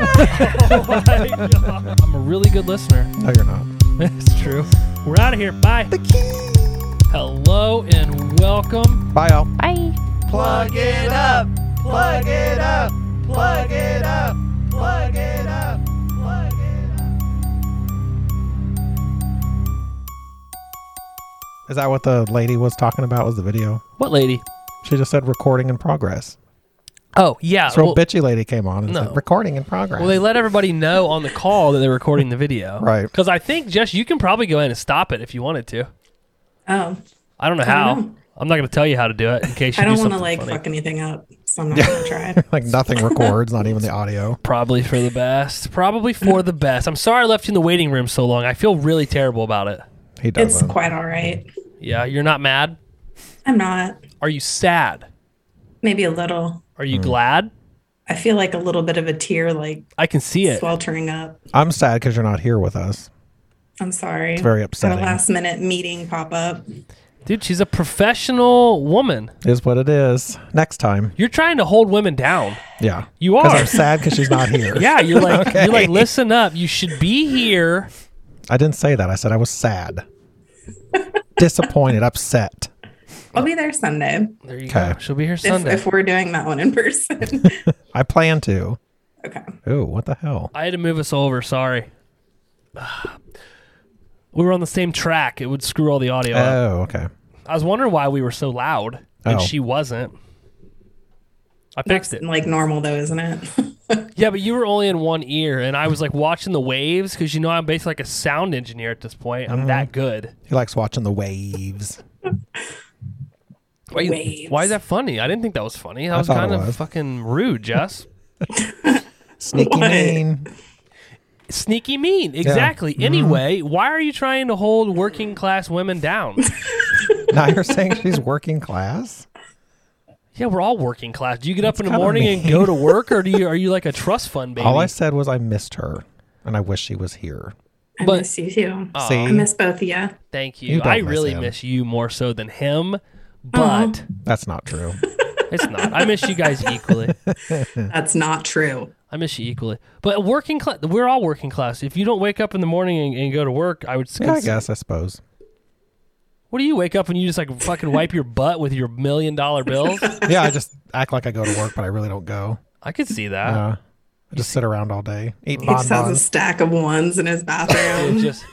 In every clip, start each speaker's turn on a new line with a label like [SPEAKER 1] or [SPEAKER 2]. [SPEAKER 1] oh my God. I'm a really good listener.
[SPEAKER 2] No, you're not.
[SPEAKER 1] That's true. We're out of here. Bye. Hello and welcome.
[SPEAKER 2] Bye, y'all.
[SPEAKER 3] Bye.
[SPEAKER 2] Plug it up. Plug it up. Plug it up. Plug it up. Plug it up. Is that what the lady was talking about? Was the video?
[SPEAKER 1] What lady?
[SPEAKER 2] She just said recording in progress.
[SPEAKER 1] Oh yeah.
[SPEAKER 2] So
[SPEAKER 1] well,
[SPEAKER 2] a bitchy lady came on and
[SPEAKER 1] No.
[SPEAKER 2] said recording in progress.
[SPEAKER 1] well, they let everybody know on the call that they're recording the video.
[SPEAKER 2] Right.
[SPEAKER 1] Because I think Jess, you can probably go in and stop it if you wanted to.
[SPEAKER 4] Oh,
[SPEAKER 1] I don't know
[SPEAKER 4] I
[SPEAKER 1] how.
[SPEAKER 4] don't know.
[SPEAKER 1] I'm not going to tell you how to do it in case you
[SPEAKER 4] I don't
[SPEAKER 1] do
[SPEAKER 4] want to
[SPEAKER 1] something
[SPEAKER 4] like
[SPEAKER 1] funny.
[SPEAKER 4] fuck anything up, so I'm not gonna try it.
[SPEAKER 2] like nothing records, not even the audio.
[SPEAKER 1] Probably for the best. Probably for the best. I'm sorry I left you in the waiting room so long. I feel really terrible about it.
[SPEAKER 2] He
[SPEAKER 4] It's
[SPEAKER 2] doesn't.
[SPEAKER 4] quite all right.
[SPEAKER 1] Yeah, you're not mad.
[SPEAKER 4] I'm not.
[SPEAKER 1] Are you sad?
[SPEAKER 4] Maybe a little.
[SPEAKER 1] Are
[SPEAKER 2] Hmm.
[SPEAKER 1] you glad?
[SPEAKER 4] I feel like a little bit of a tear like
[SPEAKER 1] I can see it.
[SPEAKER 4] sweltering up.
[SPEAKER 2] I'm sad because you're not here with us.
[SPEAKER 4] I'm sorry. It's
[SPEAKER 2] very
[SPEAKER 4] Had
[SPEAKER 2] upsetting.
[SPEAKER 4] a last minute meeting pop up.
[SPEAKER 1] Dude, she's a professional woman.
[SPEAKER 2] Is what it is. Next time.
[SPEAKER 1] You're trying to hold women down.
[SPEAKER 2] Yeah.
[SPEAKER 1] You
[SPEAKER 2] Because
[SPEAKER 1] are.
[SPEAKER 2] I'm sad because she's not here.
[SPEAKER 1] Yeah, you're like you're like listen up. You should be here.
[SPEAKER 2] I didn't say that. I said I was sad, disappointed, upset.
[SPEAKER 4] I'll be there Sunday
[SPEAKER 1] There you go.
[SPEAKER 2] Okay.
[SPEAKER 1] She'll be here
[SPEAKER 4] if,
[SPEAKER 1] Sunday.
[SPEAKER 4] if we're doing that one in person.
[SPEAKER 2] I plan to.
[SPEAKER 4] okay.
[SPEAKER 2] Ooh, what the hell?
[SPEAKER 1] I had to move us over. Sorry. We were on the same track. It would screw all the audio
[SPEAKER 4] Uh,
[SPEAKER 1] up.
[SPEAKER 2] Oh, okay.
[SPEAKER 1] I was wondering why we were so loud and
[SPEAKER 2] Oh.
[SPEAKER 1] she wasn't. I fixed it.
[SPEAKER 4] Like normal though, isn't it?
[SPEAKER 1] Yeah, but you were only in one ear, and I was like watching the waves because you know I'm basically like a sound engineer at this point.
[SPEAKER 2] Mm-hmm.
[SPEAKER 1] I'm that good.
[SPEAKER 2] He likes watching the waves.
[SPEAKER 1] Why,
[SPEAKER 4] Waves.
[SPEAKER 1] why is that funny? I didn't think that was funny. That was
[SPEAKER 2] thought it
[SPEAKER 1] kind of
[SPEAKER 2] was.
[SPEAKER 1] fucking rude, Jess.
[SPEAKER 2] Sneaky
[SPEAKER 4] What?
[SPEAKER 2] mean.
[SPEAKER 1] Sneaky mean. Exactly. Mm-hmm. Anyway, why are you trying to hold working class women down?
[SPEAKER 2] Now you're saying she's working class?
[SPEAKER 1] yeah, we're all working class. Do you get up in the
[SPEAKER 2] kinda
[SPEAKER 1] morning and
[SPEAKER 2] mean.
[SPEAKER 1] go to work, or do you are you like a trust fund baby?
[SPEAKER 2] All I said was I missed her, and I wish she was here.
[SPEAKER 4] I
[SPEAKER 1] But- uh,
[SPEAKER 4] miss you too.
[SPEAKER 2] See,
[SPEAKER 4] I miss both of you.
[SPEAKER 1] Thank you.
[SPEAKER 2] You don't
[SPEAKER 1] I
[SPEAKER 2] miss
[SPEAKER 1] really
[SPEAKER 2] him.
[SPEAKER 1] miss you more so than him, but
[SPEAKER 2] that's not true.
[SPEAKER 1] it's not. I miss you guys equally.
[SPEAKER 4] That's not true.
[SPEAKER 1] I miss you equally. But working class, we're all working class. If you don't wake up in the morning and, and go to work, I would. s-
[SPEAKER 2] Yeah, I guess. I suppose.
[SPEAKER 1] What do you wake up and you just like fucking wipe your butt with your million dollar bills?
[SPEAKER 2] Yeah, I just act like I go to work, but I really don't go.
[SPEAKER 1] I could see that.
[SPEAKER 2] Uh, I just sit around all day, eat
[SPEAKER 4] He just has a
[SPEAKER 2] bonbons.
[SPEAKER 4] stack of ones in his
[SPEAKER 1] It
[SPEAKER 4] bathroom.
[SPEAKER 1] just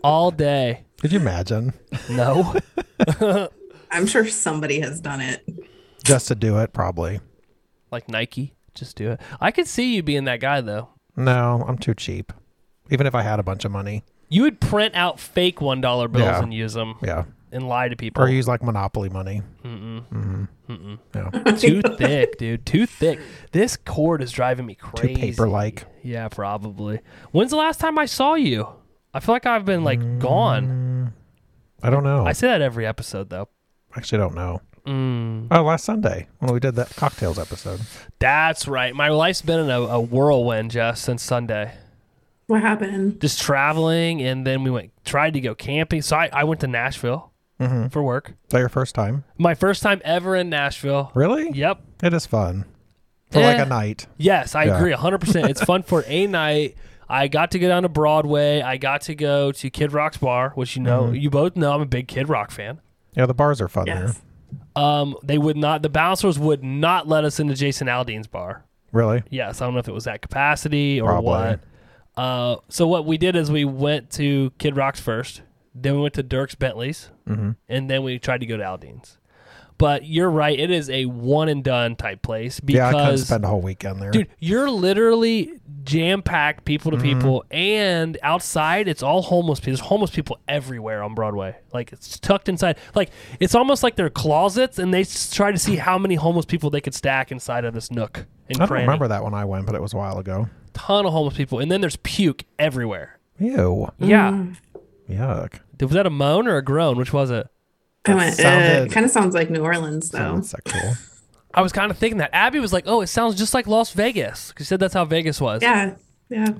[SPEAKER 1] all day.
[SPEAKER 2] Could you imagine?
[SPEAKER 1] No,
[SPEAKER 4] I'm sure somebody has done it.
[SPEAKER 2] Just to do it, probably.
[SPEAKER 1] like Nike, just do it. I could see you being that guy though.
[SPEAKER 2] No, I'm too cheap. Even if I had a bunch of money.
[SPEAKER 1] You would print out fake one dollar bills
[SPEAKER 2] Yeah.
[SPEAKER 1] and use them
[SPEAKER 2] Yeah.
[SPEAKER 1] and lie to people.
[SPEAKER 4] Oh.
[SPEAKER 2] Or use like Monopoly money. Mm-mm. Mm-mm. Yeah.
[SPEAKER 1] Too thick, dude. Too thick. This cord is driving me
[SPEAKER 2] Too
[SPEAKER 1] crazy.
[SPEAKER 2] paper like.
[SPEAKER 1] Yeah, probably. When's the last time I saw you? I feel like I've been like gone.
[SPEAKER 2] I don't know.
[SPEAKER 1] I
[SPEAKER 2] I
[SPEAKER 1] say that every episode though.
[SPEAKER 2] actually don't know.
[SPEAKER 1] Mm.
[SPEAKER 2] Oh, last Sunday when we did that cocktails episode.
[SPEAKER 1] That's right. My life's been in a, a whirlwind just since Sunday.
[SPEAKER 4] What happened?
[SPEAKER 1] Just traveling, and then we went tried to go camping. So I, I went to Nashville
[SPEAKER 2] Mm-hmm.
[SPEAKER 1] for work.
[SPEAKER 2] Is that your first time?
[SPEAKER 1] My first time ever in Nashville.
[SPEAKER 2] Really?
[SPEAKER 1] Yep.
[SPEAKER 2] It is fun. For
[SPEAKER 1] Eh.
[SPEAKER 2] like a night.
[SPEAKER 1] Yes, I
[SPEAKER 2] Yeah.
[SPEAKER 1] agree 100%. It's fun for a night. I got to go down to Broadway. I got to go to Kid Rock's bar, which you
[SPEAKER 2] Mm-hmm.
[SPEAKER 1] know, you both know I'm a big Kid Rock fan.
[SPEAKER 2] Yeah, the bars are fun there.
[SPEAKER 4] Yes.
[SPEAKER 1] Um, they would not, the bouncers would not let us into Jason Aldean's bar.
[SPEAKER 2] Really?
[SPEAKER 1] Yes, I don't know if it was at capacity or
[SPEAKER 2] Probably.
[SPEAKER 1] what. Uh, so what we did is we went to
[SPEAKER 2] Mm-hmm.
[SPEAKER 1] Kid Rock's first, then we went to Dirk's Bentley's, and then we tried to go to Aldean's. But you're right. It is a one and done type place
[SPEAKER 2] yeah, I couldn't
[SPEAKER 1] because
[SPEAKER 2] spend a whole weekend there.
[SPEAKER 1] dude, you're literally jam packed people to
[SPEAKER 2] Mm-hmm.
[SPEAKER 1] people, and outside it's all homeless people. There's homeless people everywhere on Broadway. Like it's tucked inside. Like it's almost like they're closets, and they s- try to see how many homeless people they could stack inside of this nook. And
[SPEAKER 2] I don't
[SPEAKER 1] cranny.
[SPEAKER 2] remember that when I went, but it was a while ago.
[SPEAKER 1] Ton of homeless people, and then there's puke everywhere.
[SPEAKER 2] Ew.
[SPEAKER 1] Yeah.
[SPEAKER 2] Yuck.
[SPEAKER 1] Was that a moan or a groan? Which was it?
[SPEAKER 4] I went, eh,
[SPEAKER 2] sounded-
[SPEAKER 4] it kind of sounds like New Orleans, though.
[SPEAKER 2] Sounds sexual.
[SPEAKER 1] I was kind of thinking that. Abby was like, "Oh, it sounds just like Las Vegas." 'Cause She said that's how Vegas was.
[SPEAKER 4] Yeah. Yeah.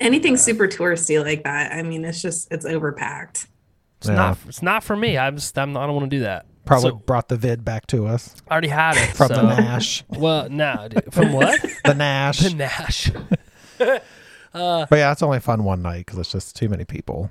[SPEAKER 4] Anything super touristy like that, I mean, it's just, it's overpacked.
[SPEAKER 1] It's
[SPEAKER 2] Yeah.
[SPEAKER 1] not. It's not for me. I'm. Just, I'm I don't want to do that.
[SPEAKER 2] Probably
[SPEAKER 1] So,
[SPEAKER 2] brought the vid back to us
[SPEAKER 1] I already had it.
[SPEAKER 2] from the
[SPEAKER 1] so-
[SPEAKER 2] Nash.
[SPEAKER 1] Well, no. Dude. From what?
[SPEAKER 2] The Nash.
[SPEAKER 1] the Nash.
[SPEAKER 2] But yeah, it's only fun one night because it's just too many people.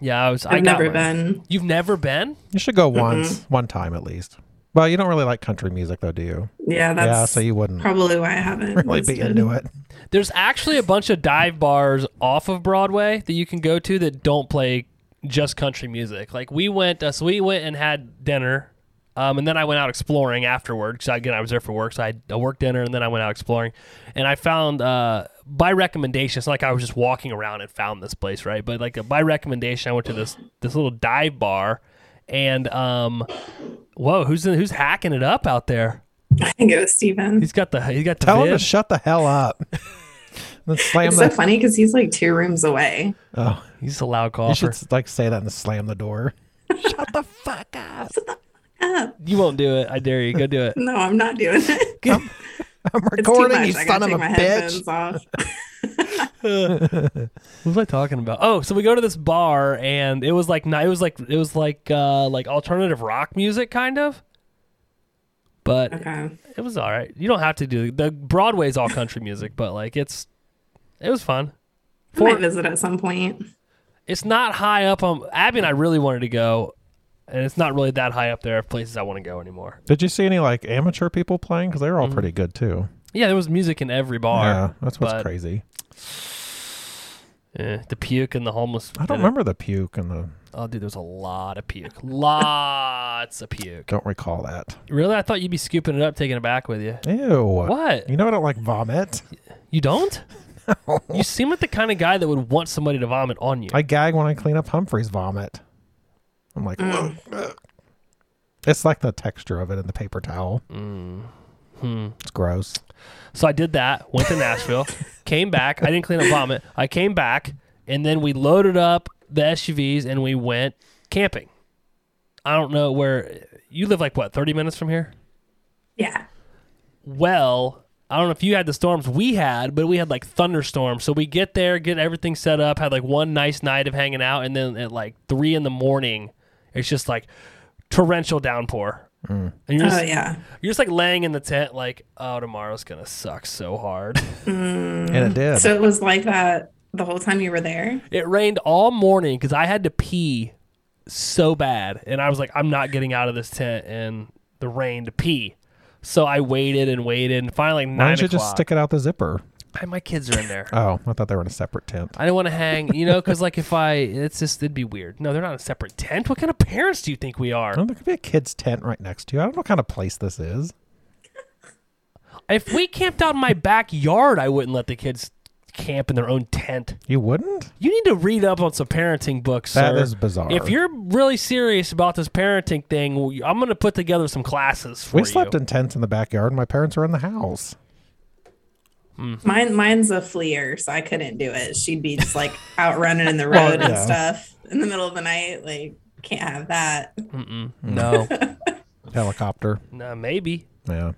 [SPEAKER 1] Yeah, I was. I
[SPEAKER 4] I've
[SPEAKER 1] got
[SPEAKER 4] never
[SPEAKER 1] one.
[SPEAKER 4] been.
[SPEAKER 1] You've never been?
[SPEAKER 2] You should go once, one time at least. Well, you don't really like country music though, do you?
[SPEAKER 4] Yeah. That's
[SPEAKER 2] yeah, so you wouldn't
[SPEAKER 4] probably why I haven't.
[SPEAKER 2] really be
[SPEAKER 4] listed.
[SPEAKER 2] into it.
[SPEAKER 1] There's actually a bunch of dive bars off of Broadway that you can go to that don't play just country music. Like we went, uh, so we went and had dinner, um, and then I went out exploring afterwards. So again, I was there for work, so I had a work dinner, and then I went out exploring, and I found uh, by recommendation. It's not like I was just walking around and found this place, right? But like by recommendation, I went to this this little dive bar, and um, whoa, who's who's hacking it up out there?
[SPEAKER 4] I think it was Steven.
[SPEAKER 1] He's got the he's got the
[SPEAKER 2] Tell him
[SPEAKER 1] vid.
[SPEAKER 2] to shut the hell up. then slam
[SPEAKER 4] It's so
[SPEAKER 2] that.
[SPEAKER 4] funny because he's like two rooms away.
[SPEAKER 2] Oh,
[SPEAKER 1] he's a loud
[SPEAKER 2] you
[SPEAKER 1] golfer.
[SPEAKER 2] should like say that and slam the door.
[SPEAKER 4] Ah,
[SPEAKER 1] You won't do it. I dare you. Go do it.
[SPEAKER 4] no, I'm not doing it.
[SPEAKER 2] I'm
[SPEAKER 4] It's too
[SPEAKER 2] recording, you
[SPEAKER 4] much. I
[SPEAKER 2] son
[SPEAKER 4] gotta
[SPEAKER 2] of
[SPEAKER 4] take
[SPEAKER 2] a
[SPEAKER 4] my
[SPEAKER 2] bitch.
[SPEAKER 4] headphones off.
[SPEAKER 1] What was I talking about? Oh, so we go to this bar and it was like ni- it was like it was like uh like alternative rock music kind of. But
[SPEAKER 4] Okay.
[SPEAKER 1] it was all right. You don't have to do the Broadway's all country music, but like it's it was fun.
[SPEAKER 4] I might visit at some point.
[SPEAKER 1] It's not high up on Abby and I really wanted to go and it's not really that high up there of places I want to go anymore.
[SPEAKER 2] Did you see any like amateur people playing? Because they were all
[SPEAKER 1] Mm.
[SPEAKER 2] pretty good too.
[SPEAKER 1] Yeah, there was music in every
[SPEAKER 2] Yeah,
[SPEAKER 1] bar.
[SPEAKER 2] that's what's
[SPEAKER 1] but-
[SPEAKER 2] crazy.
[SPEAKER 1] Eh, the puke and the homeless.
[SPEAKER 2] I
[SPEAKER 1] did it.
[SPEAKER 2] don't remember the puke and the
[SPEAKER 1] Oh, dude, there was a lot of puke. Lots of puke.
[SPEAKER 2] don't recall that.
[SPEAKER 1] Really? I thought you'd be scooping it up, taking it back with you.
[SPEAKER 2] Ew.
[SPEAKER 1] What?
[SPEAKER 2] You know I don't like vomit.
[SPEAKER 1] You don't? You seem like the kind of guy that would want somebody to vomit on you.
[SPEAKER 2] I gag when I clean up Humphrey's vomit. I'm like, "Ugh." it's like the texture of it in the paper towel. It's gross.
[SPEAKER 1] so I did that, went to Nashville, came back. I didn't clean up vomit. I came back, and then we loaded up the SUVs and we went camping. I don't know where you live, like what, 30 minutes from here?
[SPEAKER 4] Yeah.
[SPEAKER 1] well. I don't know if you had the storms we had, but we had like thunderstorms. So we get there, get everything set up, had like one nice night of hanging out, and then at like three in the morning, it's just like torrential downpour.
[SPEAKER 2] Mm.
[SPEAKER 1] And you're
[SPEAKER 4] Oh,
[SPEAKER 1] just,
[SPEAKER 4] yeah.
[SPEAKER 1] you're just like laying in the tent, like, oh, tomorrow's gonna suck so hard.
[SPEAKER 2] And it did.
[SPEAKER 4] So it was like that the whole time you were there.
[SPEAKER 1] it rained all morning because I had to pee so bad, and I was like, I'm not getting out of this tent in the rain to pee. So I waited and waited, and finally like
[SPEAKER 2] Why
[SPEAKER 1] nine
[SPEAKER 2] don't you
[SPEAKER 1] o'clock.
[SPEAKER 2] just stick it out the zipper?
[SPEAKER 1] my kids are in there.
[SPEAKER 2] Oh, I thought they were in a separate tent.
[SPEAKER 1] I don't want to hang, you know, because like if I, it's just it'd be weird. No, they're not in a separate tent. What kind of parents do you think we are?
[SPEAKER 2] Oh, there could be a kid's tent right next to you. I don't know what kind of place this is.
[SPEAKER 1] If we camped out in my backyard, I wouldn't let the kids camp in their own tent.
[SPEAKER 2] You wouldn't?
[SPEAKER 1] You need to read up on some parenting books,
[SPEAKER 2] That
[SPEAKER 1] sir.
[SPEAKER 2] is bizarre.
[SPEAKER 1] If you're really serious about this parenting thing, well, I'm going to put together some classes for
[SPEAKER 2] we
[SPEAKER 1] you.
[SPEAKER 2] slept in tents in the backyard. and My parents were in the house.
[SPEAKER 4] Mine, mine's a fleer, so I couldn't do it. She'd be just like out running in the road and
[SPEAKER 2] yeah.
[SPEAKER 4] stuff in the middle of the night. Like, can't have that.
[SPEAKER 1] no,
[SPEAKER 2] Helicopter.
[SPEAKER 1] no, maybe
[SPEAKER 2] Yeah.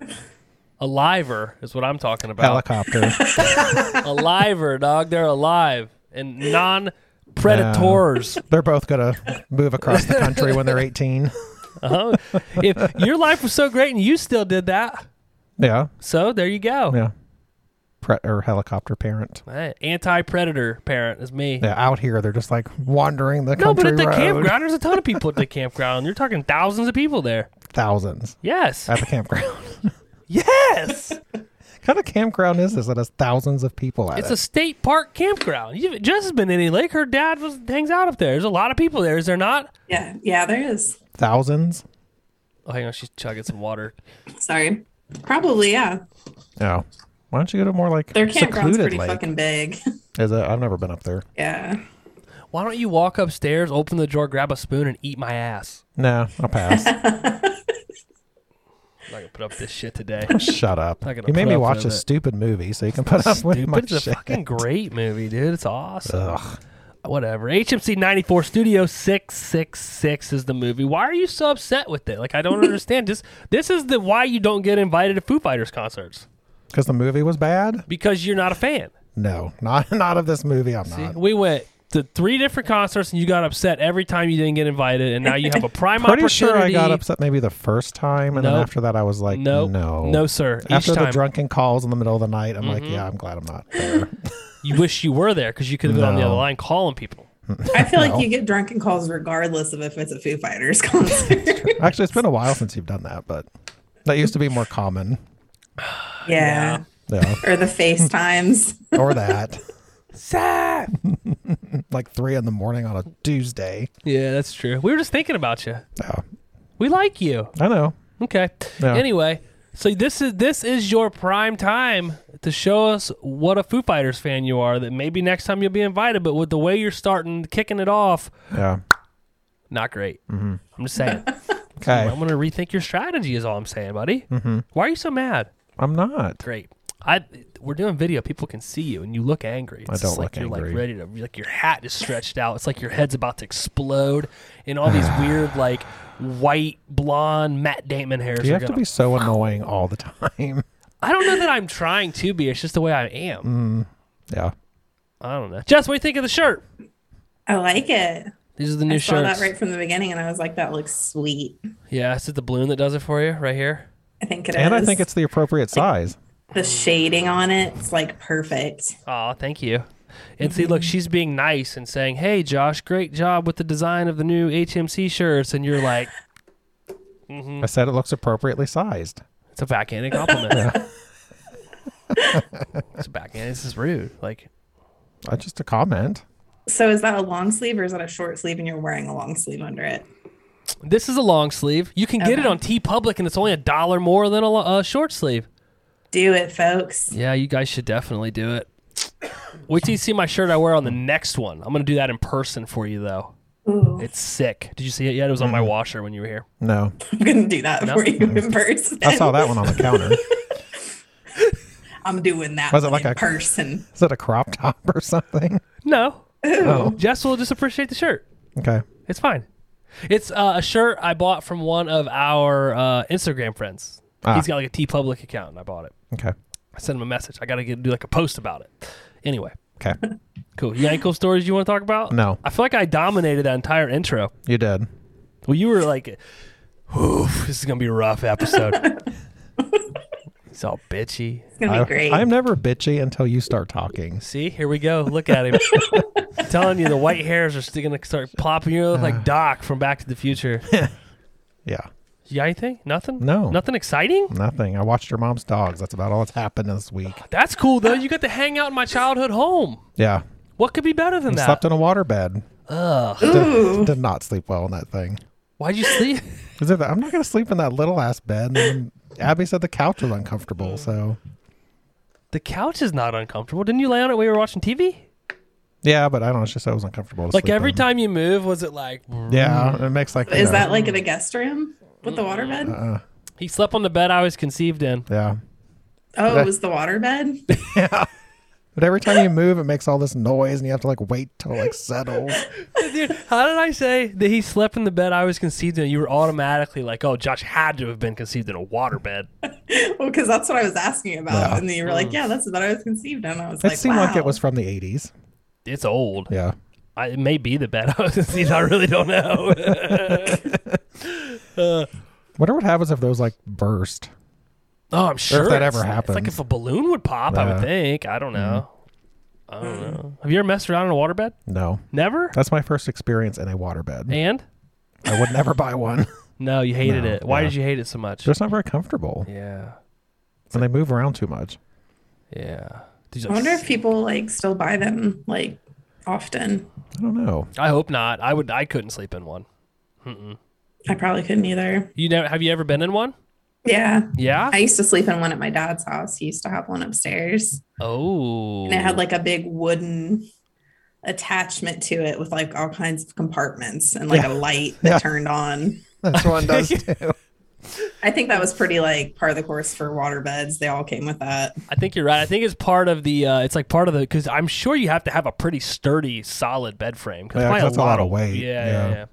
[SPEAKER 1] aliver is what I'm talking about.
[SPEAKER 2] Helicopter.
[SPEAKER 1] aliver, dog. They're alive and non predators.
[SPEAKER 2] They're both going to move across the country when they're 18.
[SPEAKER 1] Oh, if your life was so great and you still did that,
[SPEAKER 2] Yeah.
[SPEAKER 1] so there you go.
[SPEAKER 2] Yeah. Pre- or helicopter parent.
[SPEAKER 1] Anti predator parent is me.
[SPEAKER 2] Yeah, out here they're just like wandering the
[SPEAKER 1] No, but
[SPEAKER 2] country
[SPEAKER 1] at the
[SPEAKER 2] road.
[SPEAKER 1] campground, there's a ton of people at the campground. You're talking thousands of people there.
[SPEAKER 2] Thousands
[SPEAKER 1] Yes.
[SPEAKER 2] at the campground.
[SPEAKER 1] Yes.
[SPEAKER 2] what kind of campground is this that has thousands of people at
[SPEAKER 1] It's a
[SPEAKER 2] it?
[SPEAKER 1] state park campground. You've just been in any lake. Her dad was, hangs out up there. There's a lot of people there. Is there not?
[SPEAKER 4] Yeah. Yeah, there is.
[SPEAKER 2] thousands?
[SPEAKER 1] Oh, hang on, she's chugging some water.
[SPEAKER 4] Sorry. Probably, yeah.
[SPEAKER 2] Oh. Why don't you go to more like
[SPEAKER 4] Their campground's
[SPEAKER 2] secluded
[SPEAKER 4] pretty
[SPEAKER 2] lake?
[SPEAKER 4] fucking big.
[SPEAKER 2] Is it? I've never been up there.
[SPEAKER 4] yeah.
[SPEAKER 1] Why don't you walk upstairs, open the door, grab a spoon, and eat my ass?
[SPEAKER 2] No, I'll pass.
[SPEAKER 1] I'm not gonna put up with this shit today.
[SPEAKER 2] Shut up.
[SPEAKER 1] Not gonna
[SPEAKER 2] You made
[SPEAKER 1] put
[SPEAKER 2] me
[SPEAKER 1] up
[SPEAKER 2] watch
[SPEAKER 1] with
[SPEAKER 2] a
[SPEAKER 1] it.
[SPEAKER 2] stupid movie so you can put up with my
[SPEAKER 1] Stupid. It's a
[SPEAKER 2] shit.
[SPEAKER 1] fucking great movie, dude. It's awesome.
[SPEAKER 2] Ugh.
[SPEAKER 1] Whatever. HMC 94 Studio 666 is the movie. Why are you so upset with it? Like I don't understand. Just this is the why you don't get invited to Foo Fighters concerts
[SPEAKER 2] Because the movie was bad?
[SPEAKER 1] because you're not a fan.
[SPEAKER 2] No, not not of this movie. I'm not.
[SPEAKER 1] We went to three different concerts and you got upset every time you didn't get invited, and now you have a prime
[SPEAKER 2] Pretty
[SPEAKER 1] opportunity.
[SPEAKER 2] sure I got upset maybe the first time, and then
[SPEAKER 1] Nope.
[SPEAKER 2] after that I was like,
[SPEAKER 1] Nope.
[SPEAKER 2] no,
[SPEAKER 1] No, sir. Each
[SPEAKER 2] After the
[SPEAKER 1] time. Mm-hmm.
[SPEAKER 2] drunken calls in the middle of the night, I'm like, yeah, I'm glad I'm not there.
[SPEAKER 1] You wish you were there because you could have been on the
[SPEAKER 2] No.
[SPEAKER 1] other line calling people.
[SPEAKER 4] I feel like you get drunken calls regardless of if it's a Foo Fighters concert.
[SPEAKER 2] Actually, it's been a while since you've done that, but that used to be more common.
[SPEAKER 4] yeah.
[SPEAKER 2] Yeah,
[SPEAKER 4] Or the FaceTimes.
[SPEAKER 2] or that. like three in the morning on a Tuesday.
[SPEAKER 1] Yeah, that's true. We were just thinking about you.
[SPEAKER 2] Yeah,
[SPEAKER 1] We like you.
[SPEAKER 2] I know.
[SPEAKER 1] Okay.
[SPEAKER 2] Yeah.
[SPEAKER 1] Anyway, so this is this is your prime time to show us what a Foo Fighters fan you are. That maybe next time you'll be invited, but with the way you're starting, kicking it off,
[SPEAKER 2] Yeah.
[SPEAKER 1] not great.
[SPEAKER 2] Mm-hmm.
[SPEAKER 1] I'm just saying. I'm
[SPEAKER 2] Okay.
[SPEAKER 1] gonna rethink your strategy. Is all I'm saying, buddy.
[SPEAKER 2] Mm-hmm.
[SPEAKER 1] Why are you so mad?
[SPEAKER 2] I'm not.
[SPEAKER 1] Great. I we're doing video. People can see you, and you look angry. It's
[SPEAKER 2] I don't
[SPEAKER 1] just like
[SPEAKER 2] look
[SPEAKER 1] you're like
[SPEAKER 2] angry.
[SPEAKER 1] ready to like your hat is stretched out. It's like your head's about to explode, and all these weird like white blonde Matt Damon hairs.
[SPEAKER 2] You
[SPEAKER 1] are
[SPEAKER 2] have to
[SPEAKER 1] gonna-
[SPEAKER 2] be so annoying all the time.
[SPEAKER 1] I don't know that I'm trying to be. It's just the way I am.
[SPEAKER 2] Yeah.
[SPEAKER 1] I don't know. Jess, what do you think of the shirt?
[SPEAKER 4] I like it.
[SPEAKER 1] These are the new
[SPEAKER 4] I saw
[SPEAKER 1] shirts.
[SPEAKER 4] that right from the beginning and I was like, that looks sweet.
[SPEAKER 1] Yeah, is it the balloon that does it for you right here?
[SPEAKER 4] I think it is.
[SPEAKER 2] And I think it's the appropriate size.
[SPEAKER 4] the shading on it. It's like perfect.
[SPEAKER 1] Aw, thank you. And see,
[SPEAKER 4] Mm-hmm.
[SPEAKER 1] look, she's being nice and saying, "Hey, Josh, great job with the design of the new HMC shirts." And you're like, mm.
[SPEAKER 2] I said it looks appropriately sized.
[SPEAKER 1] "It's a backhanded compliment." it's a backhand. This is rude. Like,
[SPEAKER 2] Uh, just a comment.
[SPEAKER 4] So is that a long sleeve or is that a short sleeve and you're wearing a long sleeve under it?
[SPEAKER 1] this is a long sleeve. You can get it
[SPEAKER 4] Okay.
[SPEAKER 1] on T Public, and it's only a dollar more than a lo- a short sleeve.
[SPEAKER 4] Do it, folks.
[SPEAKER 1] Yeah, you guys should definitely do it. Wait till you see my shirt I wear on the next one. I'm gonna do that in person for you though.
[SPEAKER 4] Ooh,
[SPEAKER 1] It's sick. Did you see it yet? It was on
[SPEAKER 2] Mm-hmm.
[SPEAKER 1] my washer when you were here.
[SPEAKER 2] No.
[SPEAKER 4] I'm gonna do that for you in person.
[SPEAKER 2] I saw that one on the counter.
[SPEAKER 4] I'm doing that.
[SPEAKER 2] Was it
[SPEAKER 4] one
[SPEAKER 2] like
[SPEAKER 4] in
[SPEAKER 2] a-
[SPEAKER 4] person?
[SPEAKER 2] Is it a crop top or something? Oh,
[SPEAKER 1] No. Jess will just appreciate the shirt.
[SPEAKER 2] Okay.
[SPEAKER 1] It's fine. It's uh, a shirt I bought from one of our uh, Instagram friends.
[SPEAKER 2] Ah.
[SPEAKER 1] He's got like a T Public account, and I bought it.
[SPEAKER 2] Okay.
[SPEAKER 1] I sent him a message. I got to get do like a post about it. Anyway,
[SPEAKER 2] Okay.
[SPEAKER 1] cool. You ankle stories you want to talk about?
[SPEAKER 2] No.
[SPEAKER 1] I feel like I dominated that entire intro.
[SPEAKER 2] You did.
[SPEAKER 1] Well, you were like, "Oof, this is gonna be a rough episode." He's all bitchy.
[SPEAKER 4] It's gonna be great.
[SPEAKER 2] I, am never bitchy until you start talking.
[SPEAKER 1] See, here we go. Look at him. I'm telling you, the white hairs are still gonna start plopping. You look like Doc from Back to the Future.
[SPEAKER 2] Yeah.
[SPEAKER 1] You got anything? Nothing?
[SPEAKER 2] No.
[SPEAKER 1] Nothing exciting?
[SPEAKER 2] Nothing. I watched your mom's dogs. That's about all that's happened this week.
[SPEAKER 1] That's cool though. You got to hang out in my childhood home.
[SPEAKER 2] Yeah.
[SPEAKER 1] What could be better than that?
[SPEAKER 2] Slept in a waterbed.
[SPEAKER 1] Ugh.
[SPEAKER 2] Did, did not sleep well in that thing.
[SPEAKER 1] Why'd you sleep?
[SPEAKER 2] Is it that- I'm not going to sleep in that little ass bed. And then Abby said the couch was uncomfortable. So,
[SPEAKER 1] the couch is not uncomfortable. Didn't you lay on it when you were watching TV?
[SPEAKER 2] yeah, but I don't know. It's just it was uncomfortable. To
[SPEAKER 1] Like
[SPEAKER 2] sleep
[SPEAKER 1] every
[SPEAKER 2] in.
[SPEAKER 1] time you move, was it like
[SPEAKER 2] Yeah. It makes like. you
[SPEAKER 4] is
[SPEAKER 2] know,
[SPEAKER 4] that like in a guest room with the waterbed?
[SPEAKER 2] Uh,
[SPEAKER 1] he slept on the bed I was conceived in?
[SPEAKER 2] Yeah.
[SPEAKER 4] oh, it was the waterbed.
[SPEAKER 2] But every time you move, it makes all this noise and you have to like wait till it like settles.
[SPEAKER 1] Dude, how did I say that he slept in the bed I was conceived in? You were automatically like, oh, Josh had to have been conceived in a waterbed.
[SPEAKER 4] well, because that's what I was asking about,
[SPEAKER 2] Yeah.
[SPEAKER 4] and then you were like, "Yeah, that's what I was conceived in." I was
[SPEAKER 2] It
[SPEAKER 4] like,
[SPEAKER 2] seemed like
[SPEAKER 4] wow.
[SPEAKER 2] it was from the 80s.
[SPEAKER 1] It's old.
[SPEAKER 2] Yeah.
[SPEAKER 1] I, it may be the bed I was conceived. I really don't know.
[SPEAKER 2] Wonder what happens if those like burst.
[SPEAKER 1] oh, I'm sure
[SPEAKER 2] that
[SPEAKER 1] it's-
[SPEAKER 2] ever
[SPEAKER 1] It's like
[SPEAKER 2] happens.
[SPEAKER 1] if a balloon would pop. I would
[SPEAKER 2] Yeah. Mm-hmm.
[SPEAKER 1] think. I don't know. I don't know. Have you ever messed around in a waterbed?
[SPEAKER 2] No.
[SPEAKER 1] Never.
[SPEAKER 2] That's my first experience in a waterbed.
[SPEAKER 1] And
[SPEAKER 2] I would never buy one.
[SPEAKER 1] no, you hated
[SPEAKER 2] No,
[SPEAKER 1] it. Why
[SPEAKER 2] yeah.
[SPEAKER 1] did you hate it so much?
[SPEAKER 2] They're just not very comfortable.
[SPEAKER 1] yeah,
[SPEAKER 2] And they move around too much.
[SPEAKER 1] yeah. Did you
[SPEAKER 4] I wonder
[SPEAKER 1] like-
[SPEAKER 4] if people like still buy them like often.
[SPEAKER 2] I don't know.
[SPEAKER 1] I hope not. I would. I couldn't sleep in one.
[SPEAKER 4] I probably couldn't either.
[SPEAKER 1] You never have you ever been in one?
[SPEAKER 4] Yeah.
[SPEAKER 1] Yeah.
[SPEAKER 4] I used to sleep in one at my dad's house. He used to have one upstairs.
[SPEAKER 1] oh.
[SPEAKER 4] And it had like a big wooden attachment to it with like all kinds of compartments and like
[SPEAKER 2] Yeah.
[SPEAKER 4] a light that
[SPEAKER 2] Yeah.
[SPEAKER 4] turned on.
[SPEAKER 2] That's one does too.
[SPEAKER 4] I think that was pretty like part of the course for water beds. They all came with that.
[SPEAKER 1] I think you're right. I think it's part of the. Uh, it's like part of the because I'm sure you have to have a pretty sturdy, solid bed frame.
[SPEAKER 2] Yeah, 'cause
[SPEAKER 1] probably
[SPEAKER 2] that's a lot of weight.
[SPEAKER 1] Yeah, yeah,
[SPEAKER 2] Yeah.
[SPEAKER 1] yeah.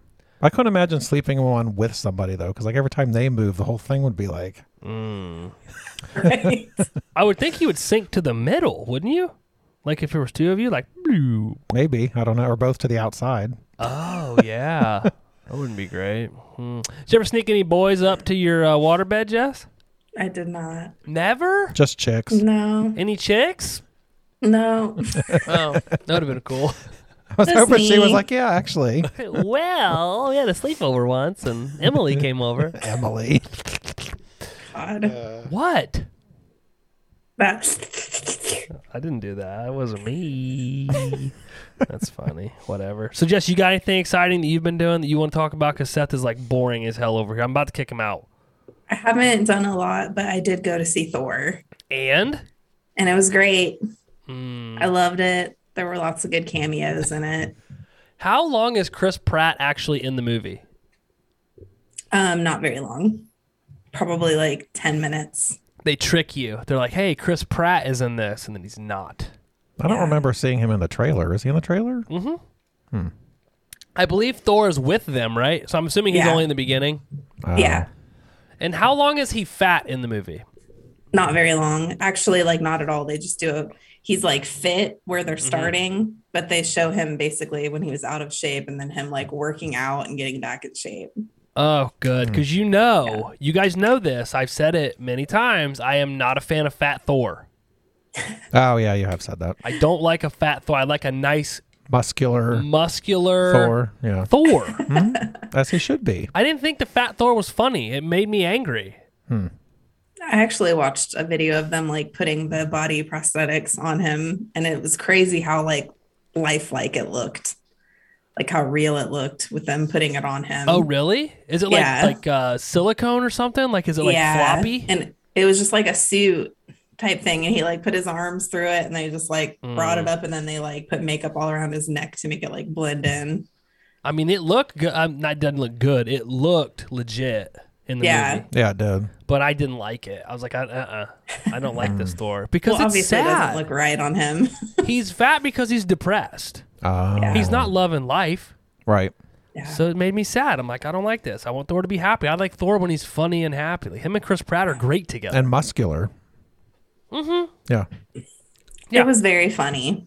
[SPEAKER 2] I couldn't imagine sleeping in one with somebody though, because like every time they move, the whole thing would be like,
[SPEAKER 4] Right?
[SPEAKER 1] I would think you would sink to the middle, wouldn't you? Like if there was two of you, like. bloop.
[SPEAKER 2] maybe I don't know, or both to the outside.
[SPEAKER 1] Oh yeah, that wouldn't be great. Hmm. Did you ever sneak any boys up to your uh, waterbed, Jess?
[SPEAKER 4] I did not.
[SPEAKER 1] Never.
[SPEAKER 2] Just chicks.
[SPEAKER 4] No.
[SPEAKER 1] Any chicks?
[SPEAKER 4] No.
[SPEAKER 1] Oh, that would have been cool.
[SPEAKER 2] I was
[SPEAKER 4] Just
[SPEAKER 2] hoping she was
[SPEAKER 4] me.
[SPEAKER 2] like, yeah, actually,
[SPEAKER 1] well, we had a sleepover once, and Emily came over.
[SPEAKER 2] Emily.
[SPEAKER 4] God.
[SPEAKER 1] What?
[SPEAKER 4] That
[SPEAKER 1] I didn't do that. It wasn't me. That's funny. Whatever. So, Jess, you got anything exciting that you've been doing that you want to talk about? Because Seth is like boring as hell over here. I'm about to kick him out.
[SPEAKER 4] I haven't done a lot, but I did go to see Thor
[SPEAKER 1] And
[SPEAKER 4] and it was great.
[SPEAKER 1] Hmm.
[SPEAKER 4] I loved it. There were lots of good cameos in it.
[SPEAKER 1] how long is Chris Pratt actually in the movie?
[SPEAKER 4] Um, not very long. Probably like 10 minutes.
[SPEAKER 1] They trick you. They're like, "Hey, Chris Pratt is in this," and then he's not.
[SPEAKER 2] I don't remember seeing him in the trailer. Is he in the trailer?
[SPEAKER 4] Mm.
[SPEAKER 1] I believe Thor is with them, right? So I'm assuming he's
[SPEAKER 4] Yeah.
[SPEAKER 1] only in the beginning.
[SPEAKER 2] Uh,
[SPEAKER 4] Yeah.
[SPEAKER 1] And how long is he fat in the movie?
[SPEAKER 4] Not very long. Actually, like not at all. They just do a he's like fit where they're starting, but they show him basically when he was out of shape and then him like working out and getting back in shape.
[SPEAKER 1] Oh, good. Because you know, you guys know this. I've said it many times. I am not a fan of fat Thor.
[SPEAKER 2] Oh yeah, you have said that.
[SPEAKER 1] I don't like a fat Thor. I like a nice,
[SPEAKER 2] Muscular
[SPEAKER 1] muscular
[SPEAKER 2] Thor. Yeah,
[SPEAKER 1] Thor.
[SPEAKER 2] as he should be.
[SPEAKER 1] I didn't think the fat Thor was funny. It made me angry.
[SPEAKER 4] I actually watched a video of them like putting the body prosthetics on him, and it was crazy how like lifelike it looked, like how real it looked with them putting it on him.
[SPEAKER 1] Oh, really? Is it like
[SPEAKER 4] Yeah.
[SPEAKER 1] like uh, silicone or something? Like, is it like floppy?
[SPEAKER 4] And it was just like a suit type thing, and he like put his arms through it, and they just like brought
[SPEAKER 1] Mm.
[SPEAKER 4] it up, and then they like put makeup all around his neck to make it like blend in.
[SPEAKER 1] I mean, it looked good. Um, not doesn't look good. It looked legit in the
[SPEAKER 4] Yeah.
[SPEAKER 1] movie,
[SPEAKER 2] Yeah, it did.
[SPEAKER 1] but I didn't like it. I was like, uh, uh, I don't like this Thor because
[SPEAKER 4] Well,
[SPEAKER 1] it's
[SPEAKER 4] obviously, it
[SPEAKER 1] sad.
[SPEAKER 4] doesn't look right on him.
[SPEAKER 1] he's fat because he's depressed.
[SPEAKER 2] Oh,
[SPEAKER 1] He's not loving life.
[SPEAKER 2] right.
[SPEAKER 4] Yeah.
[SPEAKER 1] So it made me sad. I'm like, I don't like this. I want Thor to be happy. I like Thor when he's funny and happy. Like, him and Chris Pratt are great together.
[SPEAKER 2] and muscular. Mm-hmm. Yeah.
[SPEAKER 1] Yeah.
[SPEAKER 4] It was very funny.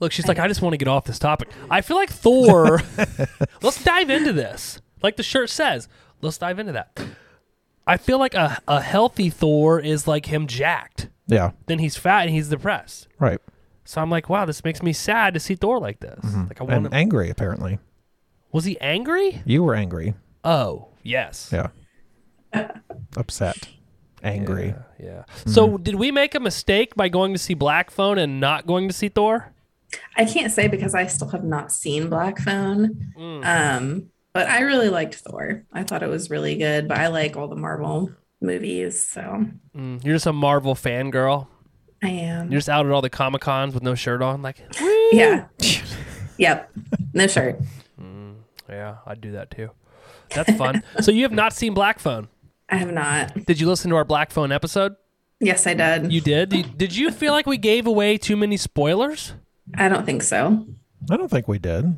[SPEAKER 1] Look, she's like, I just want to get off this topic. I feel like Thor. let's dive into this. Like the shirt says, let's dive into that. I feel like a, a healthy Thor is like him jacked.
[SPEAKER 2] Yeah.
[SPEAKER 1] Then he's fat and he's depressed.
[SPEAKER 2] Right.
[SPEAKER 1] So I'm like, wow, this makes me sad to see Thor like this. Like I want
[SPEAKER 2] Mm-hmm. And
[SPEAKER 1] him.
[SPEAKER 2] angry apparently.
[SPEAKER 1] Was he angry?
[SPEAKER 2] You were angry.
[SPEAKER 1] Oh, yes.
[SPEAKER 2] Yeah. Upset. Angry.
[SPEAKER 1] Yeah. So
[SPEAKER 2] Mm-hmm.
[SPEAKER 1] did we make a mistake by going to see Black Phone and not going to see Thor?
[SPEAKER 4] I can't say because I still have not seen Black Phone.
[SPEAKER 1] Mm.
[SPEAKER 4] Um, but I really liked Thor. I thought it was really good, but I like all the Marvel movies, so
[SPEAKER 1] Mm, You're just a Marvel fangirl.
[SPEAKER 4] I am.
[SPEAKER 1] You're just out at all the Comic Cons with no shirt on. Like,
[SPEAKER 4] yeah. yep. No shirt.
[SPEAKER 1] yeah, I'd do that too. That's fun. so you have not seen Black Phone.
[SPEAKER 4] I have not.
[SPEAKER 1] Did you listen to our Black Phone episode?
[SPEAKER 4] Yes, I did.
[SPEAKER 1] You did? Did- Did you feel like we gave away too many spoilers?
[SPEAKER 4] I don't think so.
[SPEAKER 2] I don't think we did.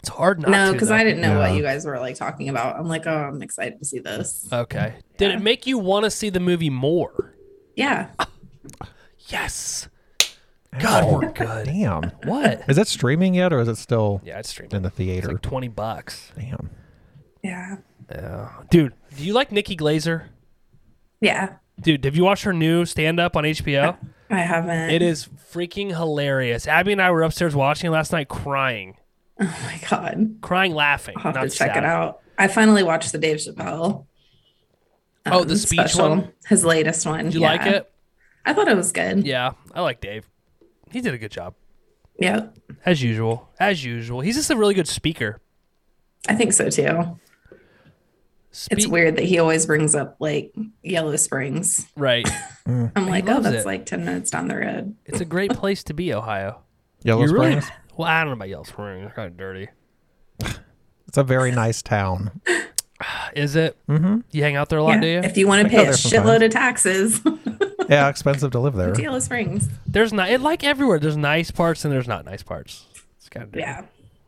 [SPEAKER 1] It's hard not
[SPEAKER 4] No,
[SPEAKER 1] to.
[SPEAKER 4] because
[SPEAKER 1] though.
[SPEAKER 4] I didn't know what
[SPEAKER 2] Yeah.
[SPEAKER 4] you guys were like talking about. I'm like, oh, I'm excited to see this.
[SPEAKER 1] Okay. Did it make you want to see the movie more?
[SPEAKER 4] Yeah.
[SPEAKER 1] Yes. God, we're good.
[SPEAKER 2] Damn.
[SPEAKER 1] What?
[SPEAKER 2] Is it streaming yet or is it still
[SPEAKER 1] Yeah, it's streaming.
[SPEAKER 2] in the theater?
[SPEAKER 1] Like twenty bucks.
[SPEAKER 2] Damn.
[SPEAKER 4] Yeah.
[SPEAKER 1] Dude, do you like Nikki Glazer?
[SPEAKER 4] Yeah.
[SPEAKER 1] Dude, have you watched her new stand up on HBO?
[SPEAKER 4] I haven't.
[SPEAKER 1] It is freaking hilarious. Abby and I were upstairs watching it last night crying.
[SPEAKER 4] Oh my God.
[SPEAKER 1] Crying laughing.
[SPEAKER 4] I'll have
[SPEAKER 1] not
[SPEAKER 4] to check
[SPEAKER 1] sad.
[SPEAKER 4] it out. I finally watched the Dave Chappelle. um,
[SPEAKER 1] Oh, the speech one?
[SPEAKER 4] his latest one.
[SPEAKER 1] Did you like
[SPEAKER 4] Yeah.
[SPEAKER 1] it?
[SPEAKER 4] I thought it was good. Yeah.
[SPEAKER 1] Yeah. I like Dave. He did a good job.
[SPEAKER 4] Yep.
[SPEAKER 1] As usual. As usual. He's just a really good speaker.
[SPEAKER 4] I think so too. It's
[SPEAKER 1] Spe-
[SPEAKER 4] weird that he always brings up like Yellow Springs.
[SPEAKER 1] Right.
[SPEAKER 4] I'm like, oh,
[SPEAKER 1] loves
[SPEAKER 4] that's
[SPEAKER 1] it.
[SPEAKER 4] like 10 minutes down the road.
[SPEAKER 1] It's a great place to be, Ohio.
[SPEAKER 2] Yellow
[SPEAKER 1] You really-
[SPEAKER 2] Springs.
[SPEAKER 1] Well, I don't know about Yellow Springs. It's kind of dirty.
[SPEAKER 2] It's a very nice town.
[SPEAKER 1] Is it?
[SPEAKER 2] Mm-hmm.
[SPEAKER 1] You hang out there a lot,
[SPEAKER 4] Yeah,
[SPEAKER 1] do you?
[SPEAKER 4] If you want
[SPEAKER 2] I
[SPEAKER 4] to
[SPEAKER 2] go
[SPEAKER 4] pay a
[SPEAKER 2] there sometimes.
[SPEAKER 4] shitload of taxes,
[SPEAKER 2] Yeah, expensive to live there.
[SPEAKER 4] to Yellow Springs.
[SPEAKER 1] there's not. It like everywhere. There's nice parts and there's not nice parts. It's kind of dirty.
[SPEAKER 4] Yeah.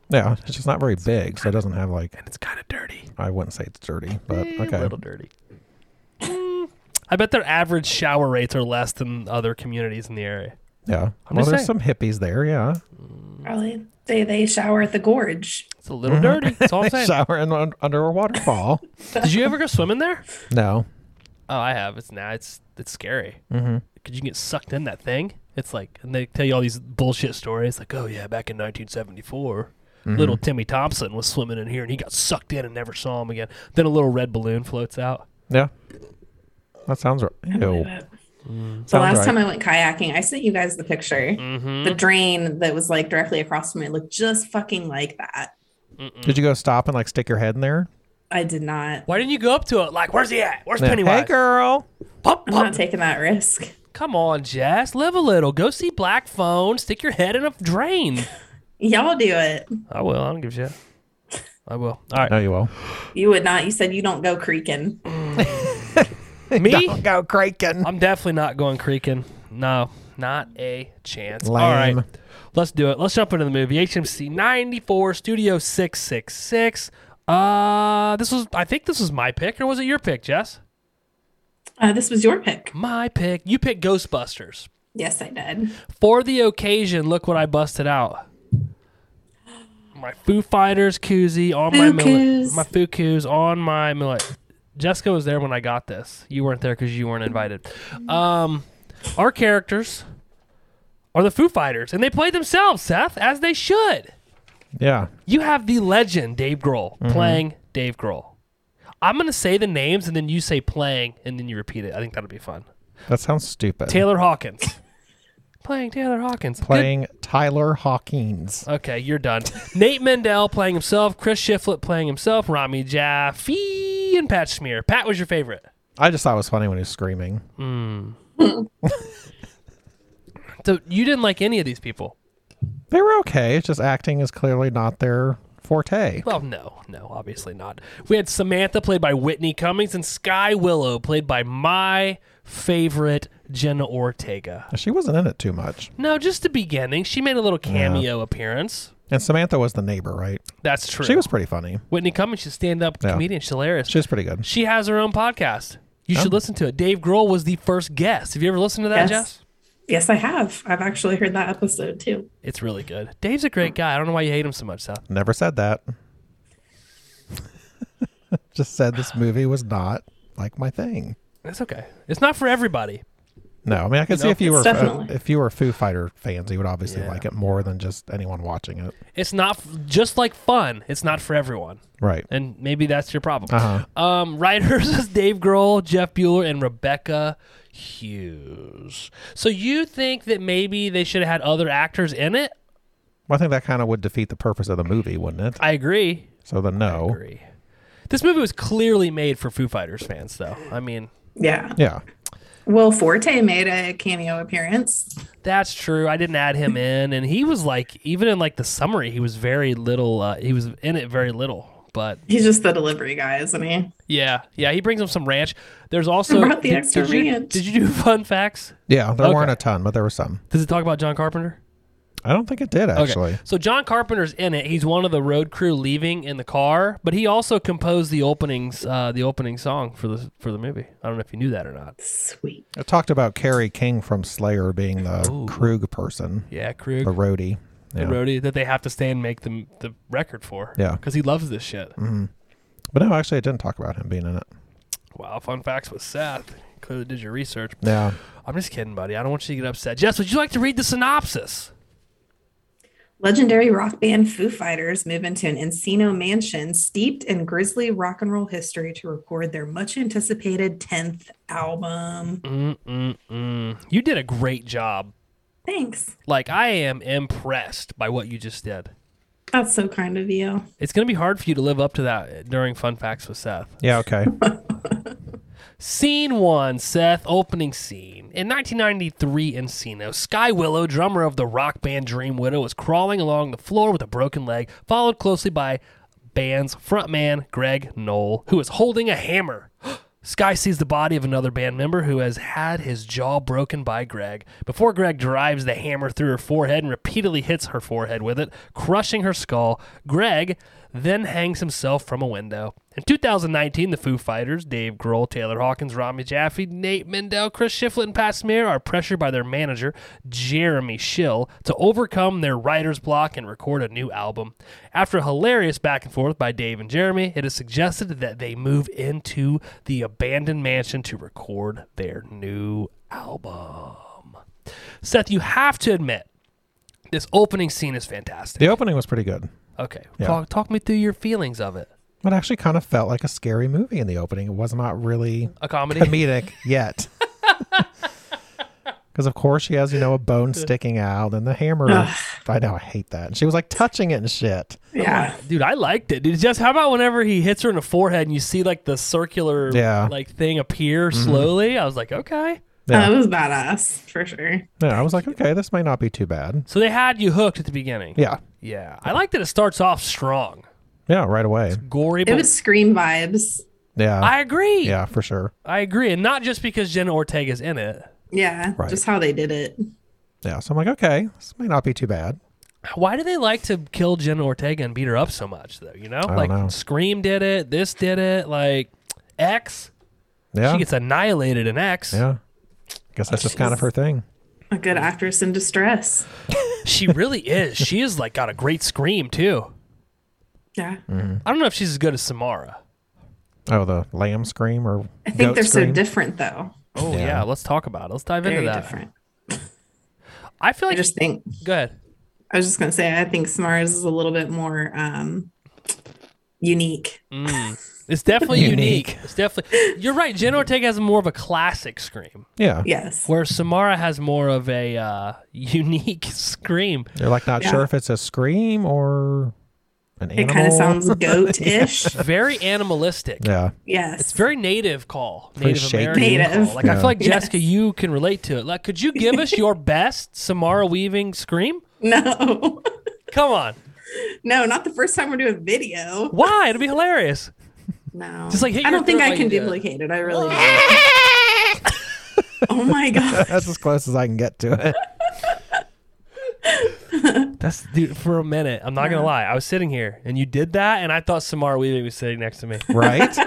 [SPEAKER 2] Yeah, it's just not very big, so it doesn't have like
[SPEAKER 1] And it's kind of dirty.
[SPEAKER 2] I wouldn't say it's dirty, but
[SPEAKER 1] Eh, A
[SPEAKER 2] okay.
[SPEAKER 1] little dirty. Mm, I bet their average shower rates are less than other communities in the area.
[SPEAKER 2] Yeah.
[SPEAKER 1] I'm
[SPEAKER 2] well,
[SPEAKER 1] just
[SPEAKER 2] there's
[SPEAKER 1] saying.
[SPEAKER 2] some hippies there. Yeah.
[SPEAKER 4] Probably they, they shower at the gorge.
[SPEAKER 1] It's a little
[SPEAKER 2] Mm-hmm.
[SPEAKER 1] dirty. That's all I'm saying.
[SPEAKER 2] Shower in, un- under a waterfall.
[SPEAKER 1] Did you ever go swimming there?
[SPEAKER 2] no.
[SPEAKER 1] Oh, I have. It's now. it's it's scary.
[SPEAKER 2] Mm-hmm.
[SPEAKER 1] Cause you can get sucked in that thing. It's like, and they tell you all these bullshit stories. Like, oh yeah, back in 1974, little
[SPEAKER 2] Mm-hmm.
[SPEAKER 1] Timmy Thompson was swimming in here and he got sucked in and never saw him again. Then a little red balloon floats out.
[SPEAKER 2] Yeah. That sounds right. Ew.
[SPEAKER 4] The
[SPEAKER 2] Sounds
[SPEAKER 4] last
[SPEAKER 2] right.
[SPEAKER 4] time I went kayaking, I sent you guys the picture.
[SPEAKER 1] Mm-hmm.
[SPEAKER 4] The drain that was like directly across from me looked just fucking like that.
[SPEAKER 2] Did you go stop and like stick your head in there?
[SPEAKER 4] I did not.
[SPEAKER 1] Why didn't you go up to it? Like, where's he at? Where's
[SPEAKER 2] Yeah.
[SPEAKER 1] Pennywise?
[SPEAKER 2] Hey, girl.
[SPEAKER 1] Pop,
[SPEAKER 4] I'm
[SPEAKER 1] pop.
[SPEAKER 4] not taking that risk.
[SPEAKER 1] Come on, Jess. Live a little. Go see Black Phone. Stick your head in a drain.
[SPEAKER 4] Y'all do it.
[SPEAKER 1] I will. I don't give a shit. I will. All
[SPEAKER 2] No,
[SPEAKER 1] right.
[SPEAKER 2] you will.
[SPEAKER 4] You would not. You said you don't go creaking.
[SPEAKER 1] Me?
[SPEAKER 2] go cranking.
[SPEAKER 1] I'm definitely not going creaking. No, not a chance.
[SPEAKER 2] Lame.
[SPEAKER 1] All right. Let's do it. Let's jump into the movie. HMC 94, Studio 666. Uh, this was, I think this was my pick, or was it your pick, Jess?
[SPEAKER 4] Uh, this was your pick.
[SPEAKER 1] My pick. You picked Ghostbusters.
[SPEAKER 4] Yes, I did.
[SPEAKER 1] For the occasion, look what I busted out. My Foo Fighters koozie on my millet.
[SPEAKER 4] Fukus.
[SPEAKER 1] My Fukus on my millet. Jessica was there when I got this. You weren't there because you weren't invited. Um, our characters are the Foo Fighters, and they play themselves, Seth, as they should.
[SPEAKER 2] Yeah.
[SPEAKER 1] You have the legend Dave Grohl playing Dave Grohl. I'm gonna say the names, and then you say playing, and then you repeat it. I think that'll be fun.
[SPEAKER 2] That sounds stupid.
[SPEAKER 1] Taylor Hawkins playing Taylor Hawkins. Good
[SPEAKER 2] Playing Tyler Hawkins.
[SPEAKER 1] Okay, you're done. Nate Mendel playing himself, Chris Shiflett playing himself, Rami Jaffe, and Pat Smear. Pat was your favorite.
[SPEAKER 2] I just thought it was funny when he was screaming.
[SPEAKER 1] So you didn't like any of these people.
[SPEAKER 2] They were okay. It's just acting is clearly not their forte.
[SPEAKER 1] Well, no, no, obviously not. We had Samantha played by Whitney Cummings and Sky Willow played by my favorite Jenna Ortega.
[SPEAKER 2] She wasn't in it too much.
[SPEAKER 1] No, just the beginning. She made a little cameo appearance.
[SPEAKER 2] And Samantha was the neighbor, right?
[SPEAKER 1] That's true.
[SPEAKER 2] She was pretty funny.
[SPEAKER 1] Whitney Cummings. She's a stand-up
[SPEAKER 2] Yeah.
[SPEAKER 1] comedian. She's hilarious.
[SPEAKER 2] She was pretty good.
[SPEAKER 1] She has her own podcast. You should listen to it. Dave Grohl was the first guest. Have you ever listened to that,
[SPEAKER 4] Yes.
[SPEAKER 1] Jess?
[SPEAKER 4] Yes, I have. I've actually heard that episode too.
[SPEAKER 1] It's really good. Dave's a great guy. I don't know why you hate him so much, Seth.
[SPEAKER 2] Never said that. just said this movie was not like my thing.
[SPEAKER 1] That's okay. It's not for everybody.
[SPEAKER 2] No, I mean I could see
[SPEAKER 1] know,
[SPEAKER 2] if you were
[SPEAKER 4] it's definitely-
[SPEAKER 2] if you were Foo Fighter fans, you would obviously
[SPEAKER 1] Yeah.
[SPEAKER 2] like it more than just anyone watching it.
[SPEAKER 1] It's not f- just like fun. It's not for everyone,
[SPEAKER 2] Right.
[SPEAKER 1] and maybe that's your problem.
[SPEAKER 2] Uh-huh.
[SPEAKER 1] Um, writers is Dave Grohl, Jeff Bueller, and Rebecca Hughes. So you think that maybe they should have had other actors in it?
[SPEAKER 2] Well, I think that kind of would defeat the purpose of the movie, wouldn't it?
[SPEAKER 1] I agree.
[SPEAKER 2] So the no.
[SPEAKER 1] Agree. This movie was clearly made for Foo Fighters fans, though. I mean,
[SPEAKER 4] Yeah.
[SPEAKER 2] Yeah.
[SPEAKER 4] Will Forte made a cameo appearance.
[SPEAKER 1] That's true. I didn't add him in, and he was like, even in like the summary, he was very little. Uh, he was in it very little. But
[SPEAKER 4] He's just the delivery guy, isn't he?
[SPEAKER 1] yeah, yeah, he brings him some ranch. There's also
[SPEAKER 4] brought the extra
[SPEAKER 1] did you,
[SPEAKER 4] ranch.
[SPEAKER 1] Did you do fun facts?
[SPEAKER 2] Yeah, there
[SPEAKER 1] Okay.
[SPEAKER 2] weren't a ton, but there were some.
[SPEAKER 1] Does it talk about John Carpenter?
[SPEAKER 2] I don't think it did actually.
[SPEAKER 1] So John Carpenter's in it. He's one of the road crew leaving in the car, but he also composed the openings, uh, the opening song for the for the movie. I don't know if you knew that or not.
[SPEAKER 4] Sweet.
[SPEAKER 2] It talked about Carrie King from Slayer being the Krug person,
[SPEAKER 1] Yeah, Krug.
[SPEAKER 2] the roadie.
[SPEAKER 1] the
[SPEAKER 2] Yeah.
[SPEAKER 1] roadie that they have to stay and make the the record for.
[SPEAKER 2] Yeah.
[SPEAKER 1] because he loves this shit.
[SPEAKER 2] But no, actually, it didn't talk about him being in it.
[SPEAKER 1] Wow, fun facts with Seth. Clearly did your research.
[SPEAKER 2] Yeah.
[SPEAKER 1] I'm just kidding, buddy. I don't want you to get upset. Jess, would you like to read the synopsis?
[SPEAKER 4] Legendary rock band Foo Fighters move into an Encino mansion steeped in grisly rock and roll history to record their much anticipated 10th album.
[SPEAKER 1] Mm-mm-mm. You did a great job.
[SPEAKER 4] Thanks.
[SPEAKER 1] Like, I am impressed by what you just did.
[SPEAKER 4] That's so kind of you.
[SPEAKER 1] It's going to be hard for you to live up to that during Fun Facts with Seth.
[SPEAKER 2] Yeah, okay.
[SPEAKER 1] Scene one, Seth, opening scene. In 1993, Encino, Sky Willow, drummer of the rock band Dream Widow, was crawling along the floor with a broken leg, followed closely by band's frontman, Greg Knoll, who is holding a hammer. Sky sees the body of another band member who has had his jaw broken by Greg. Before Greg drives the hammer through her forehead and repeatedly hits her forehead with it, crushing her skull, Greg then hangs himself from a window. In 2019, the Foo Fighters, Dave Grohl, Taylor Hawkins, Rami Jaffe, Nate Mendel, Chris Shiflett, and Pat Smear are pressured by their manager, Jeremy Schill, to overcome their writer's block and record a new album. After a hilarious back and forth by Dave and Jeremy, it is suggested that they move into the abandoned mansion to record their new album. Seth, you have to admit, this opening scene is fantastic.
[SPEAKER 2] The opening was pretty good.
[SPEAKER 1] Okay,
[SPEAKER 2] Yeah.
[SPEAKER 1] talk, talk me through your feelings of it.
[SPEAKER 2] It actually kind of felt like a scary movie in the opening. It was not really
[SPEAKER 1] A comedy?
[SPEAKER 2] comedic yet. Because of course she has, you know, a bone sticking out and the hammer. I know I hate that. And she was like touching it and shit.
[SPEAKER 4] Yeah.
[SPEAKER 1] Dude, I liked it. Dude, just how about whenever he hits her in the forehead and you see like the circular
[SPEAKER 2] Yeah. Mm-hmm.
[SPEAKER 1] like thing appear slowly? I was like, okay.
[SPEAKER 2] Yeah.
[SPEAKER 4] That was badass for sure.
[SPEAKER 2] No, I was like, okay, this may not be too bad.
[SPEAKER 1] So they had you hooked at the beginning.
[SPEAKER 2] Yeah,
[SPEAKER 1] Yeah. I like that it starts off strong.
[SPEAKER 2] yeah, right away.
[SPEAKER 1] Gory,
[SPEAKER 4] It
[SPEAKER 1] but
[SPEAKER 4] was scream vibes.
[SPEAKER 2] Yeah,
[SPEAKER 1] I agree.
[SPEAKER 2] yeah, for sure.
[SPEAKER 1] I agree. And not just because Jenna Ortega's in it.
[SPEAKER 4] Yeah.
[SPEAKER 2] Right.
[SPEAKER 4] Just how they did it.
[SPEAKER 2] Yeah, so I'm like, okay, this may not be too bad.
[SPEAKER 1] Why do they like to kill Jenna Ortega and beat her up so much though, you know?
[SPEAKER 2] don't
[SPEAKER 1] like
[SPEAKER 2] know.
[SPEAKER 1] Scream did it, this did it, like X.
[SPEAKER 2] Yeah,
[SPEAKER 1] She gets annihilated in X.
[SPEAKER 2] yeah. Guess that's just kind of her thing.
[SPEAKER 4] A good
[SPEAKER 2] Mm-hmm.
[SPEAKER 4] actress in distress.
[SPEAKER 1] She really is. She is like got a great scream too.
[SPEAKER 4] Yeah.
[SPEAKER 2] Mm-hmm.
[SPEAKER 1] I don't know if she's as good as Samara.
[SPEAKER 2] Oh, the lamb scream or
[SPEAKER 4] I think
[SPEAKER 2] goat
[SPEAKER 4] they're so
[SPEAKER 2] scream?
[SPEAKER 4] different though.
[SPEAKER 1] Oh yeah. let's talk about it. Let's dive
[SPEAKER 4] Very
[SPEAKER 1] into that.
[SPEAKER 4] different.
[SPEAKER 1] I feel
[SPEAKER 4] I
[SPEAKER 1] like
[SPEAKER 4] just think
[SPEAKER 1] go ahead.
[SPEAKER 4] I was just gonna say I think Samara's is a little bit more um unique.
[SPEAKER 2] Mm-hmm.
[SPEAKER 1] Mm. It's definitely unique.
[SPEAKER 2] Unique.
[SPEAKER 1] It's definitely you're right. Jen Ortega has more of a classic scream,
[SPEAKER 2] Yeah,
[SPEAKER 4] Yes.
[SPEAKER 1] where Samara has more of a uh, unique scream.
[SPEAKER 2] they're like not
[SPEAKER 4] Yeah.
[SPEAKER 2] sure if it's a scream or an
[SPEAKER 4] It
[SPEAKER 2] animal.
[SPEAKER 4] kind of sounds goat-ish.
[SPEAKER 1] Very animalistic.
[SPEAKER 2] Yeah,
[SPEAKER 4] yes.
[SPEAKER 1] It's very native call,
[SPEAKER 2] Pretty
[SPEAKER 1] Native
[SPEAKER 2] shaky.
[SPEAKER 1] American
[SPEAKER 4] Native.
[SPEAKER 1] call. Like I
[SPEAKER 2] Yeah.
[SPEAKER 1] feel like
[SPEAKER 4] Yes.
[SPEAKER 1] Jessica, you can relate to it. Like, could you give us your best Samara Weaving scream?
[SPEAKER 4] no.
[SPEAKER 1] Come on,
[SPEAKER 4] No, not the first time we're doing video.
[SPEAKER 1] why? It'll be hilarious.
[SPEAKER 4] No.
[SPEAKER 1] Just, like, hit
[SPEAKER 4] I
[SPEAKER 1] your
[SPEAKER 4] don't think
[SPEAKER 1] throat
[SPEAKER 4] I
[SPEAKER 1] while
[SPEAKER 4] can
[SPEAKER 1] you do it.
[SPEAKER 4] duplicate it. I really don't. oh my god.
[SPEAKER 2] that's as close as I can get to it.
[SPEAKER 1] That's dude. For a minute, I'm not gonna lie. I was sitting here, and you did that, and I thought Samara Weaving was sitting next to me.
[SPEAKER 2] Right?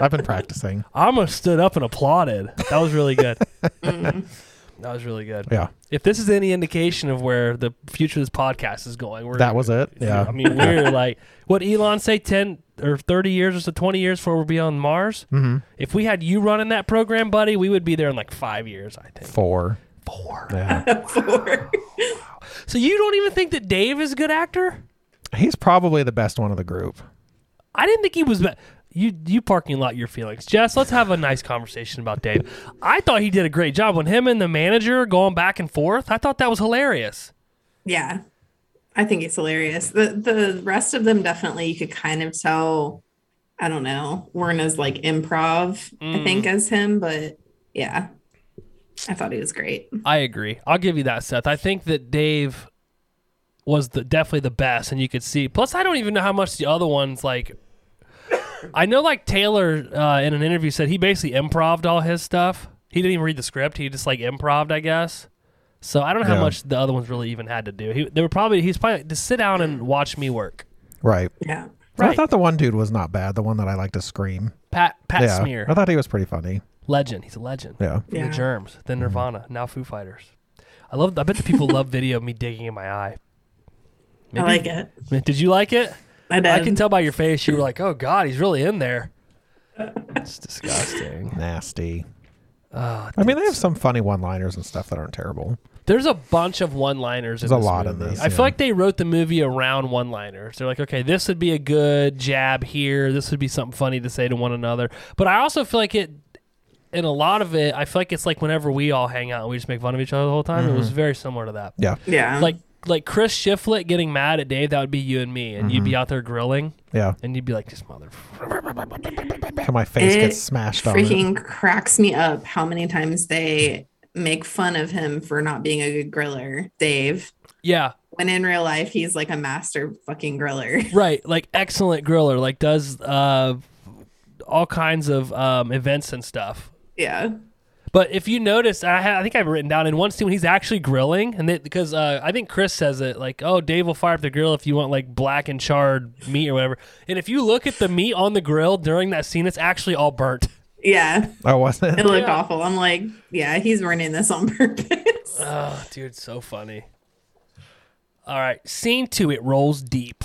[SPEAKER 2] I've been practicing.
[SPEAKER 1] I almost stood up and applauded. That was really good. That was really good.
[SPEAKER 2] Yeah,
[SPEAKER 1] If this is any indication of where the future of this podcast is going, we're
[SPEAKER 2] that was it. Yeah,
[SPEAKER 1] I mean, we're like what Elon say, ten or thirty years or so, twenty years before we'll be on Mars. Mm-hmm. If we had you running that program, buddy, we would be there in like five years, I think.
[SPEAKER 2] four.
[SPEAKER 1] Four.
[SPEAKER 2] Yeah,
[SPEAKER 4] Four.
[SPEAKER 1] So you don't even think that Dave is a good actor?
[SPEAKER 2] he's probably the best one of the group.
[SPEAKER 1] I didn't think he was. Be- you you parking lot your feelings, Jess. Let's have a nice conversation about Dave. I thought he did a great job when him and the manager going back and forth. I thought that was hilarious.
[SPEAKER 4] Yeah. I think it's hilarious. The the rest of them definitely you could kind of tell I don't know, weren't as like improv, I think,
[SPEAKER 1] Mm.
[SPEAKER 4] as him, but yeah. I thought he was great.
[SPEAKER 1] I agree. I'll give you that, Seth. I think that Dave was the definitely the best, and you could see. Plus, I don't even know how much the other ones like. I know, like Taylor uh, in an interview said he basically improved all his stuff. He didn't even read the script. He just like improved, I guess. So I don't know how
[SPEAKER 2] Yeah.
[SPEAKER 1] much the other ones really even had to do. He, they were probably he's probably just sit down and watch me work.
[SPEAKER 2] Right.
[SPEAKER 4] Yeah.
[SPEAKER 2] Right.
[SPEAKER 1] Right.
[SPEAKER 2] I thought the one dude was not bad. The one that I like to scream.
[SPEAKER 1] Pat Pat
[SPEAKER 2] yeah.
[SPEAKER 1] Smear,
[SPEAKER 2] I thought he was pretty funny.
[SPEAKER 1] legend. He's a legend.
[SPEAKER 2] Yeah. Mhm.
[SPEAKER 1] From
[SPEAKER 4] Yeah.
[SPEAKER 1] The Germs, then Nirvana, now Foo Fighters. I love. I bet the people love video of me digging in my eye.
[SPEAKER 4] I like it.
[SPEAKER 1] Man, Did you like it?
[SPEAKER 4] I did.
[SPEAKER 1] I can tell by your face you were like, "Oh God, he's really in there." It's disgusting.
[SPEAKER 2] Nasty.
[SPEAKER 1] Oh,
[SPEAKER 2] I mean, they have some funny one-liners and stuff that aren't terrible.
[SPEAKER 1] There's a bunch of one-liners. in
[SPEAKER 2] There's a
[SPEAKER 1] this
[SPEAKER 2] lot in
[SPEAKER 1] movie.
[SPEAKER 2] this,
[SPEAKER 1] I
[SPEAKER 2] yeah.
[SPEAKER 1] feel like they wrote the movie around one-liners. They're like, "Okay, this would be a good jab here. This would be something funny to say to one another." But I also feel like it. In a lot of
[SPEAKER 2] Mm-hmm.
[SPEAKER 1] it, I feel like it's like whenever we all hang out and we just make fun of each other the whole time. It was very similar to that.
[SPEAKER 2] Yeah.
[SPEAKER 4] Yeah.
[SPEAKER 1] Like like Chris Shiflett getting mad at Dave, that would be you and me, and you'd
[SPEAKER 2] Mm-hmm.
[SPEAKER 1] be out there grilling,
[SPEAKER 2] Yeah.
[SPEAKER 1] and you'd be like, "This mother."
[SPEAKER 2] And my face
[SPEAKER 4] It
[SPEAKER 2] gets smashed on it.
[SPEAKER 4] Freaking cracks me up how many times they make fun of him for not being a good griller, Dave.
[SPEAKER 1] Yeah,
[SPEAKER 4] When in real life, he's like a master fucking griller.
[SPEAKER 1] right. Like excellent griller. Like does uh, all kinds of um, events and stuff.
[SPEAKER 4] yeah.
[SPEAKER 1] But if you notice, I, ha- I think I've written down in one scene when he's actually grilling, and they, because uh, I think Chris says it like, "Oh, Dave will fire up the grill if you want like black and charred meat or whatever." And if you look at the meat on the grill during that scene, it's actually all burnt.
[SPEAKER 4] Yeah.
[SPEAKER 2] I wasn't.
[SPEAKER 4] It looked
[SPEAKER 1] Yeah.
[SPEAKER 4] awful. I'm like, yeah, he's running this on purpose.
[SPEAKER 1] Oh, dude, so funny. All right, scene two. It rolls deep.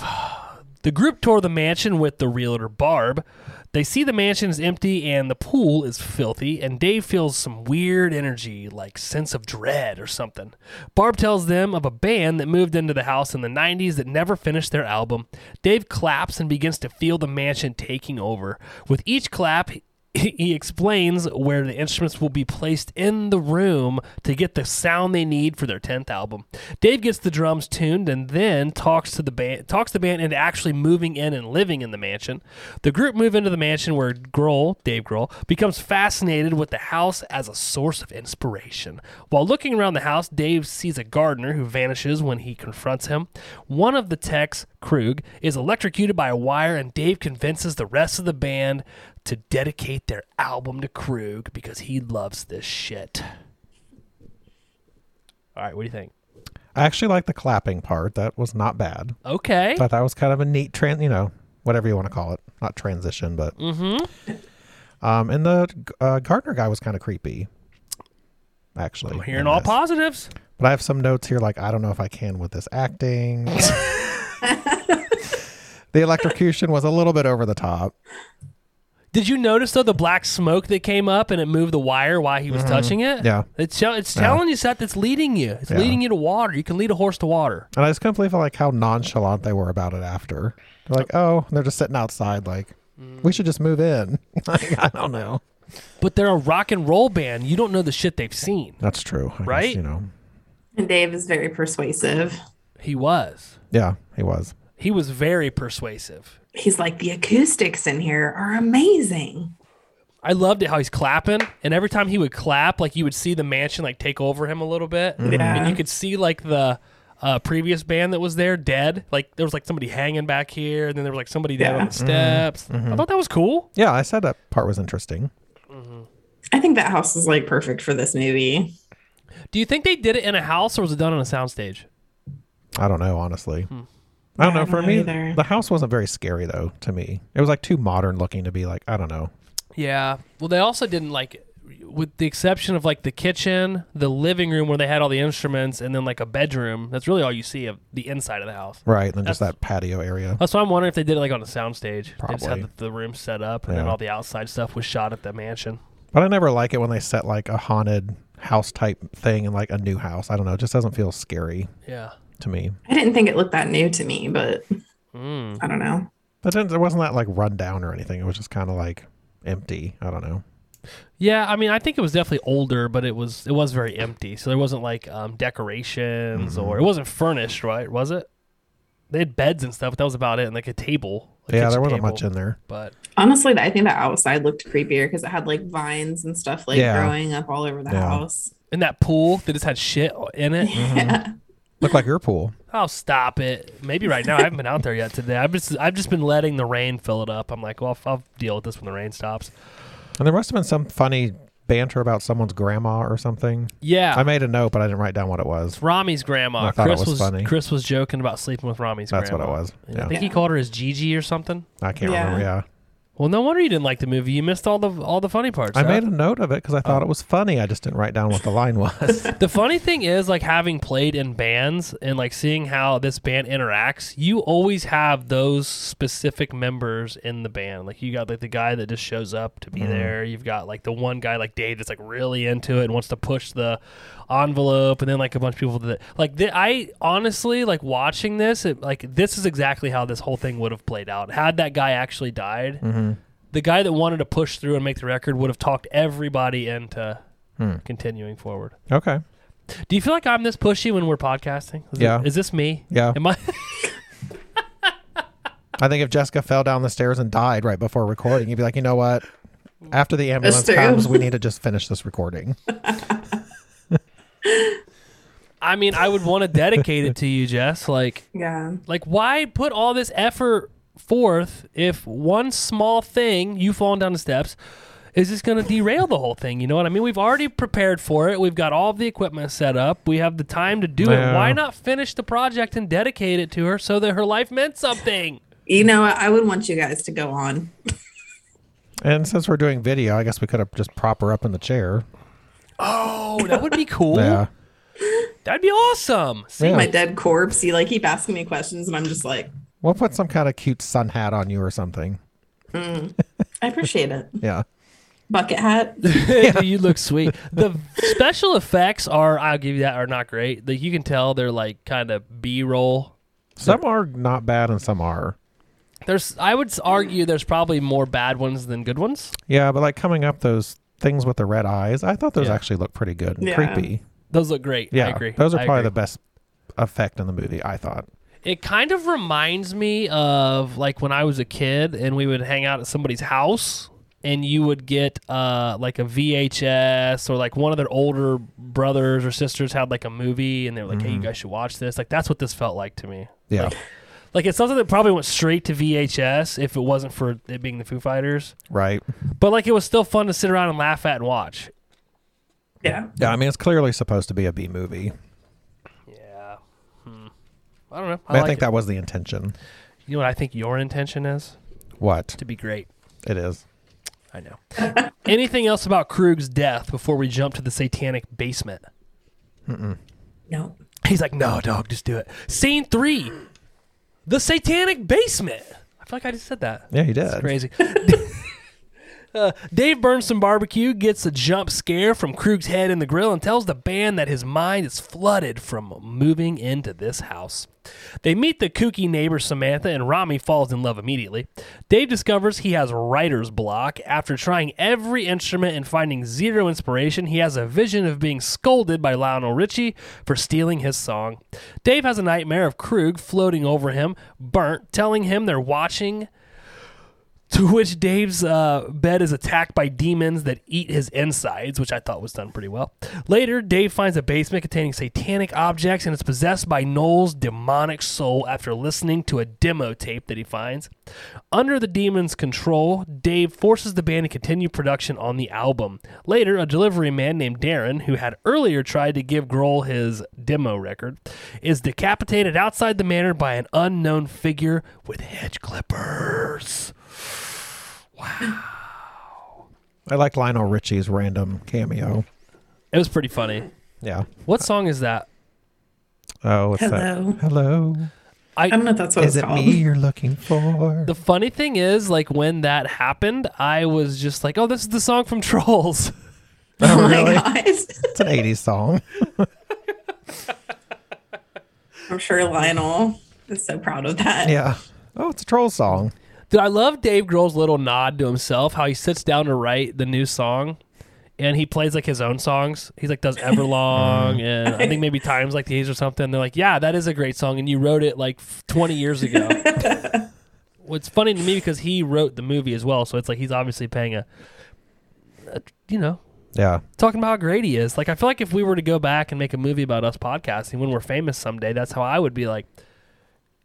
[SPEAKER 1] The group tour the mansion with the realtor Barb. They see the mansion is empty and the pool is filthy, and Dave feels some weird energy, like sense of dread or something. Barb tells them of a band that moved into the house in the 90s that never finished their album. Dave claps and begins to feel the mansion taking over. With each clap, he explains where the instruments will be placed in the room to get the sound they need for their 10th album. Dave gets the drums tuned and then talks to the band talks the band into actually moving in and living in the mansion. The group move into the mansion where Grohl, Dave Grohl, becomes fascinated with the house as a source of inspiration. While looking around the house, Dave sees a gardener who vanishes when he confronts him. One of the techs, Krug, is electrocuted by a wire and Dave convinces the rest of the band to dedicate their album to Krug because he loves this shit. All right, what do you think?
[SPEAKER 2] I actually like the clapping part. That was not bad.
[SPEAKER 1] Okay.
[SPEAKER 2] Thought that was kind of a neat trans, you know, whatever you want to call it. Not transition, but.
[SPEAKER 1] Mm-hmm.
[SPEAKER 2] Um, and the uh, gardener guy was kind of creepy. Actually,
[SPEAKER 1] I'm hearing
[SPEAKER 2] in
[SPEAKER 1] all
[SPEAKER 2] this.
[SPEAKER 1] positives.
[SPEAKER 2] But I have some notes here, like I don't know if I can with this acting. the electrocution was a little bit over the top.
[SPEAKER 1] Did you notice though the black smoke that came up and it moved the wire while he was touching it?
[SPEAKER 2] Mm-hmm. Yeah.
[SPEAKER 1] It's tell- it's telling you something. It's leading you. It's
[SPEAKER 2] Yeah.
[SPEAKER 1] leading you to water. You can lead a horse to water.
[SPEAKER 2] And I just couldn't believe like how nonchalant they were about it after. They're like,
[SPEAKER 1] Uh-huh.
[SPEAKER 2] oh, and they're just sitting outside, like, we
[SPEAKER 1] Mm.
[SPEAKER 2] should just move in. like, I don't know.
[SPEAKER 1] But they're a rock and roll band. You don't know the shit they've seen.
[SPEAKER 2] That's true. I guess,
[SPEAKER 1] Right?
[SPEAKER 2] you know.
[SPEAKER 4] And Dave is very persuasive.
[SPEAKER 1] He was.
[SPEAKER 2] Yeah, he was.
[SPEAKER 1] He was very persuasive.
[SPEAKER 4] He's like, the acoustics in here are amazing.
[SPEAKER 1] I loved it how he's clapping, and every time he would clap, like you would see the mansion like take over him a little bit, and you could see like the uh, previous band that was there dead. Like there was like somebody hanging back here, and then there was like somebody dead
[SPEAKER 4] Yeah.
[SPEAKER 1] on the steps. I thought that was cool.
[SPEAKER 2] Yeah, I said that part was interesting.
[SPEAKER 4] I think that house is like perfect for this movie.
[SPEAKER 1] Do you think they did it in a house or was it done on a soundstage?
[SPEAKER 2] I don't know, honestly.
[SPEAKER 1] Hmm.
[SPEAKER 2] I don't know.
[SPEAKER 4] I
[SPEAKER 2] For
[SPEAKER 4] don't
[SPEAKER 2] me,
[SPEAKER 4] either.
[SPEAKER 2] the house wasn't very scary though. To me, it was like too modern looking to be like I don't know.
[SPEAKER 1] Yeah. Well, they also didn't like, with the exception of like the kitchen, the living room where they had all the instruments, and then like a bedroom. That's really all you see of the inside of the house.
[SPEAKER 2] Right, and then just that patio area.
[SPEAKER 1] That's why I'm wondering if they did it like on a soundstage. They just had
[SPEAKER 2] Probably.
[SPEAKER 1] the, the room set up, and then
[SPEAKER 2] Yeah.
[SPEAKER 1] all the outside stuff was shot at the mansion.
[SPEAKER 2] But I never like it when they set like a haunted house type thing in like a new house. I don't know. It just doesn't feel scary
[SPEAKER 1] Yeah.
[SPEAKER 2] to me.
[SPEAKER 4] I didn't think it looked that new to me, but I don't know.
[SPEAKER 2] But then it wasn't that like run down or anything. It was just kind of like empty. I don't know.
[SPEAKER 1] Yeah, I mean, I think it was definitely older, but it was it was very empty. So there wasn't like um, decorations
[SPEAKER 2] Mm-hmm.
[SPEAKER 1] or it wasn't furnished, right? Was it? They had beds and stuff, but that was about it, and like a table. a
[SPEAKER 2] yeah,
[SPEAKER 1] kitchen
[SPEAKER 2] there wasn't
[SPEAKER 1] table.
[SPEAKER 2] much in there.
[SPEAKER 1] But
[SPEAKER 4] Honestly, I think the outside looked creepier because it had like vines and stuff like
[SPEAKER 2] Yeah.
[SPEAKER 4] growing up all over the
[SPEAKER 2] Yeah.
[SPEAKER 4] house.
[SPEAKER 1] in that pool that just had shit in it.
[SPEAKER 2] Mm-hmm. Looked like your pool.
[SPEAKER 1] Oh, stop it! Maybe right now I haven't been out there yet today. I've just I've just been letting the rain fill it up. I'm like, well, I'll, I'll deal with this when the rain stops.
[SPEAKER 2] And there must have been some funny banter about someone's grandma or something.
[SPEAKER 1] Yeah,
[SPEAKER 2] I made a note, but I didn't write down what it was.
[SPEAKER 1] Rami's grandma.
[SPEAKER 2] I thought it
[SPEAKER 1] Chris
[SPEAKER 2] was funny.
[SPEAKER 1] Chris was joking about sleeping with Rami's
[SPEAKER 2] That's what
[SPEAKER 1] grandma.
[SPEAKER 2] it was.
[SPEAKER 1] I
[SPEAKER 2] Yeah,
[SPEAKER 1] think he
[SPEAKER 4] Yeah.
[SPEAKER 1] called her his Gigi or something.
[SPEAKER 2] I can't
[SPEAKER 4] Yeah.
[SPEAKER 2] remember. Yeah,
[SPEAKER 1] Well, no wonder you didn't like the movie. You missed all the all the funny parts.
[SPEAKER 2] I
[SPEAKER 1] huh?
[SPEAKER 2] made a note of it because I thought
[SPEAKER 1] Oh.
[SPEAKER 2] it was funny. I just didn't write down what the line was.
[SPEAKER 1] the funny thing is, like having played in bands and like seeing how this band interacts, you always have those specific members in the band. Like you got like the guy that just shows up to be there. You've got like the one guy like Dave that's like really into it and wants to push the envelope, and then like a bunch of people that like th- I honestly like watching this. It, like this is exactly how this whole thing would have played out had that guy actually died. The guy that wanted to push through and make the record would have talked everybody into continuing forward.
[SPEAKER 2] okay.
[SPEAKER 1] Do you feel like I'm this pushy when we're podcasting? Is it-
[SPEAKER 2] Yeah.
[SPEAKER 1] Is this me?
[SPEAKER 2] Yeah.
[SPEAKER 1] Am I?
[SPEAKER 2] I think if Jessica fell down the stairs and died right before recording, you'd be like, you know what? After the ambulance
[SPEAKER 4] true.
[SPEAKER 2] comes, we need to just finish this recording.
[SPEAKER 1] I mean, I would want to dedicate it to you, Jess. Like,
[SPEAKER 4] Yeah.
[SPEAKER 1] like why put all this effort forth if one small thing, you falling down the steps, is just going to derail the whole thing? You know what I mean? We've already prepared for it. We've got all of the equipment set up. We have the time to do
[SPEAKER 2] Yeah.
[SPEAKER 1] it. Why not finish the project and dedicate it to her so that her life meant something?
[SPEAKER 4] You know, I would want you guys to go on.
[SPEAKER 2] And since we're doing video, I guess we could have just prop her up in the chair.
[SPEAKER 1] Oh, that would be cool.
[SPEAKER 2] Yeah.
[SPEAKER 1] That'd be awesome. See,
[SPEAKER 2] Yeah.
[SPEAKER 4] My dead corpse. You like keep asking me questions, and I'm just like,
[SPEAKER 2] We'll put some kind of cute sun hat on you or something.
[SPEAKER 4] I appreciate it.
[SPEAKER 2] Yeah.
[SPEAKER 4] Bucket hat.
[SPEAKER 1] you look sweet. The special effects are, I'll give you that, are not great. Like you can tell they're like kind of B roll.
[SPEAKER 2] Some are not bad and some are.
[SPEAKER 1] There's, I would s- argue, there's probably more bad ones than good ones.
[SPEAKER 2] Yeah, but like coming up those things with the red eyes, I thought those
[SPEAKER 1] Yeah.
[SPEAKER 2] actually looked pretty good and
[SPEAKER 4] Yeah.
[SPEAKER 2] creepy.
[SPEAKER 1] Those look great.
[SPEAKER 2] Yeah.
[SPEAKER 1] I agree.
[SPEAKER 2] Those are
[SPEAKER 1] I
[SPEAKER 2] probably the
[SPEAKER 1] agree.
[SPEAKER 2] best effect in the movie, I thought.
[SPEAKER 1] It kind of reminds me of like when I was a kid and we would hang out at somebody's house and you would get uh, like a VHS or like one of their older brothers or sisters had like a movie and they were like, hey,
[SPEAKER 2] Mm-hmm.
[SPEAKER 1] you guys should watch this. Like that's what this felt like to me.
[SPEAKER 2] Yeah.
[SPEAKER 1] Like it's something that probably went straight to VHS if it wasn't for it being the Foo Fighters.
[SPEAKER 2] right.
[SPEAKER 1] But like it was still fun to sit around and laugh at and watch.
[SPEAKER 4] Yeah.
[SPEAKER 2] Yeah, I mean it's clearly supposed to be a B movie.
[SPEAKER 1] Yeah. Hmm. I don't know. I,
[SPEAKER 2] I,
[SPEAKER 1] like
[SPEAKER 2] think
[SPEAKER 1] it.
[SPEAKER 2] that was the intention.
[SPEAKER 1] You know what I think your intention is?
[SPEAKER 2] What?
[SPEAKER 1] To be great.
[SPEAKER 2] It is.
[SPEAKER 1] I know. Anything else about Krug's death before we jump to the satanic basement?
[SPEAKER 4] No.
[SPEAKER 1] He's like, no, dog, just do it. Scene three, the satanic basement. I feel like I just said that.
[SPEAKER 2] Yeah, he did.
[SPEAKER 1] That's crazy. Uh, Dave Burnson Barbecue gets a jump scare from Krug's head in the grill and tells the band that his mind is flooded from moving into this house. They meet the kooky neighbor Samantha, and Rami falls in love immediately. Dave discovers he has writer's block. After trying every instrument and finding zero inspiration, he has a vision of being scolded by Lionel Richie for stealing his song. Dave has a nightmare of Krug floating over him, burnt, telling him they're watching to which Dave's uh, bed is attacked by demons that eat his insides, which I thought was done pretty well. Later, Dave finds a basement containing satanic objects and is possessed by Noel's demonic soul after listening to a demo tape that he finds. Under the demon's control, Dave forces the band to continue production on the album. Later, a delivery man named Darren, who had earlier tried to give Grohl his demo record, is decapitated outside the manor by an unknown figure with hedge clippers.
[SPEAKER 2] I like Lionel Richie's random cameo.
[SPEAKER 1] It was pretty funny.
[SPEAKER 2] Yeah.
[SPEAKER 1] What song is that?
[SPEAKER 2] Oh, what's
[SPEAKER 4] Hello.
[SPEAKER 2] that? Hello.
[SPEAKER 4] I don't know if that's what
[SPEAKER 2] Is
[SPEAKER 4] it's
[SPEAKER 2] it
[SPEAKER 4] called.
[SPEAKER 2] me you're looking for?
[SPEAKER 1] The funny thing is, like when that happened, I was just like, "Oh, this is the song from Trolls."
[SPEAKER 4] Oh my gosh.
[SPEAKER 2] It's an 80s song.
[SPEAKER 4] I'm sure Lionel is so proud of that.
[SPEAKER 2] Yeah. Oh, it's a troll song.
[SPEAKER 1] Dude, I love Dave Grohl's little nod to himself, how he sits down to write the new song, and he plays like his own songs. He's like does Everlong and I think maybe Times Like These or something. They're like, "Yeah, that is a great song, and you wrote it like f- 20 years ago." What's funny to me because he wrote the movie as well, so it's like he's obviously paying a, a you know,
[SPEAKER 2] Yeah.
[SPEAKER 1] talking about how great he is. Like I feel like if we were to go back and make a movie about us podcasting when we're famous someday, that's how I would be like.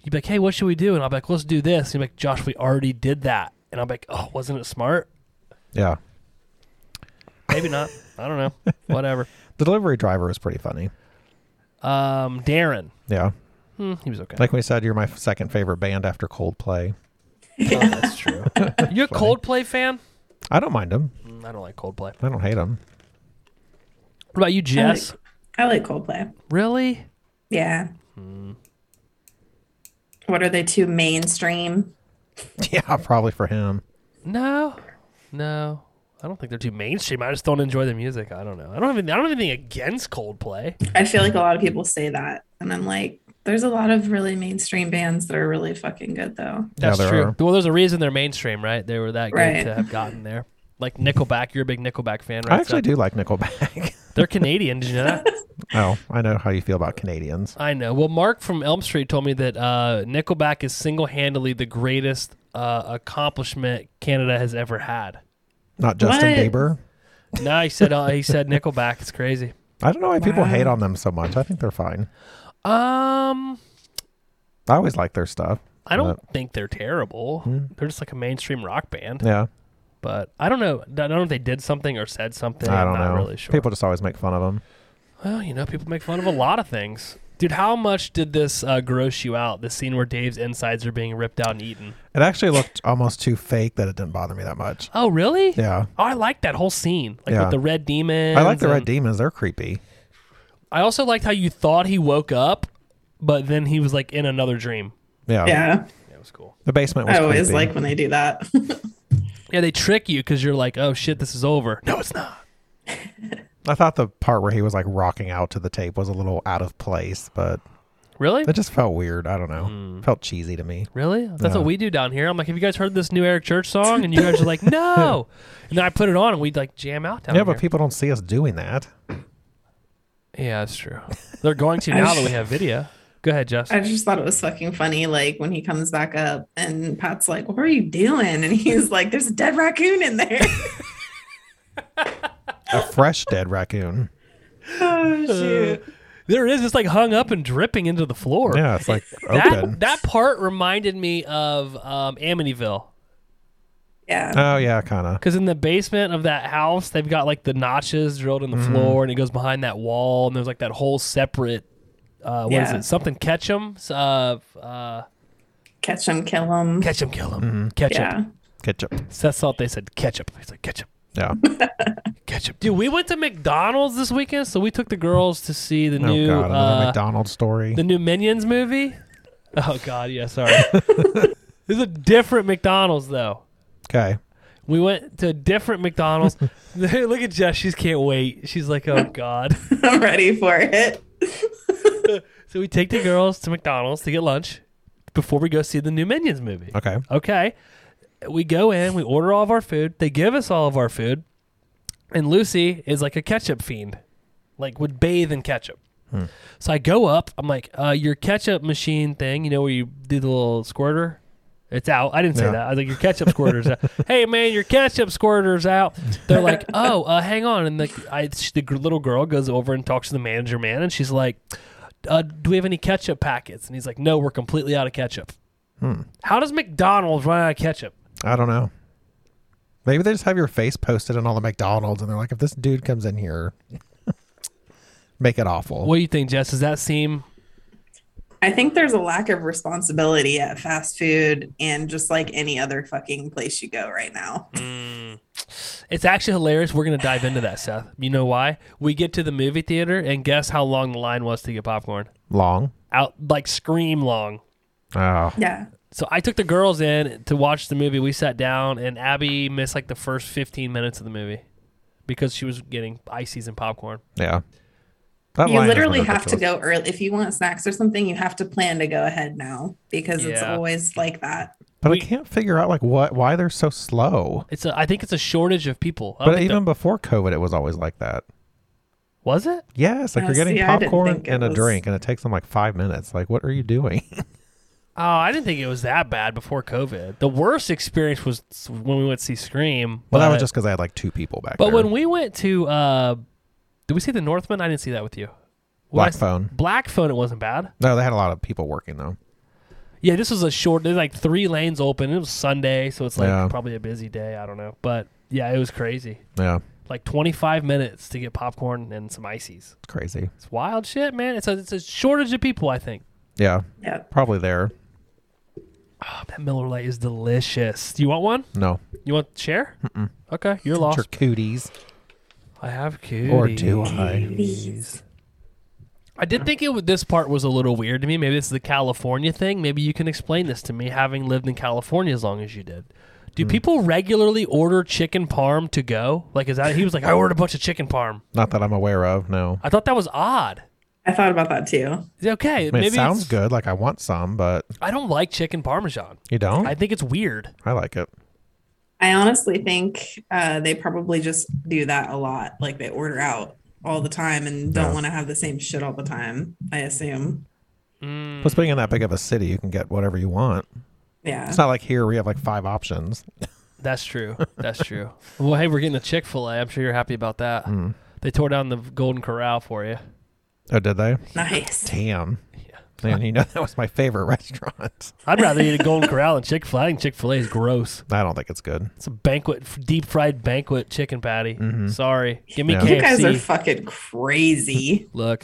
[SPEAKER 1] You'd be like, "Hey, what should we do?" And I'll be like, "Let's do this." And you'd be like, "Josh, we already did that." And I'll be like, "Oh, wasn't it smart?
[SPEAKER 2] Yeah.
[SPEAKER 1] Maybe not. I don't know. Whatever."
[SPEAKER 2] The delivery driver is pretty funny.
[SPEAKER 1] Um, Darren,
[SPEAKER 2] Yeah.
[SPEAKER 1] Hmm, he was okay.
[SPEAKER 2] Like we said, you're my second favorite band after Coldplay.
[SPEAKER 1] Oh, that's true. You're a Coldplay fan?
[SPEAKER 2] I don't mind them.
[SPEAKER 1] Mm, I don't like Coldplay.
[SPEAKER 2] I don't hate them.
[SPEAKER 1] What about you,
[SPEAKER 4] I like-
[SPEAKER 1] Jess?
[SPEAKER 4] I like Coldplay.
[SPEAKER 1] Really?
[SPEAKER 4] Yeah.
[SPEAKER 2] Hmm.
[SPEAKER 4] What are they too mainstream?
[SPEAKER 2] Yeah, probably for him.
[SPEAKER 1] No, no. I don't think they're too mainstream. I just don't enjoy their music. I don't know. I don't have. Any, I don't have anything against Coldplay.
[SPEAKER 4] I feel like a lot of people say that. And I'm like, there's a lot of really mainstream bands that are really fucking good, though.
[SPEAKER 2] Yeah,
[SPEAKER 1] That's
[SPEAKER 2] there
[SPEAKER 1] true.
[SPEAKER 2] are.
[SPEAKER 1] Well, there's a reason they're mainstream, right? They were that good
[SPEAKER 4] Right.
[SPEAKER 1] to have gotten there. Like Nickelback, you're a big Nickelback fan, right?
[SPEAKER 2] I actually
[SPEAKER 1] Seth?
[SPEAKER 2] do like Nickelback.
[SPEAKER 1] They're Canadian. Did you know that?
[SPEAKER 2] Oh, I know how you feel about Canadians.
[SPEAKER 1] I know. Well, Mark from Elm Street told me that uh, Nickelback is single-handedly the greatest uh, accomplishment Canada has ever had.
[SPEAKER 2] Not Justin
[SPEAKER 4] What?
[SPEAKER 2] Bieber.
[SPEAKER 1] No, he said uh, he said Nickelback. It's crazy.
[SPEAKER 2] I don't know why people
[SPEAKER 4] Wow.
[SPEAKER 2] hate on them so much. I think they're fine.
[SPEAKER 1] Um,
[SPEAKER 2] I always like their stuff.
[SPEAKER 1] I don't think they're terrible. They're just like a mainstream rock band.
[SPEAKER 2] Hmm. Yeah,
[SPEAKER 1] But I don't know. I don't know if they did something or said something.
[SPEAKER 2] I
[SPEAKER 1] I'm
[SPEAKER 2] don't
[SPEAKER 1] not
[SPEAKER 2] know.
[SPEAKER 1] really sure.
[SPEAKER 2] People just always make fun of them.
[SPEAKER 1] Well, you know, people make fun of a lot of things. Dude, how much did this uh, gross you out? The scene where Dave's insides are being ripped out and eaten.
[SPEAKER 2] It actually looked almost too fake that it didn't bother me that much.
[SPEAKER 1] Oh, really?
[SPEAKER 2] Yeah,
[SPEAKER 1] Oh, I like that whole scene, like
[SPEAKER 2] Yeah.
[SPEAKER 1] with the red demon.
[SPEAKER 2] I like the Red Demons. They're creepy.
[SPEAKER 1] I also liked how you thought he woke up, but then he was like in another dream.
[SPEAKER 2] Yeah,
[SPEAKER 4] Yeah.
[SPEAKER 1] That was cool.
[SPEAKER 2] the basement was.
[SPEAKER 4] I always
[SPEAKER 2] creepy.
[SPEAKER 4] like when they do that.
[SPEAKER 1] Yeah, they trick you because you're like, oh shit, this is over. No, it's not.
[SPEAKER 2] I thought the part where he was like rocking out to the tape was a little out of place, but
[SPEAKER 1] Really?
[SPEAKER 2] it just felt weird. I don't know. Felt cheesy to me.
[SPEAKER 1] Really? That's
[SPEAKER 2] Yeah.
[SPEAKER 1] what we do down here. I'm like, have you guys heard this new Eric Church song? And you guys are like, no. And then I put it on and we'd like jam out down
[SPEAKER 2] yeah,
[SPEAKER 1] here.
[SPEAKER 2] but people don't see us doing that.
[SPEAKER 1] yeah, that's true. They're going to now that we have video. Go ahead, Jess.
[SPEAKER 4] I just thought it was fucking funny. Like when he comes back up and Pat's like, What are you doing? And he's like, There's a dead raccoon in there.
[SPEAKER 2] A fresh dead raccoon.
[SPEAKER 4] oh, shoot.
[SPEAKER 1] Uh, There it is. It's like hung up and dripping into the floor.
[SPEAKER 2] Yeah, it's like open.
[SPEAKER 1] That, that part reminded me of um, Amityville.
[SPEAKER 4] Yeah.
[SPEAKER 2] oh yeah, kind of.
[SPEAKER 1] Because in the basement of that house, they've got like the notches drilled in the floor, and it goes behind that wall, and there's like that whole separate. Uh, what is
[SPEAKER 4] Yeah.
[SPEAKER 1] it? Something catch 'em. Uh, uh,
[SPEAKER 4] Catch him, kill him.
[SPEAKER 1] catch 'em, kill 'em, catch 'em.
[SPEAKER 4] yeah.
[SPEAKER 2] Ketchup.
[SPEAKER 1] Seth thought they said ketchup. He's like ketchup,
[SPEAKER 2] Yeah.
[SPEAKER 1] ketchup. Dude, we went to McDonald's this weekend, so we took the girls to see the
[SPEAKER 2] Oh
[SPEAKER 1] new
[SPEAKER 2] god, another
[SPEAKER 1] uh,
[SPEAKER 2] McDonald's story.
[SPEAKER 1] the new Minions movie. Oh god, yeah, sorry. this is a different McDonald's though.
[SPEAKER 2] Okay.
[SPEAKER 1] We went to a different McDonald's. Look at Jess; she's can't wait. She's like, oh god.
[SPEAKER 4] I'm ready for it.
[SPEAKER 1] So we take the girls to McDonald's to get lunch before we go see the new Minions movie.
[SPEAKER 2] Okay.
[SPEAKER 1] Okay. We go in, we order all of our food. They give us all of our food. And Lucy is like a ketchup fiend, like would bathe in ketchup. So I go up. I'm like, uh, your ketchup machine thing, you know, where you do the little squirter? It's out. I didn't say
[SPEAKER 2] Yeah.
[SPEAKER 1] that. I was like, your ketchup squirter's out. Hey, man, your ketchup squirter's out. They're like, oh, uh, hang on. And the, I, the gr- little girl goes over and talks to the manager man, and she's like, uh, do we have any ketchup packets? And he's like, no, we're completely out of ketchup. How does McDonald's run out of ketchup?
[SPEAKER 2] I don't know. Maybe they just have your face posted on all the McDonald's and they're like, if this dude comes in here, make it awful.
[SPEAKER 1] What do you think, Jess? Does that seem?
[SPEAKER 4] I think there's a lack of responsibility at fast food and just like any other fucking place you go right now.
[SPEAKER 1] Mm. It's actually hilarious. We're gonna dive into that, Seth. You know why? We get to the movie theater, and guess how long the line was to get popcorn?
[SPEAKER 2] Long.
[SPEAKER 1] Out like scream long.
[SPEAKER 2] Oh.
[SPEAKER 4] Yeah.
[SPEAKER 1] So I took the girls in to watch the movie. We sat down, and Abby missed like the first 15 minutes of the movie because she was getting ices and popcorn.
[SPEAKER 2] Yeah. That
[SPEAKER 4] You
[SPEAKER 2] line is
[SPEAKER 4] literally have to
[SPEAKER 2] ridiculous.
[SPEAKER 4] go early. If you want snacks or something, you have to plan to go ahead now because it's
[SPEAKER 1] Yeah.
[SPEAKER 4] always like that.
[SPEAKER 2] But
[SPEAKER 1] We-
[SPEAKER 2] I can't figure out like what why they're so slow.
[SPEAKER 1] It's a, I think it's a shortage of people. I don't
[SPEAKER 2] But
[SPEAKER 1] think
[SPEAKER 2] even
[SPEAKER 1] the-
[SPEAKER 2] before COVID, it was always like that.
[SPEAKER 1] was it?
[SPEAKER 2] Yes, like
[SPEAKER 4] Oh,
[SPEAKER 2] you're getting
[SPEAKER 4] see, I didn't
[SPEAKER 2] popcorn
[SPEAKER 4] think it
[SPEAKER 2] and a
[SPEAKER 4] was-
[SPEAKER 2] drink, and it takes them like five minutes. Like, what are you doing?
[SPEAKER 1] Oh, I didn't think it was that bad before COVID. The worst experience was when we went to see Scream.
[SPEAKER 2] well, that was
[SPEAKER 1] but-
[SPEAKER 2] just because I had like two people back
[SPEAKER 1] But
[SPEAKER 2] there.
[SPEAKER 1] when we went to, uh, did we see the Northman? I didn't see that with you. When I
[SPEAKER 2] Black
[SPEAKER 1] s-
[SPEAKER 2] phone.
[SPEAKER 1] Black phone. It wasn't bad.
[SPEAKER 2] No, they had a lot of people working though.
[SPEAKER 1] Yeah, this was a short. There's like three lanes open. It was Sunday, so it's like
[SPEAKER 2] Yeah.
[SPEAKER 1] probably a busy day. I don't know, but yeah, it was crazy.
[SPEAKER 2] Yeah,
[SPEAKER 1] Like 25 minutes to get popcorn and some ices.
[SPEAKER 2] it's crazy.
[SPEAKER 1] It's wild shit, man. It's a it's a shortage of people. I think.
[SPEAKER 2] Yeah,
[SPEAKER 4] Yeah.
[SPEAKER 2] probably there.
[SPEAKER 1] Oh, that Miller Lite is delicious. Do you want one?
[SPEAKER 2] No,
[SPEAKER 1] You want to share? Mm-mm. Okay, you're lost.
[SPEAKER 2] Your cooties.
[SPEAKER 1] I have cooties.
[SPEAKER 2] Or do I?
[SPEAKER 1] I did think it. wa- This part was a little weird to me. Maybe this is the California thing. Maybe you can explain this to me, having lived in California as long as you did. Do
[SPEAKER 2] Hmm.
[SPEAKER 1] people regularly order chicken parm to go? Like, is that he was like, I ordered a bunch of chicken parm.
[SPEAKER 2] Not that I'm aware of. No,
[SPEAKER 1] I thought that was odd.
[SPEAKER 4] I thought about that too.
[SPEAKER 1] Is it Okay,
[SPEAKER 2] I mean, it
[SPEAKER 1] maybe
[SPEAKER 2] sounds
[SPEAKER 1] it's-
[SPEAKER 2] good. Like I want some, but
[SPEAKER 1] I don't like chicken parmesan.
[SPEAKER 2] you don't.
[SPEAKER 1] I
[SPEAKER 2] I,
[SPEAKER 1] think it's weird.
[SPEAKER 2] like it.
[SPEAKER 4] I honestly think uh, they probably just do that a lot. Like they order out all the time and don't
[SPEAKER 2] Yeah.
[SPEAKER 4] want to have the same shit all the time. I assume.
[SPEAKER 1] Hmm.
[SPEAKER 2] Plus, being in that big of a city, you can get whatever you want.
[SPEAKER 4] Yeah.
[SPEAKER 2] It's not like here we have like five options.
[SPEAKER 1] That's true. That's true. well, hey, we're getting a Chick Fil A. I'm sure you're happy about that.
[SPEAKER 2] Hmm.
[SPEAKER 1] They tore down the Golden Corral for you.
[SPEAKER 2] Oh, did they?
[SPEAKER 4] Nice.
[SPEAKER 2] Damn. Man, you know that was my favorite restaurant.
[SPEAKER 1] I'd rather eat a Golden Corral than Chick Fil A. I think Chick Fil A is gross.
[SPEAKER 2] I don't think it's good.
[SPEAKER 1] It's a banquet, f- deep fried banquet chicken patty. Sorry, give me
[SPEAKER 2] Yeah.
[SPEAKER 1] KFC.
[SPEAKER 4] You guys are fucking crazy.
[SPEAKER 1] Look,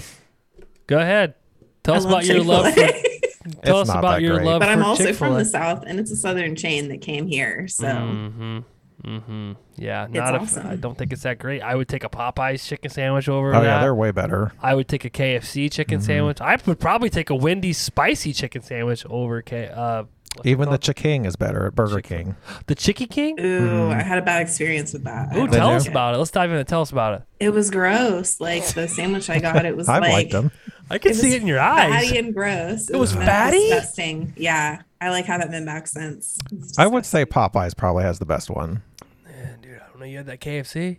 [SPEAKER 1] go ahead. Tell
[SPEAKER 4] I
[SPEAKER 1] us
[SPEAKER 4] love
[SPEAKER 1] about your love. For,
[SPEAKER 4] Chick-fil-A.
[SPEAKER 1] tell us
[SPEAKER 2] not
[SPEAKER 1] about
[SPEAKER 2] that
[SPEAKER 1] your
[SPEAKER 2] great.
[SPEAKER 1] love.
[SPEAKER 4] but
[SPEAKER 1] for
[SPEAKER 4] I'm also
[SPEAKER 1] Chick-fil-A.
[SPEAKER 4] from the south, and it's a southern chain that came here. So
[SPEAKER 1] Mm-hmm. Mm-hmm. Yeah, not if, I
[SPEAKER 4] awesome.
[SPEAKER 1] don't think it's that great. I would take a Popeyes chicken sandwich over
[SPEAKER 2] Oh,
[SPEAKER 1] that.
[SPEAKER 2] yeah, they're way better.
[SPEAKER 1] I would take a KFC chicken sandwich. I would probably take a Wendy's spicy chicken sandwich over K. Uh, what's it
[SPEAKER 2] Even the
[SPEAKER 1] called?
[SPEAKER 2] Chiking is better at Burger King.
[SPEAKER 1] the Chicky King.
[SPEAKER 4] ooh,
[SPEAKER 2] Mm-hmm.
[SPEAKER 4] I had a bad experience with that. I
[SPEAKER 1] Ooh,
[SPEAKER 4] don't
[SPEAKER 1] tell
[SPEAKER 4] like
[SPEAKER 1] us
[SPEAKER 4] it.
[SPEAKER 1] about it. Let's dive in and tell us about it.
[SPEAKER 4] It was gross. Like the sandwich I got, it was
[SPEAKER 2] I've
[SPEAKER 4] like
[SPEAKER 2] liked them.
[SPEAKER 1] I can
[SPEAKER 4] was
[SPEAKER 1] see it in your eyes.
[SPEAKER 4] fatty and gross. It,
[SPEAKER 1] was
[SPEAKER 4] meth-
[SPEAKER 1] fatty?
[SPEAKER 4] Disgusting. Yeah, I like how that been back since. Uh, It's
[SPEAKER 2] I would say Popeyes probably has the best one.
[SPEAKER 1] Man, dude, I don't know. You had that KFC.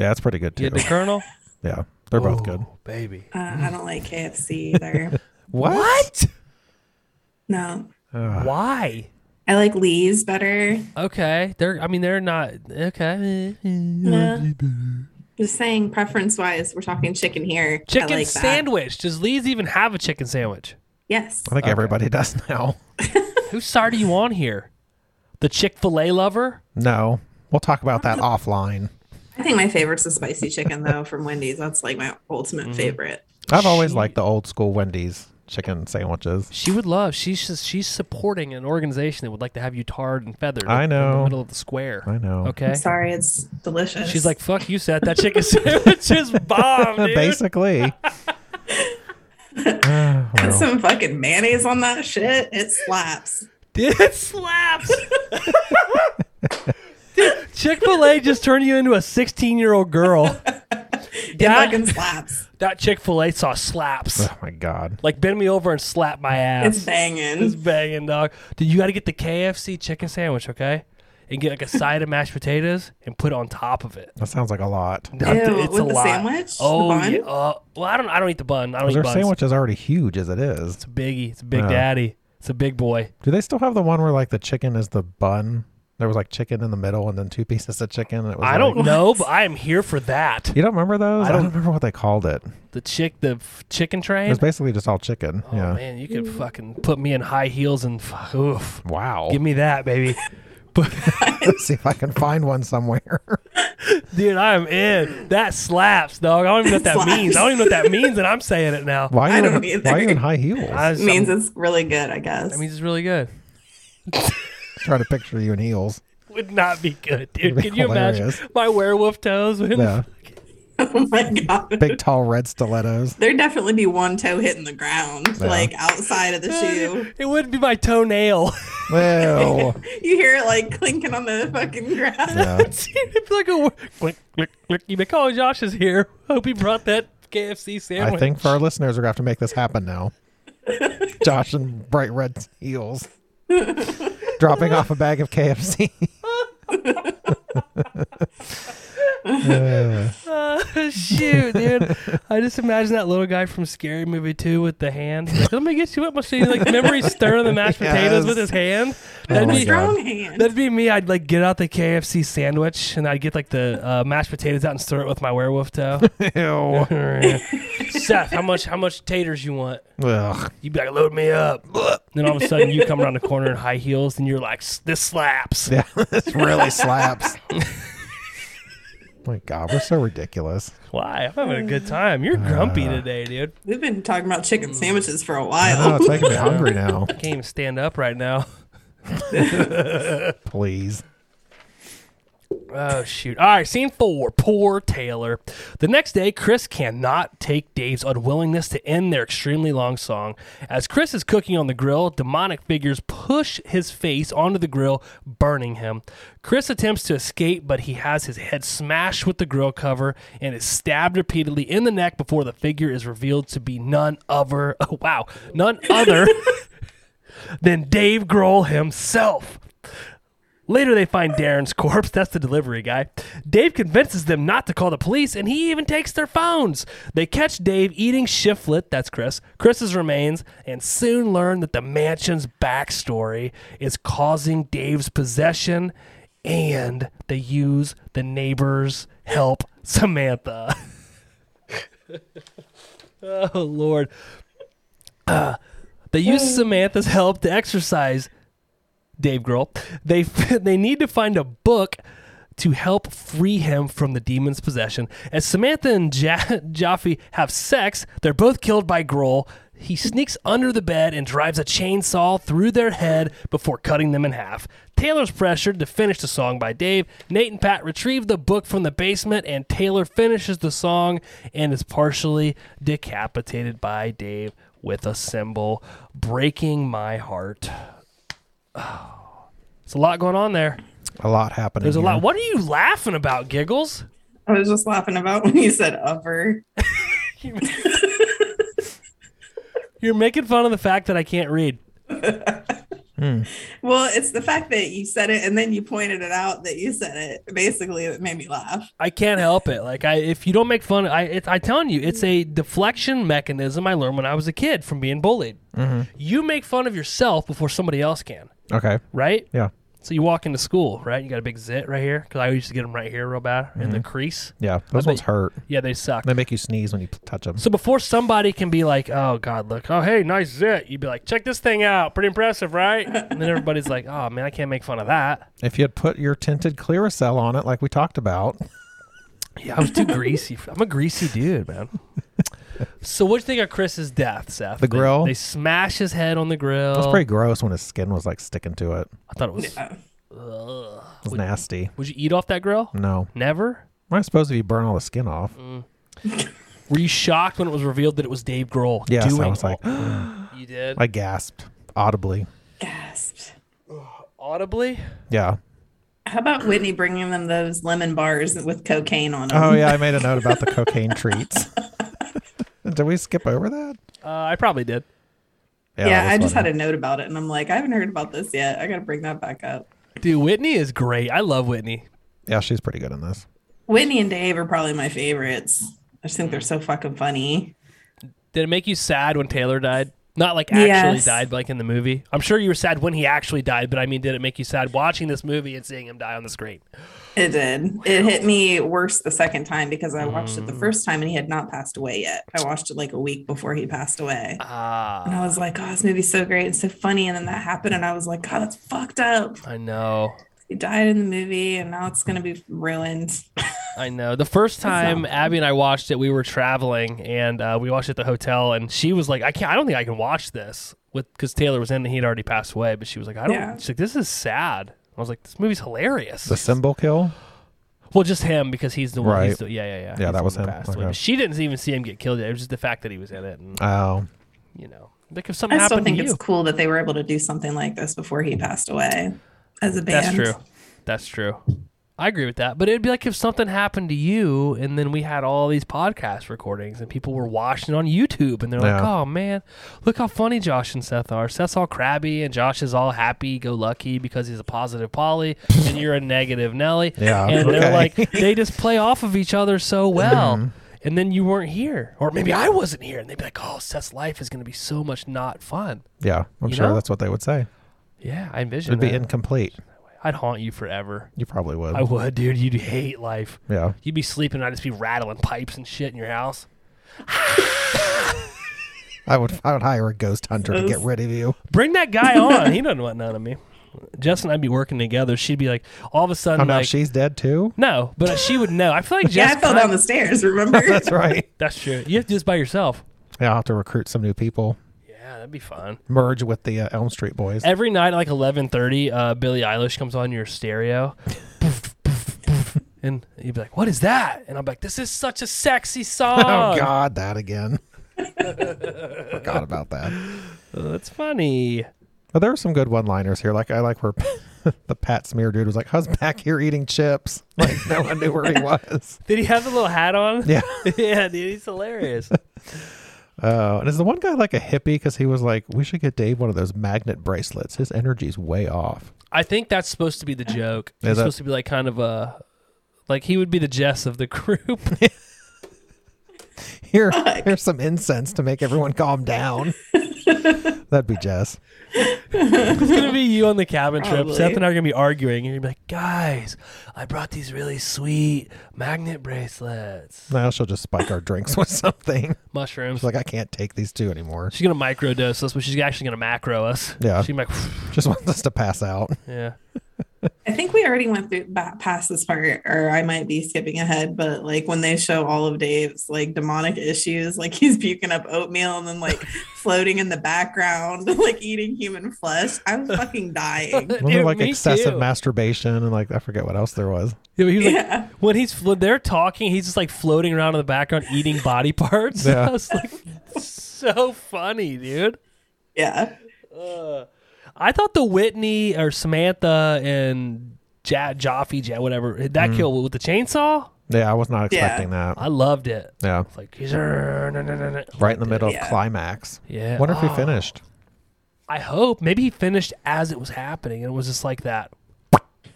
[SPEAKER 2] Yeah, it's pretty good
[SPEAKER 1] You
[SPEAKER 2] too.
[SPEAKER 1] had the Colonel.
[SPEAKER 2] Yeah, they're both good.
[SPEAKER 1] Oh, baby.
[SPEAKER 4] Uh, I don't like KFC either.
[SPEAKER 2] What?
[SPEAKER 4] no,
[SPEAKER 1] Why?
[SPEAKER 4] I like Lee's better.
[SPEAKER 1] Okay, they're. I mean, they're not. Okay.
[SPEAKER 4] No. Just saying, preference wise, we're talking chicken here. I
[SPEAKER 1] Chicken
[SPEAKER 4] like that.
[SPEAKER 1] sandwich. Does Lee's even have a chicken sandwich?
[SPEAKER 4] Yes.
[SPEAKER 2] I think everybody does now.
[SPEAKER 1] Whose side are you on here? The Chick Fil A lover?
[SPEAKER 2] No, we'll talk about that offline.
[SPEAKER 4] I think my favorite's the spicy chicken though from Wendy's. That's like my
[SPEAKER 1] Mm-hmm.
[SPEAKER 4] ultimate favorite.
[SPEAKER 2] I've always
[SPEAKER 1] She-
[SPEAKER 2] liked the old school Wendy's chicken sandwiches.
[SPEAKER 1] She would love. She's just, she's supporting an organization that would like to have you tarred and feathered.
[SPEAKER 2] I
[SPEAKER 1] In the
[SPEAKER 2] know.
[SPEAKER 1] middle of the square.
[SPEAKER 2] I know.
[SPEAKER 1] Okay.
[SPEAKER 4] I'm sorry, it's delicious.
[SPEAKER 1] She's like, "Fuck you, Seth. That chicken sandwich is bomb, dude."
[SPEAKER 2] Basically. Ah,
[SPEAKER 4] Put
[SPEAKER 2] well.
[SPEAKER 4] some fucking mayonnaise on that shit. It slaps.
[SPEAKER 1] It slaps. Chick Fil A just turned you into a sixteen-year-old girl.
[SPEAKER 4] It
[SPEAKER 1] That,
[SPEAKER 4] fucking slaps.
[SPEAKER 1] that Chick Fil A sauce slaps.
[SPEAKER 2] Oh my god.
[SPEAKER 1] Like bend me over and slap my ass.
[SPEAKER 4] It's banging.
[SPEAKER 1] It's banging, dog. Dude, you got to get the KFC chicken sandwich, okay? And get like a side of mashed potatoes and put it on top of it.
[SPEAKER 2] That sounds like a lot.
[SPEAKER 1] No, dude,
[SPEAKER 4] Ew, with the
[SPEAKER 1] lot.
[SPEAKER 4] sandwich? The
[SPEAKER 1] Oh,
[SPEAKER 4] bun?
[SPEAKER 1] yeah. Uh, well, I don't. I don't eat the bun. I don't eat
[SPEAKER 2] Their
[SPEAKER 1] buns.
[SPEAKER 2] sandwich is already huge as it is.
[SPEAKER 1] It's a biggie. It's a big
[SPEAKER 2] Yeah.
[SPEAKER 1] daddy. It's a big boy.
[SPEAKER 2] Do they still have the one where like the chicken is the bun? There was like chicken in the middle and then two pieces of chicken. And it was
[SPEAKER 1] I don't
[SPEAKER 2] like-
[SPEAKER 1] know, but I am here for that.
[SPEAKER 2] You don't remember those?
[SPEAKER 1] I
[SPEAKER 2] I don't,
[SPEAKER 1] don't-
[SPEAKER 2] remember what they called it.
[SPEAKER 1] The chick, the f- chicken
[SPEAKER 2] It
[SPEAKER 1] train.
[SPEAKER 2] was basically just all chicken.
[SPEAKER 1] Oh
[SPEAKER 2] yeah.
[SPEAKER 1] man, you could fucking put me in high heels and f- oof.
[SPEAKER 2] Wow.
[SPEAKER 1] Give me that, baby. But
[SPEAKER 2] Let's see if I can find one somewhere.
[SPEAKER 1] dude, I am in. That slaps, dog. I don't even know what that
[SPEAKER 4] Slaps.
[SPEAKER 1] means. I don't even know what that means, and I'm saying it now.
[SPEAKER 2] Why
[SPEAKER 4] I
[SPEAKER 2] are you,
[SPEAKER 4] don't
[SPEAKER 2] in,
[SPEAKER 4] either.
[SPEAKER 2] why are you in high heels?
[SPEAKER 1] I
[SPEAKER 2] I
[SPEAKER 1] was-
[SPEAKER 4] It means it's really good, I guess.
[SPEAKER 1] That means it's really good.
[SPEAKER 2] trying to picture you in heels.
[SPEAKER 1] would not be good, dude.
[SPEAKER 2] It'd be
[SPEAKER 1] Can you
[SPEAKER 2] hilarious.
[SPEAKER 1] imagine my werewolf toes? When
[SPEAKER 2] Yeah.
[SPEAKER 4] oh my god.
[SPEAKER 2] Big tall red stilettos.
[SPEAKER 4] There'd definitely be one toe hitting the ground,
[SPEAKER 2] Yeah.
[SPEAKER 4] like outside of the shoe.
[SPEAKER 1] It wouldn't be my toenail.
[SPEAKER 2] Well,
[SPEAKER 4] You hear it like clinking on the fucking ground.
[SPEAKER 2] yeah.
[SPEAKER 1] It'd be like a wh- click, click, click. You make, oh, Josh is here. Hope he brought that KFC sandwich.
[SPEAKER 2] I think for our listeners, we're going to have to make this happen now. Josh in bright red heels. Dropping off a bag of KFC. Uh,
[SPEAKER 1] Uh, shoot, dude. I just imagine that little guy from Scary Movie 2 with the hand. Like, Let me get you up my seat. Like, remember he's stirring the mashed potatoes
[SPEAKER 2] Yes.
[SPEAKER 1] with his hand?
[SPEAKER 2] Oh
[SPEAKER 1] That'd
[SPEAKER 2] my
[SPEAKER 1] be,
[SPEAKER 2] God.
[SPEAKER 4] Strong hand.
[SPEAKER 1] that'd be me. I'd, like, get out the KFC sandwich and I'd get, like, the uh, mashed potatoes out and stir it with my werewolf toe.
[SPEAKER 2] ew.
[SPEAKER 1] Seth, how much, how much taters you want?
[SPEAKER 2] Ugh.
[SPEAKER 1] You'd be like, load me up. Then all of a sudden, you come around the corner in high heels, and you're like, "S- this slaps.
[SPEAKER 2] Yeah, this really slaps. my God, we're so ridiculous.
[SPEAKER 1] Why? I'm having a good time. You're grumpy
[SPEAKER 2] Uh.
[SPEAKER 1] today, dude.
[SPEAKER 4] We've been talking about chicken sandwiches for a
[SPEAKER 2] I know,
[SPEAKER 4] while.
[SPEAKER 2] it's making me hungry now.
[SPEAKER 1] I can't even stand up right now.
[SPEAKER 2] Please.
[SPEAKER 1] Oh, shoot. All right, scene four. Poor Taylor. The next day, Chris cannot take Dave's unwillingness to end their extremely long song. As Chris is cooking on the grill, demonic figures push his face onto the grill, burning him. Chris attempts to escape, but he has his head smashed with the grill cover and is stabbed repeatedly in the neck before the figure is revealed to be none other. Oh, wow. None other than Dave Grohl himself. Later, they find Darren's corpse. That's the delivery guy. Dave convinces them not to call the police, and he even takes their phones. They catch Dave eating Shiflet, that's Chris, Chris's remains, and soon learn that the mansion's backstory is causing Dave's possession, and they use the neighbor's help, Samantha. oh, Lord. Uh, They use Samantha's help to exercise Dave Grohl. They they need to find a book to help free him from the demon's possession. As Samantha and ja- Jaffe have sex, they're both killed by Grohl. He sneaks under the bed and drives a chainsaw through their head before cutting them in half. Taylor's pressured to finish the song by Dave. Nate and Pat retrieve the book from the basement, and Taylor finishes the song and is partially decapitated by Dave with a symbol, breaking my heart. It's a lot going on there.
[SPEAKER 2] A lot happening.
[SPEAKER 1] There's a
[SPEAKER 2] here.
[SPEAKER 1] lot. What are you laughing about, Giggles?
[SPEAKER 4] I was just laughing about when you said upper.
[SPEAKER 1] You're making fun of the fact that I can't read.
[SPEAKER 4] Well, it's the fact that you said it and then you pointed it out that you said it. Basically, it made me laugh.
[SPEAKER 1] I can't help it. Like I, if you don't make fun, I, it, I telling you, it's a deflection mechanism I learned when I was a kid from being bullied.
[SPEAKER 2] Mm-hmm.
[SPEAKER 1] You make fun of yourself before somebody else can,
[SPEAKER 2] Okay.
[SPEAKER 1] right?
[SPEAKER 2] Yeah.
[SPEAKER 1] So you walk into school, right? You got a big zit right here because I used to get them right here real bad in the crease.
[SPEAKER 2] Mm-hmm. Yeah. Those
[SPEAKER 1] bet
[SPEAKER 2] ones
[SPEAKER 1] you-
[SPEAKER 2] hurt.
[SPEAKER 1] Yeah, they suck.
[SPEAKER 2] They make you sneeze when you p- touch them.
[SPEAKER 1] So before somebody can be like, "Oh God, look, oh hey, nice zit," you'd be like, "Check this thing out, pretty impressive, right?" And then everybody's like, "Oh man, I can't make fun of that."
[SPEAKER 2] If you had put your tinted Clearacell on it, like we talked about,
[SPEAKER 1] Yeah, I was too greasy. for- I'm a greasy dude, man. so what do you think of Chris's death, Seth?
[SPEAKER 2] The
[SPEAKER 1] They-
[SPEAKER 2] grill?
[SPEAKER 1] They, smash his head on the grill.
[SPEAKER 2] it was pretty gross when his skin was like sticking to it.
[SPEAKER 1] I thought it was.
[SPEAKER 4] Yeah.
[SPEAKER 2] It was nasty.
[SPEAKER 1] Would you eat off that grill?
[SPEAKER 2] No.
[SPEAKER 1] Never.
[SPEAKER 2] I suppose if you burn all the skin off.
[SPEAKER 1] Mm. Were you shocked when it was revealed that it was Dave Grohl?
[SPEAKER 2] Yes, I
[SPEAKER 1] doing
[SPEAKER 2] was like-
[SPEAKER 1] all- you did
[SPEAKER 2] I gasped audibly.
[SPEAKER 4] Gasped.
[SPEAKER 1] audibly.
[SPEAKER 2] Yeah.
[SPEAKER 4] How about Whitney bringing them those lemon bars with cocaine on them?
[SPEAKER 2] Oh yeah, I made a note about the cocaine treats. Did we skip over that?
[SPEAKER 1] Uh, I probably did.
[SPEAKER 4] yeah, I just had a note about it and I'm like, I haven't heard about this yet. I got to bring that back up.
[SPEAKER 1] Dude, Whitney is great. I love Whitney.
[SPEAKER 2] Yeah, she's pretty good in this.
[SPEAKER 4] Whitney and Dave are probably my favorites. I just think they're so fucking funny.
[SPEAKER 1] Did it make you sad when Taylor died? Not like actually
[SPEAKER 4] Yes.
[SPEAKER 1] died, but like in the movie. I'm sure you were sad when he actually died, but I mean, did it make you sad watching this movie and seeing him die on the screen?
[SPEAKER 4] It did. It hit me worse the second time because I watched it the
[SPEAKER 1] Mm.
[SPEAKER 4] first time and he had not passed away yet. I watched it like a week before he passed away.
[SPEAKER 1] Ah,
[SPEAKER 4] And I was like, oh, this movie's so great and so funny. And then that happened. And I was like, God, that's fucked up.
[SPEAKER 1] I know,
[SPEAKER 4] He died in the movie and now it's going to be ruined.
[SPEAKER 1] I know. The first time Abby and I watched it, we were traveling and uh, we watched it at the hotel, and she was like, "I can't. I don't think I can watch this," with because Taylor was in and he'd already passed away, but she was like, "I don't."
[SPEAKER 4] Yeah.
[SPEAKER 1] She's like, "This is sad." I was like, "This movie's hilarious."
[SPEAKER 2] The symbol kill.
[SPEAKER 1] Well, just him because he's the one. He's
[SPEAKER 2] Right.
[SPEAKER 1] the, yeah, yeah, yeah.
[SPEAKER 2] Yeah,
[SPEAKER 1] He's
[SPEAKER 2] that
[SPEAKER 1] the
[SPEAKER 2] was
[SPEAKER 1] one who
[SPEAKER 2] him.
[SPEAKER 1] passed away.
[SPEAKER 2] Okay.
[SPEAKER 1] But She didn't even see him get killed. It was just the fact that he was in it, and
[SPEAKER 2] Oh,
[SPEAKER 1] you know, like if something
[SPEAKER 4] I still
[SPEAKER 1] happened to
[SPEAKER 4] think
[SPEAKER 1] you,
[SPEAKER 4] it's cool that they were able to do something like this before he passed away as a band.
[SPEAKER 1] That's true. That's true. I agree with that. But it'd be like if something happened to you and then we had all these podcast recordings and people were watching on YouTube and they're like,
[SPEAKER 2] Yeah.
[SPEAKER 1] oh man, look how funny Josh and Seth are. Seth's all crabby and Josh is all happy go lucky because he's a positive Polly and you're a negative Nelly.
[SPEAKER 2] Yeah,
[SPEAKER 1] And they're
[SPEAKER 2] okay. Mm-hmm.
[SPEAKER 1] like, they just play off of each other so well. And then you weren't here. Or maybe I wasn't here. And they'd be like, oh, Seth's life is going to be so much not fun.
[SPEAKER 2] yeah. I'm
[SPEAKER 1] You
[SPEAKER 2] sure
[SPEAKER 1] know?
[SPEAKER 2] that's what they would say.
[SPEAKER 1] Yeah, I envision
[SPEAKER 2] It'd be
[SPEAKER 1] that.
[SPEAKER 2] incomplete.
[SPEAKER 1] I'd haunt you forever.
[SPEAKER 2] You probably would.
[SPEAKER 1] I would, dude. You'd hate life.
[SPEAKER 2] yeah.
[SPEAKER 1] You'd be sleeping, and I'd just be rattling pipes and shit in your house.
[SPEAKER 2] I would. I would hire a ghost hunter to get rid of you.
[SPEAKER 1] Bring that guy on. he doesn't want none of me. Jess and I'd be working together. She'd be like, all of a
[SPEAKER 2] Oh,
[SPEAKER 1] sudden,
[SPEAKER 2] now
[SPEAKER 1] like,
[SPEAKER 2] she's dead too.
[SPEAKER 1] no, but she would know. I feel like
[SPEAKER 4] Yeah,
[SPEAKER 1] Jess.
[SPEAKER 4] I fell
[SPEAKER 1] kind-
[SPEAKER 4] down the stairs, remember?
[SPEAKER 2] That's right.
[SPEAKER 1] That's true. You have to do this by yourself.
[SPEAKER 2] Yeah, I'll have to recruit some new people.
[SPEAKER 1] Yeah, that'd be fun.
[SPEAKER 2] Merge with the uh, Elm Street Boys.
[SPEAKER 1] Every night at like eleven thirty, uh, Billie Eilish comes on your stereo, Poof, poof, poof. and you'd be like, "What is that?" And I'm like, "This is such a sexy song."
[SPEAKER 2] Oh God, that again. Forgot about that.
[SPEAKER 1] Uh, That's funny.
[SPEAKER 2] But there were some good one-liners here. Like I like where the Pat Smear dude was like, "How's back here eating chips?" Like no one knew where he was.
[SPEAKER 1] Did he have the little hat on?
[SPEAKER 2] Yeah.
[SPEAKER 1] yeah, dude, he's hilarious.
[SPEAKER 2] Oh, and is the one guy like a hippie because he was like, "We should get Dave one of those magnet bracelets. His energy's way off."
[SPEAKER 1] I think that's supposed to be the joke.
[SPEAKER 2] Is
[SPEAKER 1] It's
[SPEAKER 2] it?
[SPEAKER 1] supposed to be like kind of a like he would be the Jess of the group.
[SPEAKER 2] Here,
[SPEAKER 4] Fuck.
[SPEAKER 2] here's some incense to make everyone calm down. That'd be Jess.
[SPEAKER 1] it's gonna be you on the cabin trip.
[SPEAKER 4] Probably.
[SPEAKER 1] Seth and I are gonna be arguing, and you're gonna be like, "Guys, I brought these really sweet magnet bracelets,
[SPEAKER 2] Now she'll just spike our drinks with something.
[SPEAKER 1] mushrooms."
[SPEAKER 2] She's like, I can't take these two anymore.
[SPEAKER 1] she's gonna microdose us, but she's actually gonna macro us.
[SPEAKER 2] Yeah.
[SPEAKER 1] she's like,
[SPEAKER 2] Just wants us to pass out.
[SPEAKER 1] yeah.
[SPEAKER 4] I think we already went through ba- past this part, or I might be skipping ahead. But like when they show all of Dave's like demonic issues, like he's puking up oatmeal and then like floating in the background, like eating human flesh. I'm fucking dying.
[SPEAKER 2] Remember,
[SPEAKER 1] Dude,
[SPEAKER 2] like
[SPEAKER 1] me
[SPEAKER 2] excessive
[SPEAKER 1] too.
[SPEAKER 2] masturbation and like I forget what else there was.
[SPEAKER 1] Yeah, but he was like,
[SPEAKER 4] Yeah.
[SPEAKER 1] when he's flo- they're talking, he's just like floating around in the background eating body parts.
[SPEAKER 2] Yeah.
[SPEAKER 1] I was like, so funny, dude.
[SPEAKER 4] Yeah.
[SPEAKER 1] Uh, I thought the Whitney or Samantha and ja- Jaffe, ja- whatever, that kill with the chainsaw.
[SPEAKER 2] Yeah, I was not
[SPEAKER 4] Yeah.
[SPEAKER 2] expecting that.
[SPEAKER 1] I loved it.
[SPEAKER 2] Yeah,
[SPEAKER 1] It's like he's right.
[SPEAKER 2] right in the middle of
[SPEAKER 4] Yeah.
[SPEAKER 2] climax.
[SPEAKER 1] Yeah.
[SPEAKER 2] Wonder if he
[SPEAKER 1] Oh.
[SPEAKER 2] finished.
[SPEAKER 1] I hope maybe he finished as it was happening, and it was just like that,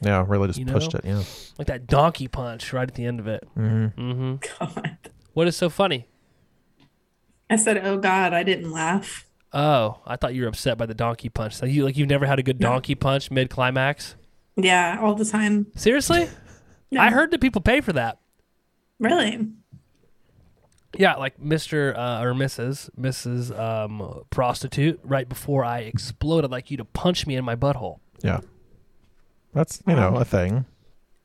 [SPEAKER 2] Yeah, really just
[SPEAKER 1] You know?
[SPEAKER 2] pushed it. Yeah,
[SPEAKER 1] like that donkey punch right at the end of it.
[SPEAKER 4] God.
[SPEAKER 1] What is so funny?
[SPEAKER 4] I said, "Oh God, I didn't laugh."
[SPEAKER 1] Oh, I thought you were upset by the donkey punch. Like you, like you've never had a good donkey punch mid climax.
[SPEAKER 4] Yeah, all the time.
[SPEAKER 1] Seriously, I heard that people pay for that.
[SPEAKER 4] Really?
[SPEAKER 1] Yeah, like Mister uh, or Mrs. Mrs. Um, prostitute. Right before I explode, I'd like you to punch me in my butthole.
[SPEAKER 2] yeah. That's you
[SPEAKER 1] Um,
[SPEAKER 2] know a thing.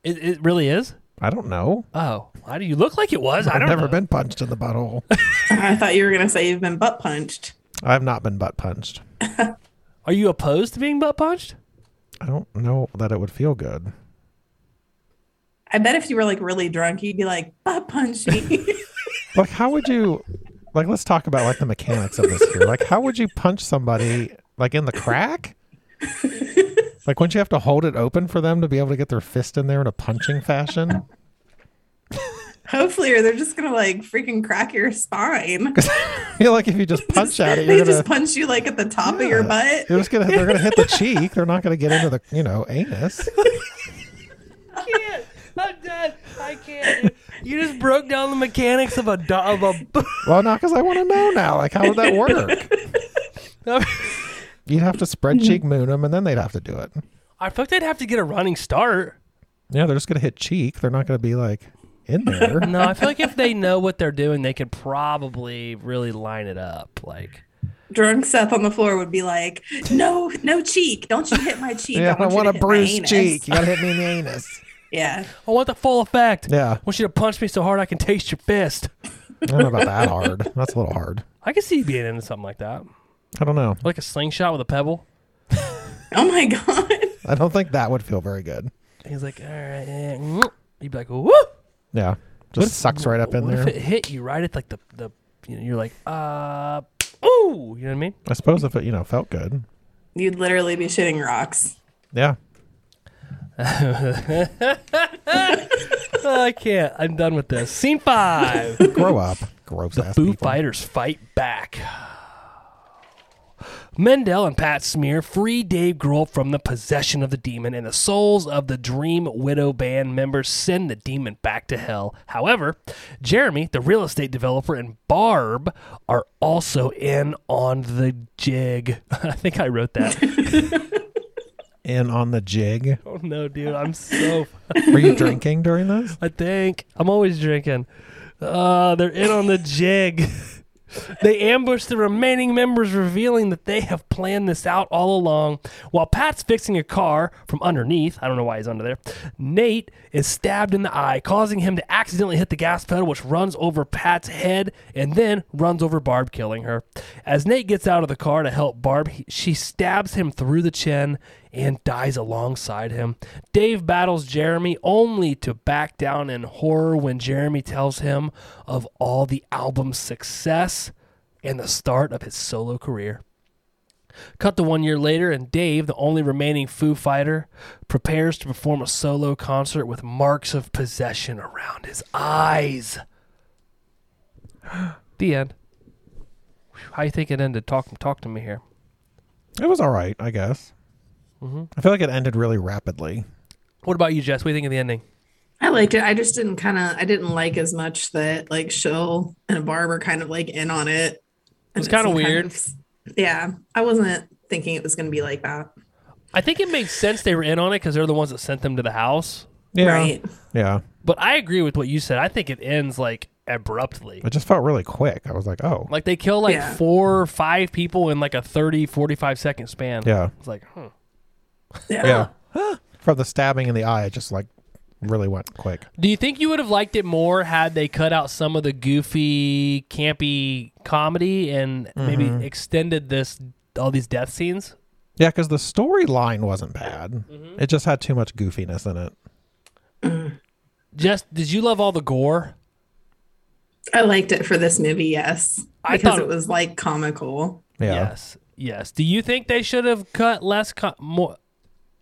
[SPEAKER 1] It, it really is.
[SPEAKER 2] I don't know.
[SPEAKER 1] Oh, why do you look like it was? I
[SPEAKER 2] I've
[SPEAKER 1] don't
[SPEAKER 2] never
[SPEAKER 1] know.
[SPEAKER 2] been punched in the butthole.
[SPEAKER 4] I thought you were gonna say you've been butt punched.
[SPEAKER 2] I've not been butt punched.
[SPEAKER 1] Are you opposed to being butt punched?
[SPEAKER 2] I don't know that it would feel good.
[SPEAKER 4] I bet if you were like really drunk, you'd be like butt punch me.
[SPEAKER 2] Like, how would you? Like, let's talk about like the mechanics of this here. Like, how would you punch somebody like in the crack? Like, wouldn't you have to hold it open for them to be able to get their fist in there in a punching fashion?
[SPEAKER 4] Hopefully, or they're just gonna like freaking crack your spine.
[SPEAKER 2] I feel like if you just punch at it,
[SPEAKER 4] they
[SPEAKER 2] you're gonna,
[SPEAKER 4] just punch you like at the top of your butt.
[SPEAKER 2] you're just gonna they're gonna hit the cheek. They're not gonna get into the you know anus.
[SPEAKER 1] can't. I'm done. I can't. dude. You just broke down the mechanics of a do- of a.
[SPEAKER 2] Well, not because I want to know now. Like, how would that work? You'd have to spread cheek moon them, and then they'd have to do it.
[SPEAKER 1] I feel like they'd have to get a running start.
[SPEAKER 2] Yeah, they're just gonna hit cheek. They're not gonna be like in there.
[SPEAKER 1] No, I feel like if they know what they're doing, they could probably really line it up. Like,
[SPEAKER 4] Drunk Seth on the floor would be like, "No, no cheek! Don't you hit my cheek!
[SPEAKER 2] yeah, I don't want
[SPEAKER 4] want you
[SPEAKER 2] a
[SPEAKER 4] to hit my
[SPEAKER 2] bruised
[SPEAKER 4] anus."
[SPEAKER 2] cheek. You gotta hit me in the anus.
[SPEAKER 4] Yeah,
[SPEAKER 1] I want the full effect.
[SPEAKER 2] Yeah.
[SPEAKER 1] I want you to punch me so hard I can taste your fist.
[SPEAKER 2] I don't know about that hard. That's a little hard.
[SPEAKER 1] I can see you being into something like that,
[SPEAKER 2] I don't know.
[SPEAKER 1] like a slingshot with a pebble.
[SPEAKER 4] Oh my god.
[SPEAKER 2] I don't think that would feel very good.
[SPEAKER 1] He's like, all right, yeah. mm-hmm." you'd be like, whoop.
[SPEAKER 2] Yeah, just sucks right up in
[SPEAKER 1] What
[SPEAKER 2] there.
[SPEAKER 1] if it hit you right at like the the? You know, you're like, uh, ooh. You know what I mean?
[SPEAKER 2] I suppose if it you know felt good.
[SPEAKER 4] You'd literally be shitting rocks.
[SPEAKER 2] Yeah,
[SPEAKER 1] I can't. I'm done with this. Scene five.
[SPEAKER 2] grow up, gross ass
[SPEAKER 1] Foo
[SPEAKER 2] people.
[SPEAKER 1] Fighters fight back. Mendel and Pat Smear free Dave Grohl from the possession of the demon, and the souls of the Dream Widow Band members send the demon back to hell. However, Jeremy, the real estate developer, and Barb are also in on the jig. I think I wrote that.
[SPEAKER 2] In on the jig.
[SPEAKER 1] oh no, dude, I'm so.
[SPEAKER 2] Were you drinking during this?
[SPEAKER 1] I think I'm always drinking. Uh, they're in on the jig. they ambush the remaining members, revealing that they have planned this out all along. While Pat's fixing a car from underneath, I don't know why he's under there. Nate is stabbed in the eye, causing him to accidentally hit the gas pedal, which runs over Pat's head and then runs over Barb, killing her. As Nate gets out of the car to help Barb, he- she stabs him through the chin and dies alongside him. Dave battles Jeremy only to back down in horror when Jeremy tells him of all the album's success and the start of his solo career. Cut to one year later, and Dave, the only remaining Foo Fighter, prepares to perform a solo concert with marks of possession around his eyes. the end. How you think it ended? Talk, talk to me here.
[SPEAKER 2] It was all right, I guess.
[SPEAKER 1] Mm-hmm.
[SPEAKER 2] I feel like it ended really rapidly.
[SPEAKER 1] What about you, Jess? What do you think of the ending?
[SPEAKER 4] I liked it. I just didn't kind of I didn't like as much that like Shill and Barb are kind of like in on it. And
[SPEAKER 1] It's kinda
[SPEAKER 4] some
[SPEAKER 1] weird.
[SPEAKER 4] yeah, I wasn't thinking it was going to be like that.
[SPEAKER 1] I think it makes sense they were in on it because they're the ones that sent them to the house.
[SPEAKER 2] Yeah.
[SPEAKER 4] Right.
[SPEAKER 2] Yeah.
[SPEAKER 1] But I agree with what you said. I think it ends like abruptly.
[SPEAKER 2] It just felt really quick. I was like, oh,
[SPEAKER 1] Like they kill like
[SPEAKER 4] Yeah.
[SPEAKER 1] four or five people in like a 30, 45 second span.
[SPEAKER 2] Yeah.
[SPEAKER 1] It's like, huh.
[SPEAKER 4] Yeah.
[SPEAKER 2] yeah. For the stabbing in the eye, it just like really went quick.
[SPEAKER 1] Do you think you would have liked it more had they cut out some of the goofy, campy comedy and maybe extended this all these death scenes?
[SPEAKER 2] Yeah, because the storyline wasn't bad.
[SPEAKER 1] Mm-hmm.
[SPEAKER 2] It just had too much goofiness in it.
[SPEAKER 1] Just did you love all the gore?
[SPEAKER 4] I liked it for this movie. Yes,
[SPEAKER 1] I
[SPEAKER 4] because
[SPEAKER 1] thought-
[SPEAKER 4] it was like comical.
[SPEAKER 2] Yeah.
[SPEAKER 1] Yes. Yes. Do you think they should have cut less co- more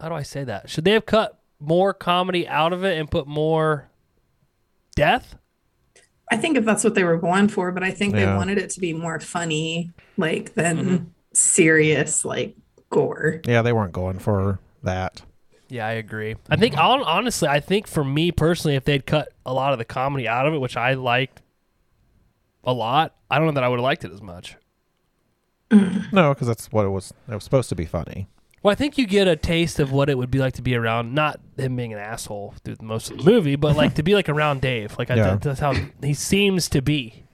[SPEAKER 1] How do I say that? Should they have cut more comedy out of it and put more death?
[SPEAKER 4] I think if that's what they were going for, but I think they
[SPEAKER 2] Yeah.
[SPEAKER 4] wanted it to be more funny, like than
[SPEAKER 1] Mm-hmm.
[SPEAKER 4] serious, like gore.
[SPEAKER 2] Yeah, they weren't going for that.
[SPEAKER 1] Yeah, I agree. I think hon- honestly, I think for me personally, if they'd cut a lot of the comedy out of it, which I liked a lot, I don't know that I would have liked it as much.
[SPEAKER 2] No, because that's what it was. It was supposed to be funny.
[SPEAKER 1] Well, I think you get a taste of what it would be like to be around not him being an asshole through most of the movie, but like to be like around Dave. Like I,
[SPEAKER 2] Yeah.
[SPEAKER 1] that- that's how he seems to be.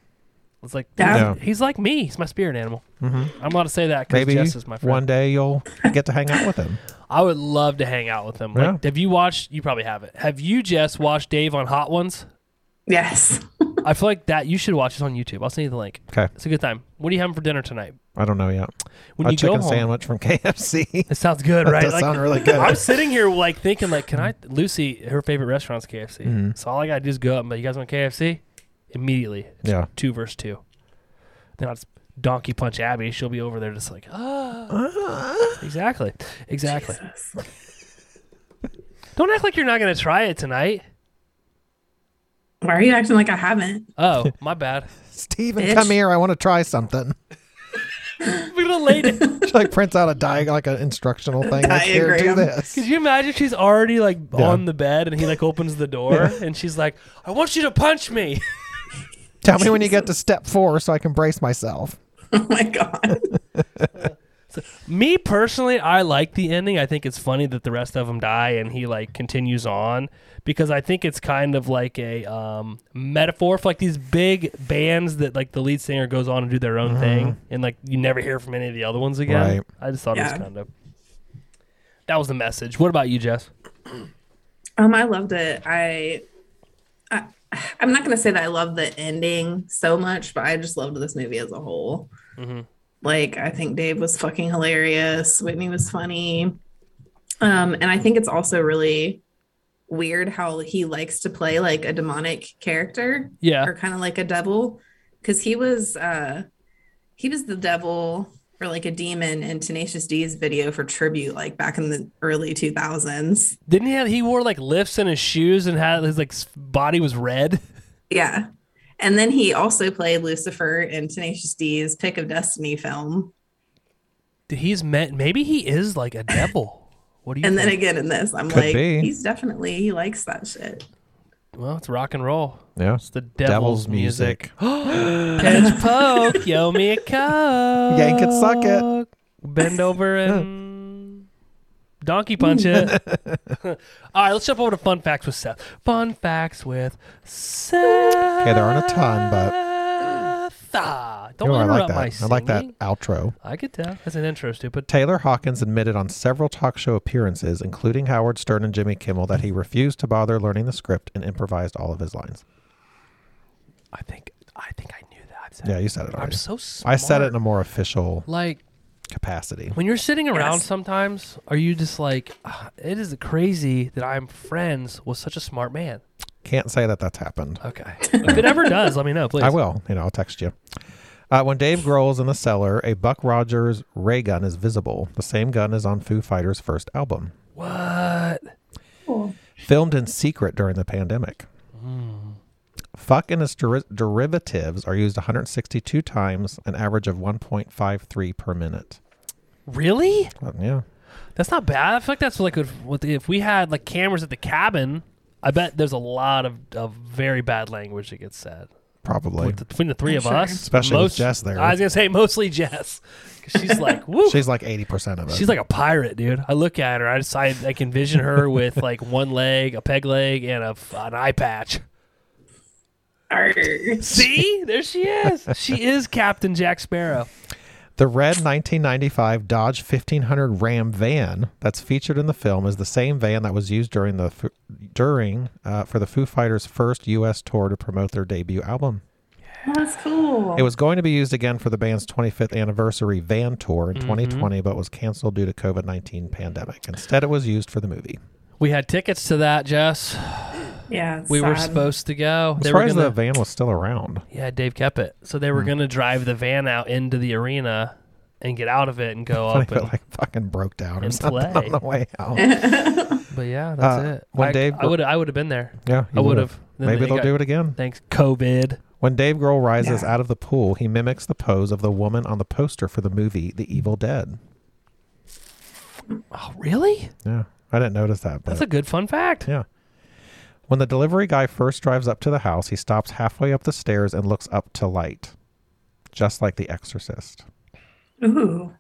[SPEAKER 1] It's like
[SPEAKER 4] Yeah.
[SPEAKER 2] Yeah. Mm-hmm.
[SPEAKER 1] he's like me. He's my spirit animal. I'm allowed to say that because
[SPEAKER 2] Maybe
[SPEAKER 1] Jess is my friend.
[SPEAKER 2] one day you'll get to hang out with him.
[SPEAKER 1] I would love to hang out with him.
[SPEAKER 2] Yeah.
[SPEAKER 1] Like, have you watched? You probably haven't. Have you, Jess, watched Dave on Hot Ones?
[SPEAKER 4] Yes.
[SPEAKER 1] I feel like that you should watch this on YouTube. I'll send you the link.
[SPEAKER 2] Okay.
[SPEAKER 1] It's a good time. What are you having for dinner tonight?
[SPEAKER 2] I don't know yet.
[SPEAKER 1] When
[SPEAKER 2] a
[SPEAKER 1] you go
[SPEAKER 2] chicken
[SPEAKER 1] home,
[SPEAKER 2] sandwich from KFC.
[SPEAKER 1] it sounds good, right?
[SPEAKER 2] does
[SPEAKER 1] Like,
[SPEAKER 2] sound really good.
[SPEAKER 1] I'm sitting here like thinking, like, can I? Lucy, her favorite restaurant's KFC. So all I gotta do is go up and be like, you guys want KFC? Immediately. It's
[SPEAKER 2] Yeah.
[SPEAKER 1] Two versus two. Then I'll just donkey punch Abby. She'll be over there just like, ah. exactly, exactly. Don't act like you're not gonna try it tonight.
[SPEAKER 4] Why are you acting like I haven't?
[SPEAKER 1] Oh, my bad.
[SPEAKER 2] Steven,
[SPEAKER 4] Bitch.
[SPEAKER 2] come here. I want to try something.
[SPEAKER 1] We delayed it.
[SPEAKER 2] She like prints out a diag like an instructional thing. Like, here, do
[SPEAKER 4] Diagram.
[SPEAKER 2] this.
[SPEAKER 1] Could you imagine she's already like
[SPEAKER 2] Yeah.
[SPEAKER 1] on the bed and he like opens the door and she's like, I want you to punch me.
[SPEAKER 2] Tell me when you get to step four so I can brace myself.
[SPEAKER 4] Oh my god.
[SPEAKER 1] me personally, I like the ending. I think it's funny that the rest of them die and he like continues on because I think it's kind of like a um, metaphor for like these big bands that like the lead singer goes on and do their own thing and like you never hear from any of the other ones again.
[SPEAKER 2] Right.
[SPEAKER 1] I just thought it
[SPEAKER 4] Yeah.
[SPEAKER 1] was kind of. That was the message. What about you, Jess?
[SPEAKER 4] Um, I loved it. I, I I'm not gonna say that I love the ending so much, but I just loved this movie as a whole. Like I think Dave was fucking hilarious. Whitney was funny. Um, and I think it's also really weird how he likes to play like a demonic character
[SPEAKER 1] Yeah.
[SPEAKER 4] or kind of like a devil because he was uh he was the devil or like a demon in Tenacious D's video for tribute like back in the early 2000s.
[SPEAKER 1] Didn't he have, he wore like lifts in his shoes and had his like s- body was red?
[SPEAKER 4] Yeah. And then he also played Lucifer in Tenacious D's Pick of Destiny film.
[SPEAKER 1] Dude, He's meant maybe he is like a devil. What do you
[SPEAKER 4] And then
[SPEAKER 1] think?
[SPEAKER 4] again in this, I'm
[SPEAKER 2] Could
[SPEAKER 4] like,
[SPEAKER 2] be.
[SPEAKER 4] he's definitely, he likes that shit.
[SPEAKER 1] well, it's rock and roll.
[SPEAKER 2] Yeah.
[SPEAKER 1] It's the devil's, music. Catch poke, yo me a coke.
[SPEAKER 2] Yank it, suck it.
[SPEAKER 1] Bend over and donkey punch it. All right, let's jump over to fun facts with Seth. Fun facts with Seth.
[SPEAKER 2] Okay, there aren't a ton,
[SPEAKER 1] Ah, don't
[SPEAKER 2] Ooh, I
[SPEAKER 1] interrupt
[SPEAKER 2] like
[SPEAKER 1] my
[SPEAKER 2] that. I
[SPEAKER 1] singing.
[SPEAKER 2] like that outro.
[SPEAKER 1] I could tell. That's an intro, stupid.
[SPEAKER 2] Taylor Hawkins admitted on several talk show appearances, including Howard Stern and Jimmy Kimmel, that he refused to bother learning the script and improvised all of his lines.
[SPEAKER 1] I think I think I knew that. I've said
[SPEAKER 2] Yeah,
[SPEAKER 1] it.
[SPEAKER 2] you said it
[SPEAKER 1] I'm
[SPEAKER 2] already.
[SPEAKER 1] so smart.
[SPEAKER 2] I said it in a more official
[SPEAKER 1] like
[SPEAKER 2] capacity.
[SPEAKER 1] when you're sitting around
[SPEAKER 4] Yes.
[SPEAKER 1] sometimes are you just like "Ah, it is crazy that I'm friends with such a smart man.
[SPEAKER 2] Can't say that that's happened.
[SPEAKER 1] Okay. if it ever does, let me know, please.
[SPEAKER 2] I will. You know, I'll text you. Uh, when Dave Grohl's in the cellar, a Buck Rogers ray gun is visible. The same gun is on Foo Fighters' first album,
[SPEAKER 1] What?
[SPEAKER 2] filmed in secret during the pandemic.
[SPEAKER 1] Hmm.
[SPEAKER 2] Fuck and its deri- derivatives are used 162 times, an average of 1.53 per minute.
[SPEAKER 1] Really?
[SPEAKER 2] Well, yeah.
[SPEAKER 1] That's not bad. I feel like that's like if, with- if we had like cameras at the cabin. I bet there's a lot of, of very bad language that gets said
[SPEAKER 2] Probably.
[SPEAKER 1] With the- between the three of
[SPEAKER 4] Sure.
[SPEAKER 1] us,
[SPEAKER 2] Especially with Jess there.
[SPEAKER 1] I was gonna say mostly Jess, 'Cause she's like, woo,
[SPEAKER 2] She's like 80% of it.
[SPEAKER 1] She's like a pirate, dude. I look at her. I decide I can envision her with like one leg, a peg leg, and a f- an eye patch.
[SPEAKER 4] Arr.
[SPEAKER 1] See, there she is. She is Captain Jack Sparrow.
[SPEAKER 2] The red 1995 Dodge 1500 Ram van that's featured in the film is the same van that was used during the Foo- during uh, for the Foo Fighters' first U.S. tour to promote their debut album.
[SPEAKER 4] Oh, that's cool.
[SPEAKER 2] It was going to be used again for the band's 25th anniversary van tour
[SPEAKER 1] Mm-hmm.
[SPEAKER 2] in 2020, but was canceled due to COVID 19 pandemic. Instead, it was used for the movie.
[SPEAKER 1] We had tickets to that, Jess.
[SPEAKER 4] yeah, it's
[SPEAKER 1] We were
[SPEAKER 4] sad.
[SPEAKER 1] supposed to go.
[SPEAKER 2] I'm
[SPEAKER 1] They were
[SPEAKER 2] surprised
[SPEAKER 1] gonna,
[SPEAKER 2] the van Hmm. was still around.
[SPEAKER 1] yeah, Dave kept it. So they were gonna drive the van out into the arena and get out of it and go
[SPEAKER 2] Funny,
[SPEAKER 1] up.
[SPEAKER 2] but
[SPEAKER 1] And,
[SPEAKER 2] like fucking broke down or
[SPEAKER 1] and
[SPEAKER 2] something
[SPEAKER 1] play.
[SPEAKER 2] on the way out.
[SPEAKER 1] but yeah, that's
[SPEAKER 2] Uh,
[SPEAKER 1] it.
[SPEAKER 2] when
[SPEAKER 1] I,
[SPEAKER 2] Dave-
[SPEAKER 1] I would I would have been there.
[SPEAKER 2] yeah,
[SPEAKER 1] I
[SPEAKER 2] you
[SPEAKER 1] would
[SPEAKER 2] would've.
[SPEAKER 1] have. Then
[SPEAKER 2] Maybe
[SPEAKER 1] they
[SPEAKER 2] they'll
[SPEAKER 1] got-
[SPEAKER 2] do it again.
[SPEAKER 1] Thanks, COVID.
[SPEAKER 2] When Dave Grohl rises
[SPEAKER 4] No.
[SPEAKER 2] out of the pool, he mimics the pose of the woman on the poster for the movie The Evil Dead.
[SPEAKER 1] Oh, really?
[SPEAKER 2] Yeah, I didn't notice that. But
[SPEAKER 1] That's a good fun fact.
[SPEAKER 2] yeah. When the delivery guy first drives up to the house, he stops halfway up the stairs and looks up to light, just like The Exorcist.
[SPEAKER 4] Ooh.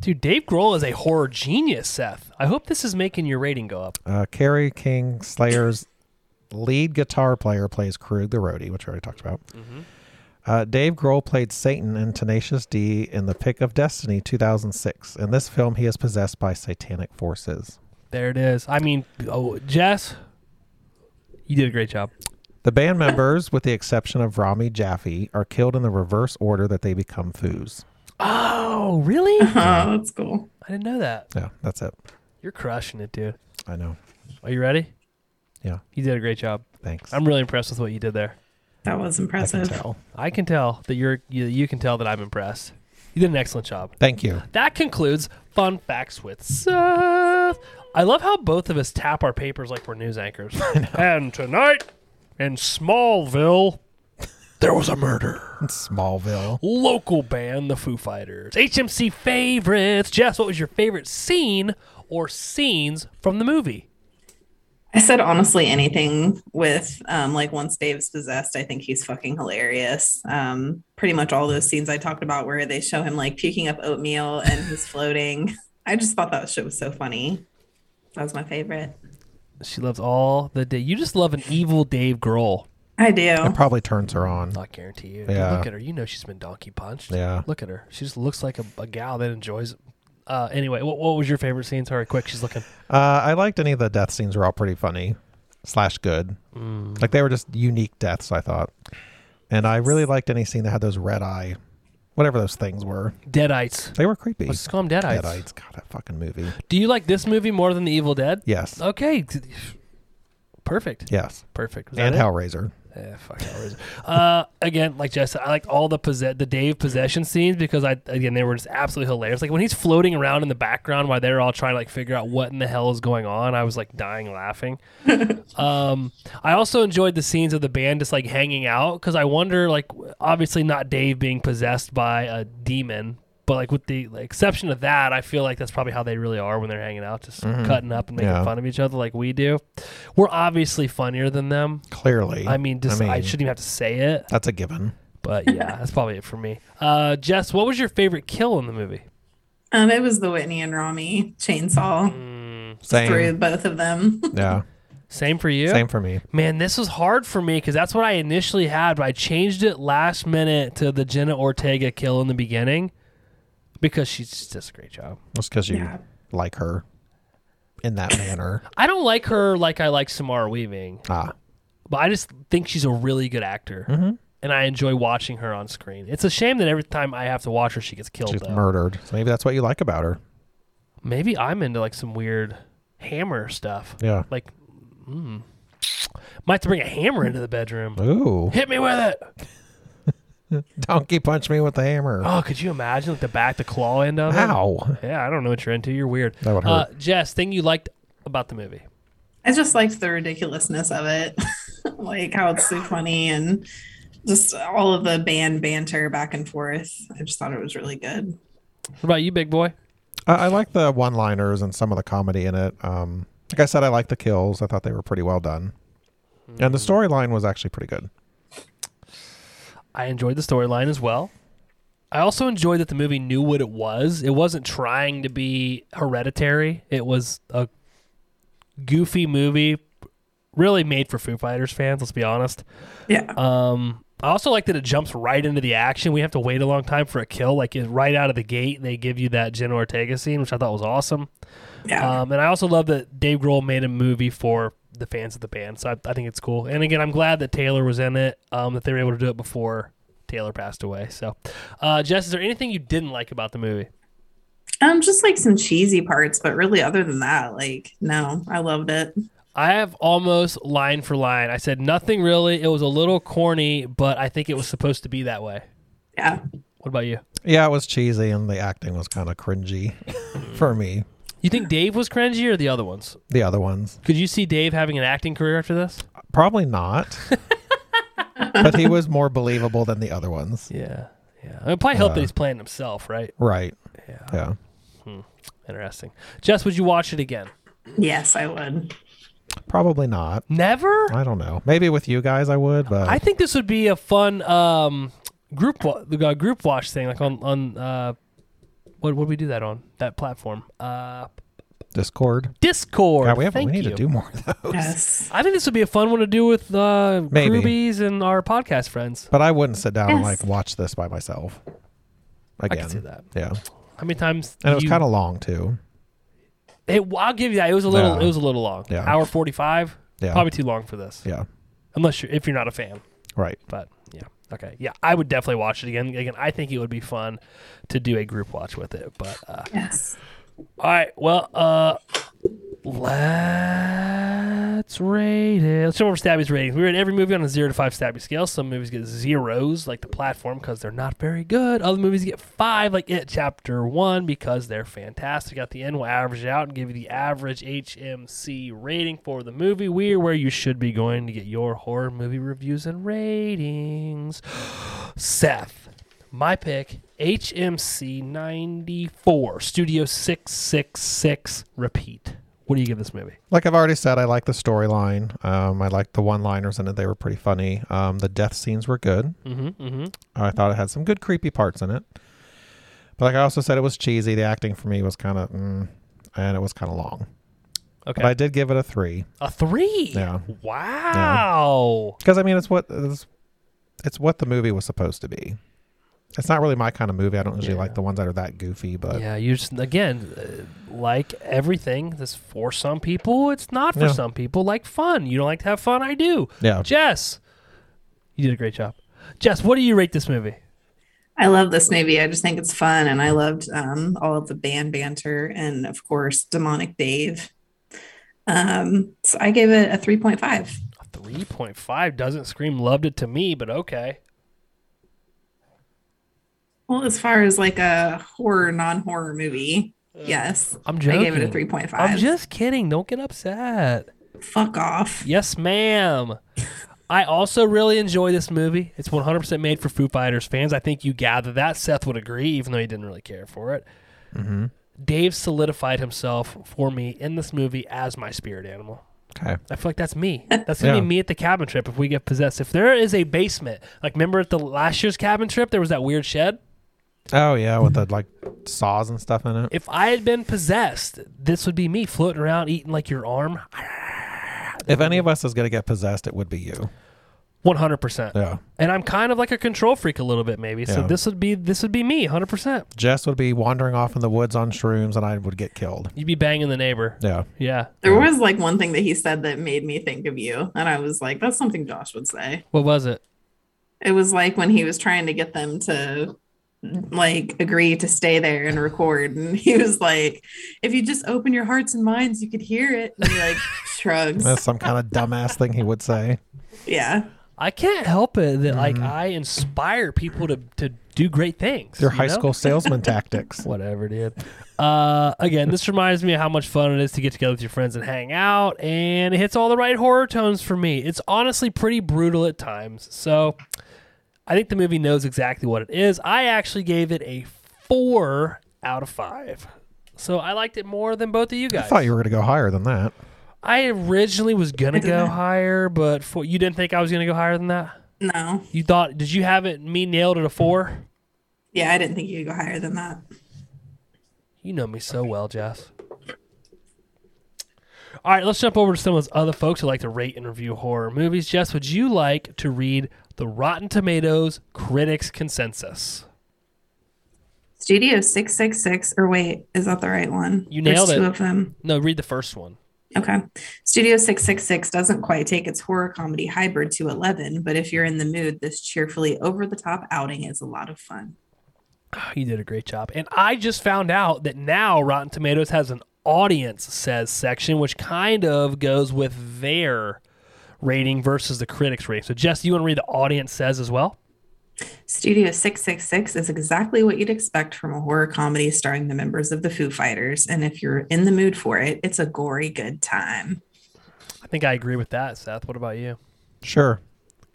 [SPEAKER 1] Dude, Dave Grohl is a horror genius, Seth. I hope this is making your rating go up.
[SPEAKER 2] Uh, Carrie King Slayer's lead guitar player plays Krug the Roadie, which we already talked about. Uh, Dave Grohl played Satan in Tenacious D in The Pick of Destiny 2006. In this film, he is possessed by satanic forces.
[SPEAKER 1] There it is. I mean, oh, Jess, you did a great job.
[SPEAKER 2] The band members, with the exception of Rami Jaffe, are killed in the reverse order that they become foos.
[SPEAKER 1] Oh, really? I
[SPEAKER 4] Oh, that's cool.
[SPEAKER 1] didn't know that.
[SPEAKER 2] Yeah, that's it.
[SPEAKER 1] You're crushing it, dude.
[SPEAKER 2] I know.
[SPEAKER 1] Are you ready?
[SPEAKER 2] Yeah.
[SPEAKER 1] You did a great job.
[SPEAKER 2] Thanks.
[SPEAKER 1] I'm really impressed with what you did there.
[SPEAKER 4] That
[SPEAKER 2] I
[SPEAKER 4] was
[SPEAKER 2] can
[SPEAKER 4] impressive.
[SPEAKER 2] tell.
[SPEAKER 1] I can tell that you're you, you can tell that I'm impressed. You did an excellent job.
[SPEAKER 2] Thank you.
[SPEAKER 1] That concludes fun facts with Seth. I love how both of us tap our papers like we're news anchors. and tonight in Smallville,
[SPEAKER 2] There was a murder in Smallville.
[SPEAKER 1] local band, the Foo Fighters. HMC favorites. Jess, what was your favorite scene or scenes from the movie?
[SPEAKER 4] I said honestly anything with um, like once Dave's possessed, I think he's fucking hilarious. Um, pretty much all those scenes I talked about where they show him like puking up oatmeal and he's floating. I just thought that shit was so funny. That was my favorite.
[SPEAKER 1] She loves all the day. You just love an evil Dave Grohl.
[SPEAKER 4] I do.
[SPEAKER 2] It probably turns her on.
[SPEAKER 1] I guarantee you.
[SPEAKER 2] Yeah.
[SPEAKER 1] Look at her. You know she's been donkey punched.
[SPEAKER 2] Yeah.
[SPEAKER 1] Look at her. She just looks like a, a gal that enjoys it. Uh, anyway, what, what was your favorite scene? Sorry, quick. She's looking.
[SPEAKER 2] Uh, I liked any of the death scenes were all pretty funny slash good.
[SPEAKER 1] Mm.
[SPEAKER 2] Like they were just unique deaths, I thought. And I really liked any scene that had those red eye, whatever those things were.
[SPEAKER 1] Deadites.
[SPEAKER 2] They were creepy.
[SPEAKER 1] Let's just call them Deadites.
[SPEAKER 2] Deadites. God, that fucking movie.
[SPEAKER 1] Do you like this movie more than The Evil Dead?
[SPEAKER 2] Yes.
[SPEAKER 1] Okay. Perfect.
[SPEAKER 2] Yes.
[SPEAKER 1] Perfect. Was
[SPEAKER 2] and
[SPEAKER 1] that it?
[SPEAKER 2] Hellraiser.
[SPEAKER 1] Eh, fuck Hellraiser. uh, again, like Jess, said, I liked all the possess- the Dave possession scenes because I again they were just absolutely hilarious. Like when he's floating around in the background while they're all trying to like figure out what in the hell is going on, I was like dying laughing. um, I also enjoyed the scenes of the band just like hanging out because I wonder like obviously not Dave being possessed by a demon. But like with the like, exception of that, I feel like that's probably how they really are when they're hanging out, just cutting up and making
[SPEAKER 2] Yeah.
[SPEAKER 1] fun of each other like we do. We're obviously funnier than them.
[SPEAKER 2] Clearly.
[SPEAKER 1] I mean, just, I, shouldn't even have to say it,
[SPEAKER 2] That's a given.
[SPEAKER 1] but yeah, that's probably it for me. Uh, Jess, what was your favorite kill in the movie?
[SPEAKER 4] Um, it was the Whitney and Rami chainsaw through
[SPEAKER 2] Same.
[SPEAKER 4] both of them.
[SPEAKER 2] Yeah.
[SPEAKER 1] Same for you.
[SPEAKER 2] Same for me.
[SPEAKER 1] Man, this was hard for me because that's what I initially had, but I changed it last minute to the Jenna Ortega kill in the beginning because she just does a great job.
[SPEAKER 2] Just because you
[SPEAKER 4] Yeah.
[SPEAKER 2] like her in that manner.
[SPEAKER 1] I don't like her like I like Samara Weaving,
[SPEAKER 2] Ah.
[SPEAKER 1] but I just think she's a really good actor. And I enjoy watching her on screen. It's a shame that every time I have to watch her, she gets killed.
[SPEAKER 2] She's
[SPEAKER 1] though.
[SPEAKER 2] murdered. So maybe that's what you like about her.
[SPEAKER 1] Maybe I'm into like some weird hammer stuff.
[SPEAKER 2] Yeah.
[SPEAKER 1] Like, mm, might have to bring a hammer into the bedroom.
[SPEAKER 2] Ooh.
[SPEAKER 1] Hit me with it.
[SPEAKER 2] Donkey punch me with the hammer.
[SPEAKER 1] Oh, could you imagine like the back, the claw end of it?
[SPEAKER 2] Ow.
[SPEAKER 1] Yeah, I don't know what you're into. You're weird.
[SPEAKER 2] That would
[SPEAKER 1] Uh,
[SPEAKER 2] hurt.
[SPEAKER 1] Jess, thing you liked about the movie?
[SPEAKER 4] I just liked the ridiculousness of it, like how it's so funny and just all of the band banter back and forth. I just thought it was really good.
[SPEAKER 1] What about you, big boy?
[SPEAKER 2] I, I like the one-liners and some of the comedy in it. Um, like I said, I like the kills. I thought they were pretty well done, and the
[SPEAKER 1] Hmm.
[SPEAKER 2] storyline was actually pretty good.
[SPEAKER 1] I enjoyed the storyline as well. I also enjoyed that the movie knew what it was. It wasn't trying to be hereditary. It was a goofy movie, really made for Foo Fighters fans. Let's be honest.
[SPEAKER 4] Yeah.
[SPEAKER 1] Um, I also like that it jumps right into the action. We have to wait a long time for a kill. Like it- right out of the gate, they give you that Jenna Ortega scene, which I thought was awesome.
[SPEAKER 4] yeah.
[SPEAKER 1] Um, and I also love that Dave Grohl made a movie for the fans of the band. So I, I think it's cool. And again, I'm glad that Taylor was in it, um, that they were able to do it before Taylor passed away. So, uh, Jess, is there anything you didn't like about the movie?
[SPEAKER 4] Um, just like some cheesy parts, but really, other than that, like, no, I loved it.
[SPEAKER 1] I have almost line for line. I said nothing really. It was a little corny, but I think it was supposed to be that way.
[SPEAKER 4] Yeah.
[SPEAKER 1] What about you?
[SPEAKER 2] Yeah, it was cheesy, and the acting was kind of cringy for me.
[SPEAKER 1] You think Dave was cringy or the other ones?
[SPEAKER 2] The other ones,
[SPEAKER 1] Could you see Dave having an acting career after this?
[SPEAKER 2] probably not. but he was more believable than the other ones.
[SPEAKER 1] Yeah. Yeah. It probably helped that
[SPEAKER 2] Uh.
[SPEAKER 1] he's playing himself, right?
[SPEAKER 2] Right.
[SPEAKER 1] Yeah.
[SPEAKER 2] Yeah.
[SPEAKER 1] Interesting. Jess, would you watch it again?
[SPEAKER 4] Yes, I would.
[SPEAKER 2] Probably not.
[SPEAKER 1] Never?
[SPEAKER 2] I don't know. Maybe with you guys I would, but
[SPEAKER 1] I think this would be a fun um, group wa- uh, group watch thing, like on on uh, what would we do that on that platform? Uh,
[SPEAKER 2] Discord.
[SPEAKER 1] Discord.
[SPEAKER 2] Yeah, we, have, we
[SPEAKER 1] Thank
[SPEAKER 2] need
[SPEAKER 1] you.
[SPEAKER 2] to do more of those.
[SPEAKER 4] Yes.
[SPEAKER 1] I think this would be a fun one to do with uh,
[SPEAKER 2] Maybe.
[SPEAKER 1] groupies and our podcast friends.
[SPEAKER 2] But I wouldn't sit down and
[SPEAKER 4] Yes.
[SPEAKER 2] like watch this by myself. Again.
[SPEAKER 1] see that.
[SPEAKER 2] Yeah.
[SPEAKER 1] How many times?
[SPEAKER 2] And it was
[SPEAKER 1] you-
[SPEAKER 2] kind of long too.
[SPEAKER 1] It, I'll give you that. It was a little.
[SPEAKER 2] Yeah.
[SPEAKER 1] It was a little long.
[SPEAKER 2] Yeah.
[SPEAKER 1] Hour forty five.
[SPEAKER 2] Yeah.
[SPEAKER 1] Probably too long for this.
[SPEAKER 2] Yeah.
[SPEAKER 1] Unless you're if you're not a fan.
[SPEAKER 2] Right.
[SPEAKER 1] But yeah. Okay. Yeah, I would definitely watch it again. Again, I think it would be fun to do a group watch with it. But uh,
[SPEAKER 4] Yes.
[SPEAKER 1] All right. Well, uh, let's rate it. Let's go over Stabby's ratings. We rate every movie on a zero to five Stabby scale. Some movies get zeros, like the platform, because they're not very good. Other movies get five, like it, chapter one, because they're fantastic. At the end, we'll average it out and give you the average HMC rating for the movie. We're where you should be going to get your horror movie reviews and ratings. Seth, my pick, HMC 94, Studio 666, repeat. What do you give this movie?
[SPEAKER 2] Like I've already said, I like the storyline. Um, I liked the one-liners in it; they were pretty funny. Um, the death scenes were good.
[SPEAKER 1] Mm-hmm, mm-hmm.
[SPEAKER 2] I thought it had some good creepy parts in it. But like I also said, it was cheesy. The acting for me was kind of, mm, and it was kind of long.
[SPEAKER 1] Okay.
[SPEAKER 2] But I did give it a three
[SPEAKER 1] a three.
[SPEAKER 2] Yeah.
[SPEAKER 1] Wow.
[SPEAKER 2] because I mean, it's what it's, it's what the movie was supposed to be. It's not really my kind of movie. I don't usually
[SPEAKER 1] Yeah.
[SPEAKER 2] like the ones that are that goofy,
[SPEAKER 1] Yeah,
[SPEAKER 2] but
[SPEAKER 1] you just, again, uh, like everything, this for some people, it's not for
[SPEAKER 2] Yeah.
[SPEAKER 1] some people. Like fun. You don't like to have fun? I do.
[SPEAKER 2] yeah,
[SPEAKER 1] Jess, you did a great job. Jess, what do you rate this movie?
[SPEAKER 4] I love this movie. I just think it's fun. And I loved um, all of the band banter and, of course, Demonic Dave. Um, so I gave it a 3.5.
[SPEAKER 1] 3.5 doesn't scream loved it to me, but okay.
[SPEAKER 4] Well, as far as like a horror, non horror movie, yes.
[SPEAKER 1] Uh, I'm
[SPEAKER 4] I
[SPEAKER 1] joking.
[SPEAKER 4] gave it a 3.5.
[SPEAKER 1] I'm just kidding. Don't get upset.
[SPEAKER 4] Fuck off.
[SPEAKER 1] Yes, ma'am. I also really enjoy this movie. It's 100% made for Foo Fighters fans. I think you gather that. Seth would agree, even though he didn't really care for it. Dave solidified himself for me in this movie as my spirit animal.
[SPEAKER 2] okay,
[SPEAKER 1] I feel like that's me. That's gonna
[SPEAKER 2] Yeah.
[SPEAKER 1] be me at the cabin trip if we get possessed. If there is a basement, like remember at the last year's cabin trip, there was that weird shed.
[SPEAKER 2] oh yeah, with the like saws and stuff in it.
[SPEAKER 1] If I had been possessed, this would be me floating around eating like your arm.
[SPEAKER 2] If any of us is gonna get possessed, it would be you.
[SPEAKER 1] 100%.
[SPEAKER 2] Yeah,
[SPEAKER 1] and I'm kind of like a control freak a little bit maybe. So
[SPEAKER 2] Yeah.
[SPEAKER 1] this would be this would be me 100%.
[SPEAKER 2] Jess would be wandering off in the woods on shrooms, and I would get killed.
[SPEAKER 1] You'd be banging the neighbor.
[SPEAKER 2] Yeah,
[SPEAKER 1] Yeah.
[SPEAKER 4] There was like one thing that he said that made me think of you. And I was like, that's something Josh would say.
[SPEAKER 1] What was it?
[SPEAKER 4] It was like when he was trying to get them to like agree to stay there and record. And he was like, if you just open your hearts and minds, you could hear it. And he like shrugs.
[SPEAKER 2] that's some kind of dumbass thing he would say.
[SPEAKER 4] yeah.
[SPEAKER 1] I can't help it that like
[SPEAKER 2] Mm-hmm.
[SPEAKER 1] I inspire people to to do great things.
[SPEAKER 2] Your
[SPEAKER 1] you
[SPEAKER 2] high
[SPEAKER 1] know?
[SPEAKER 2] school salesman tactics.
[SPEAKER 1] Whatever, dude. Uh, again, this reminds me of how much fun it is to get together with your friends and hang out, and it hits all the right horror tones for me. It's honestly pretty brutal at times, so I think the movie knows exactly what it is. I actually gave it a four out of five. So I liked it more than both of you
[SPEAKER 2] I
[SPEAKER 1] guys.
[SPEAKER 2] thought you were going to go higher than that.
[SPEAKER 1] I originally was gonna go higher, but for, you didn't think I was gonna go higher than that.
[SPEAKER 4] No.
[SPEAKER 1] You thought? Did you have it? Me nailed it a four.
[SPEAKER 4] Yeah, I didn't think you could go higher than that.
[SPEAKER 1] You know me so well, Jess. All right, let's jump over to some of those other folks who like to rate and review horror movies. Jess, would you like to read the Rotten Tomatoes critics consensus?
[SPEAKER 4] Studio 666, or wait, is that the right one?
[SPEAKER 1] You nailed
[SPEAKER 4] There's two
[SPEAKER 1] it.
[SPEAKER 4] of them.
[SPEAKER 1] No, read the first one.
[SPEAKER 4] Okay. Studio 666 doesn't quite take its horror comedy hybrid to 11, but if you're in the mood, this cheerfully over the top outing is a lot of fun.
[SPEAKER 1] Oh, you did a great job. And I just found out that now Rotten Tomatoes has an audience says section, which kind of goes with their rating versus the critics' rating. So, Jess, you want to read the audience says as well?
[SPEAKER 4] Studio 666 is exactly what you'd expect from a horror comedy starring the members of the Foo Fighters. And if you're in the mood for it, it's a gory good time.
[SPEAKER 1] I think I agree with that, Seth. What about you?
[SPEAKER 2] Sure.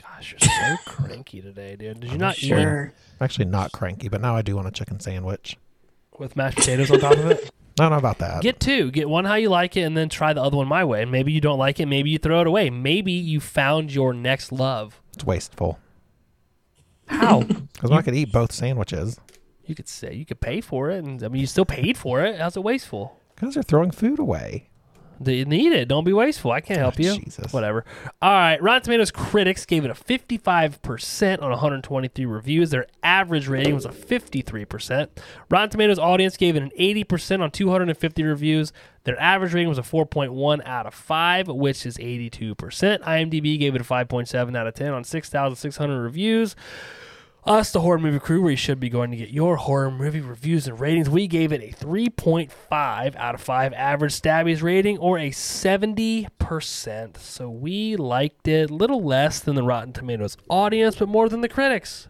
[SPEAKER 1] Gosh, you're so cranky today, dude. Did you not eat
[SPEAKER 4] Sure.
[SPEAKER 2] I'm actually not cranky, but now I do want a chicken sandwich.
[SPEAKER 1] with mashed potatoes on top of it?
[SPEAKER 2] I don't know about that.
[SPEAKER 1] Get two. Get one how you like it, and then try the other one my way. And maybe you don't like it. Maybe you throw it away. Maybe you found your next love.
[SPEAKER 2] It's wasteful.
[SPEAKER 1] How?
[SPEAKER 2] Because I could eat both sandwiches.
[SPEAKER 1] you could say you could pay for it, and I mean you still paid for it. How's it wasteful?
[SPEAKER 2] Guys are throwing food away.
[SPEAKER 1] They need it. Don't be wasteful. I can't help
[SPEAKER 2] Oh,
[SPEAKER 1] you.
[SPEAKER 2] Jesus.
[SPEAKER 1] Whatever. All right. Rotten Tomatoes critics gave it a 55% on 123 reviews. Their average rating was a 53%. Rotten Tomatoes audience gave it an 80% on 250 reviews. Their average rating was a 4.1 out of 5, which is 82%. IMDb gave it a 5.7 out of 10 on 6,600 reviews. Us, the horror movie crew, where you should be going to get your horror movie reviews and ratings. We gave it a 3.5 out of 5 average Stabby's rating or a 70%. So we liked it a little less than the Rotten Tomatoes audience, but more than the critics.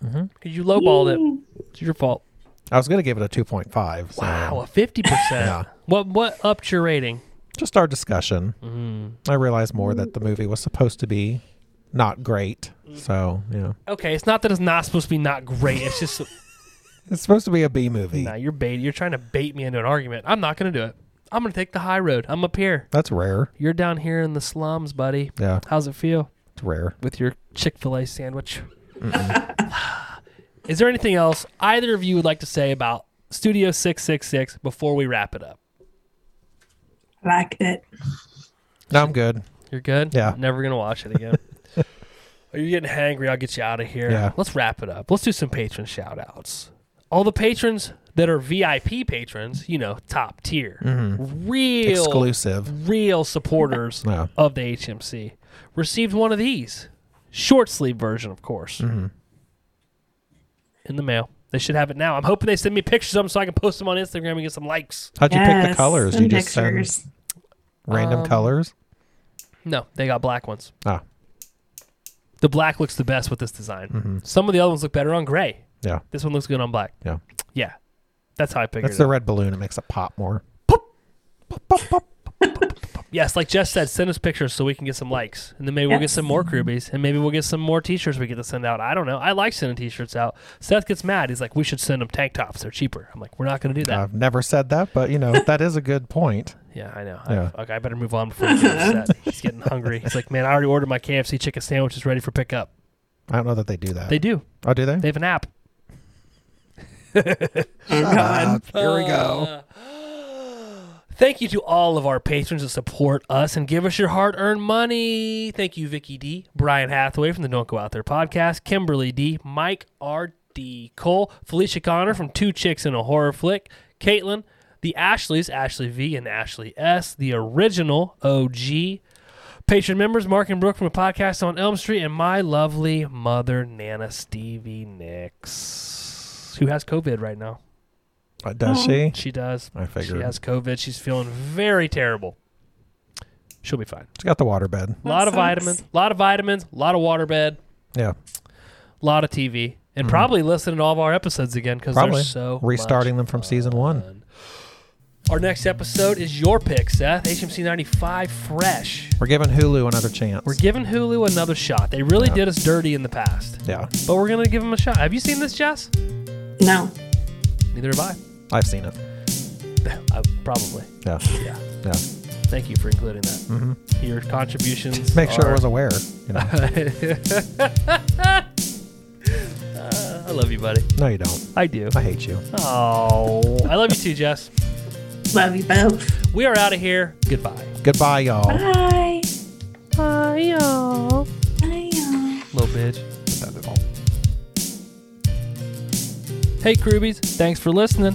[SPEAKER 1] Because you lowballed it. It's your fault.
[SPEAKER 2] I was going to give it a 2.5. So
[SPEAKER 1] Wow, a 50%. What what upped your rating?
[SPEAKER 2] Just our discussion.
[SPEAKER 1] Mm-hmm.
[SPEAKER 2] I realized more that the movie was supposed to be not great.
[SPEAKER 1] Mm.
[SPEAKER 2] So, yeah.
[SPEAKER 1] Okay, it's not that it's not supposed to be not great. It's just,
[SPEAKER 2] It's supposed to be a B movie.
[SPEAKER 1] nah, you're bait. You're trying to bait me into an argument. I'm not going to do it. I'm going to take the high road. I'm up here.
[SPEAKER 2] That's rare.
[SPEAKER 1] You're down here in the slums, buddy.
[SPEAKER 2] Yeah,
[SPEAKER 1] How's it feel
[SPEAKER 2] it's rare.
[SPEAKER 1] with your Chick fil A sandwich? Is there anything else either of you would like to say about Studio 666 before we wrap it up?
[SPEAKER 4] Liked it.
[SPEAKER 2] No, I'm good.
[SPEAKER 1] You're good?
[SPEAKER 2] Yeah.
[SPEAKER 1] Never going to watch it again. Are you getting hangry? I'll get you out of here.
[SPEAKER 2] Yeah.
[SPEAKER 1] Let's wrap it up. Let's do some patron shout outs. All the patrons that are VIP patrons, you know, top tier, real
[SPEAKER 2] Mm-hmm. Exclusive.
[SPEAKER 1] real supporters
[SPEAKER 2] Yeah.
[SPEAKER 1] of the HMC received one of these short sleeve version, of course,
[SPEAKER 2] Mm-hmm.
[SPEAKER 1] in the mail. They should have it now. I'm hoping they send me pictures of them so I can post them on Instagram and get some likes.
[SPEAKER 2] How'd you pick the colors?
[SPEAKER 4] some
[SPEAKER 2] You just um, send
[SPEAKER 4] pictures.
[SPEAKER 2] random
[SPEAKER 1] Um,
[SPEAKER 2] colors?
[SPEAKER 1] No, they got black ones.
[SPEAKER 2] Ah,
[SPEAKER 1] The black looks the best with this design.
[SPEAKER 2] Mm-hmm.
[SPEAKER 1] Some of the other ones look better on gray.
[SPEAKER 2] yeah.
[SPEAKER 1] This one looks good on black.
[SPEAKER 2] Yeah.
[SPEAKER 1] Yeah, that's how I figured
[SPEAKER 2] That's
[SPEAKER 1] it.
[SPEAKER 2] the red balloon. It makes it pop more.
[SPEAKER 1] Yes, like Jess said, send us pictures so we can get some likes, and then maybe we'll get
[SPEAKER 4] Yes.
[SPEAKER 1] some more Krubies, and maybe we'll get some more T-shirts we get to send out. I don't know. I like sending T-shirts out. Seth gets mad. He's like, "We should send them tank tops. They're cheaper." I'm like, "We're not going to do that."
[SPEAKER 2] I've never said that, but you know, that is a good point.
[SPEAKER 1] yeah, I know.
[SPEAKER 2] yeah.
[SPEAKER 1] I, okay, I better move on before he gets upset. He's getting hungry. He's like, "Man, I already ordered my KFC chicken sandwich. It's ready for pickup."
[SPEAKER 2] I don't know that they do that.
[SPEAKER 1] They do.
[SPEAKER 2] oh, do they?
[SPEAKER 1] They have an app.
[SPEAKER 2] Ah, here we go.
[SPEAKER 1] Thank you to all of our patrons that support us and give us your hard-earned money. Thank you, Vicky D, Brian Hathaway from the Don't Go Out There podcast, Kimberly D, Mike R. D. Cole, Felicia Connor from Two Chicks in a Horror Flick, Caitlin, the Ashleys, Ashley V and Ashley S, the original OG, Patron members Mark and Brooke from a podcast on Elm Street, and my lovely mother Nana Stevie Nicks, who has COVID right now.
[SPEAKER 2] Uh, does she?
[SPEAKER 1] She does.
[SPEAKER 2] I figured.
[SPEAKER 1] She has COVID. She's feeling very terrible. She'll be fine.
[SPEAKER 2] She got the water bed.
[SPEAKER 1] A lot of
[SPEAKER 4] sucks.
[SPEAKER 1] vitamins. A lot of vitamins. A lot of water bed.
[SPEAKER 2] Yeah,
[SPEAKER 1] A lot of TV. And probably listening to all of our episodes again because
[SPEAKER 2] Mm-hmm. probably
[SPEAKER 1] they're so
[SPEAKER 2] restarting
[SPEAKER 1] much
[SPEAKER 2] them from season one.
[SPEAKER 1] fun. Our next episode is your pick, Seth. HMC 95 Fresh.
[SPEAKER 2] We're giving Hulu another chance.
[SPEAKER 1] We're giving Hulu another shot. They really did us dirty in the past,
[SPEAKER 2] yeah,
[SPEAKER 1] but we're going to give them a shot. Have you seen this, Jess?
[SPEAKER 4] No.
[SPEAKER 1] Neither have I.
[SPEAKER 2] I've seen it.
[SPEAKER 1] I, probably.
[SPEAKER 2] Yeah.
[SPEAKER 1] Yeah.
[SPEAKER 2] Yeah.
[SPEAKER 1] Thank you for including that. Mm-hmm. Your contributions.
[SPEAKER 2] Make sure
[SPEAKER 1] are-
[SPEAKER 2] it was aware. You know.
[SPEAKER 1] Uh, I love you, buddy.
[SPEAKER 2] no, you don't.
[SPEAKER 1] I do.
[SPEAKER 2] I hate you.
[SPEAKER 1] Oh, I love you too, Jess.
[SPEAKER 4] Love you both.
[SPEAKER 1] We are out of here. Goodbye.
[SPEAKER 2] Goodbye, y'all.
[SPEAKER 4] Bye.
[SPEAKER 5] Hi, y'all.
[SPEAKER 4] Bye. y'all.
[SPEAKER 1] Little bitch.
[SPEAKER 2] That's all.
[SPEAKER 1] Hey, Krubies, thanks for listening.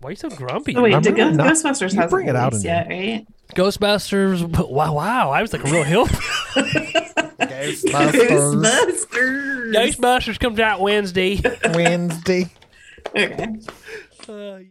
[SPEAKER 1] Why are you so grumpy?
[SPEAKER 4] Oh, wait,
[SPEAKER 2] I'm
[SPEAKER 4] the
[SPEAKER 2] really
[SPEAKER 4] Ghost-
[SPEAKER 2] not-
[SPEAKER 4] Ghostbusters
[SPEAKER 2] you
[SPEAKER 4] hasn't
[SPEAKER 2] bring it out
[SPEAKER 4] released
[SPEAKER 2] in
[SPEAKER 4] yet, right?
[SPEAKER 1] Ghostbusters. Wow, wow. I was like a real hill.
[SPEAKER 4] Ghostbusters.
[SPEAKER 1] Ghostbusters comes out Wednesday.
[SPEAKER 2] Wednesday.
[SPEAKER 1] Uh,
[SPEAKER 4] Okay.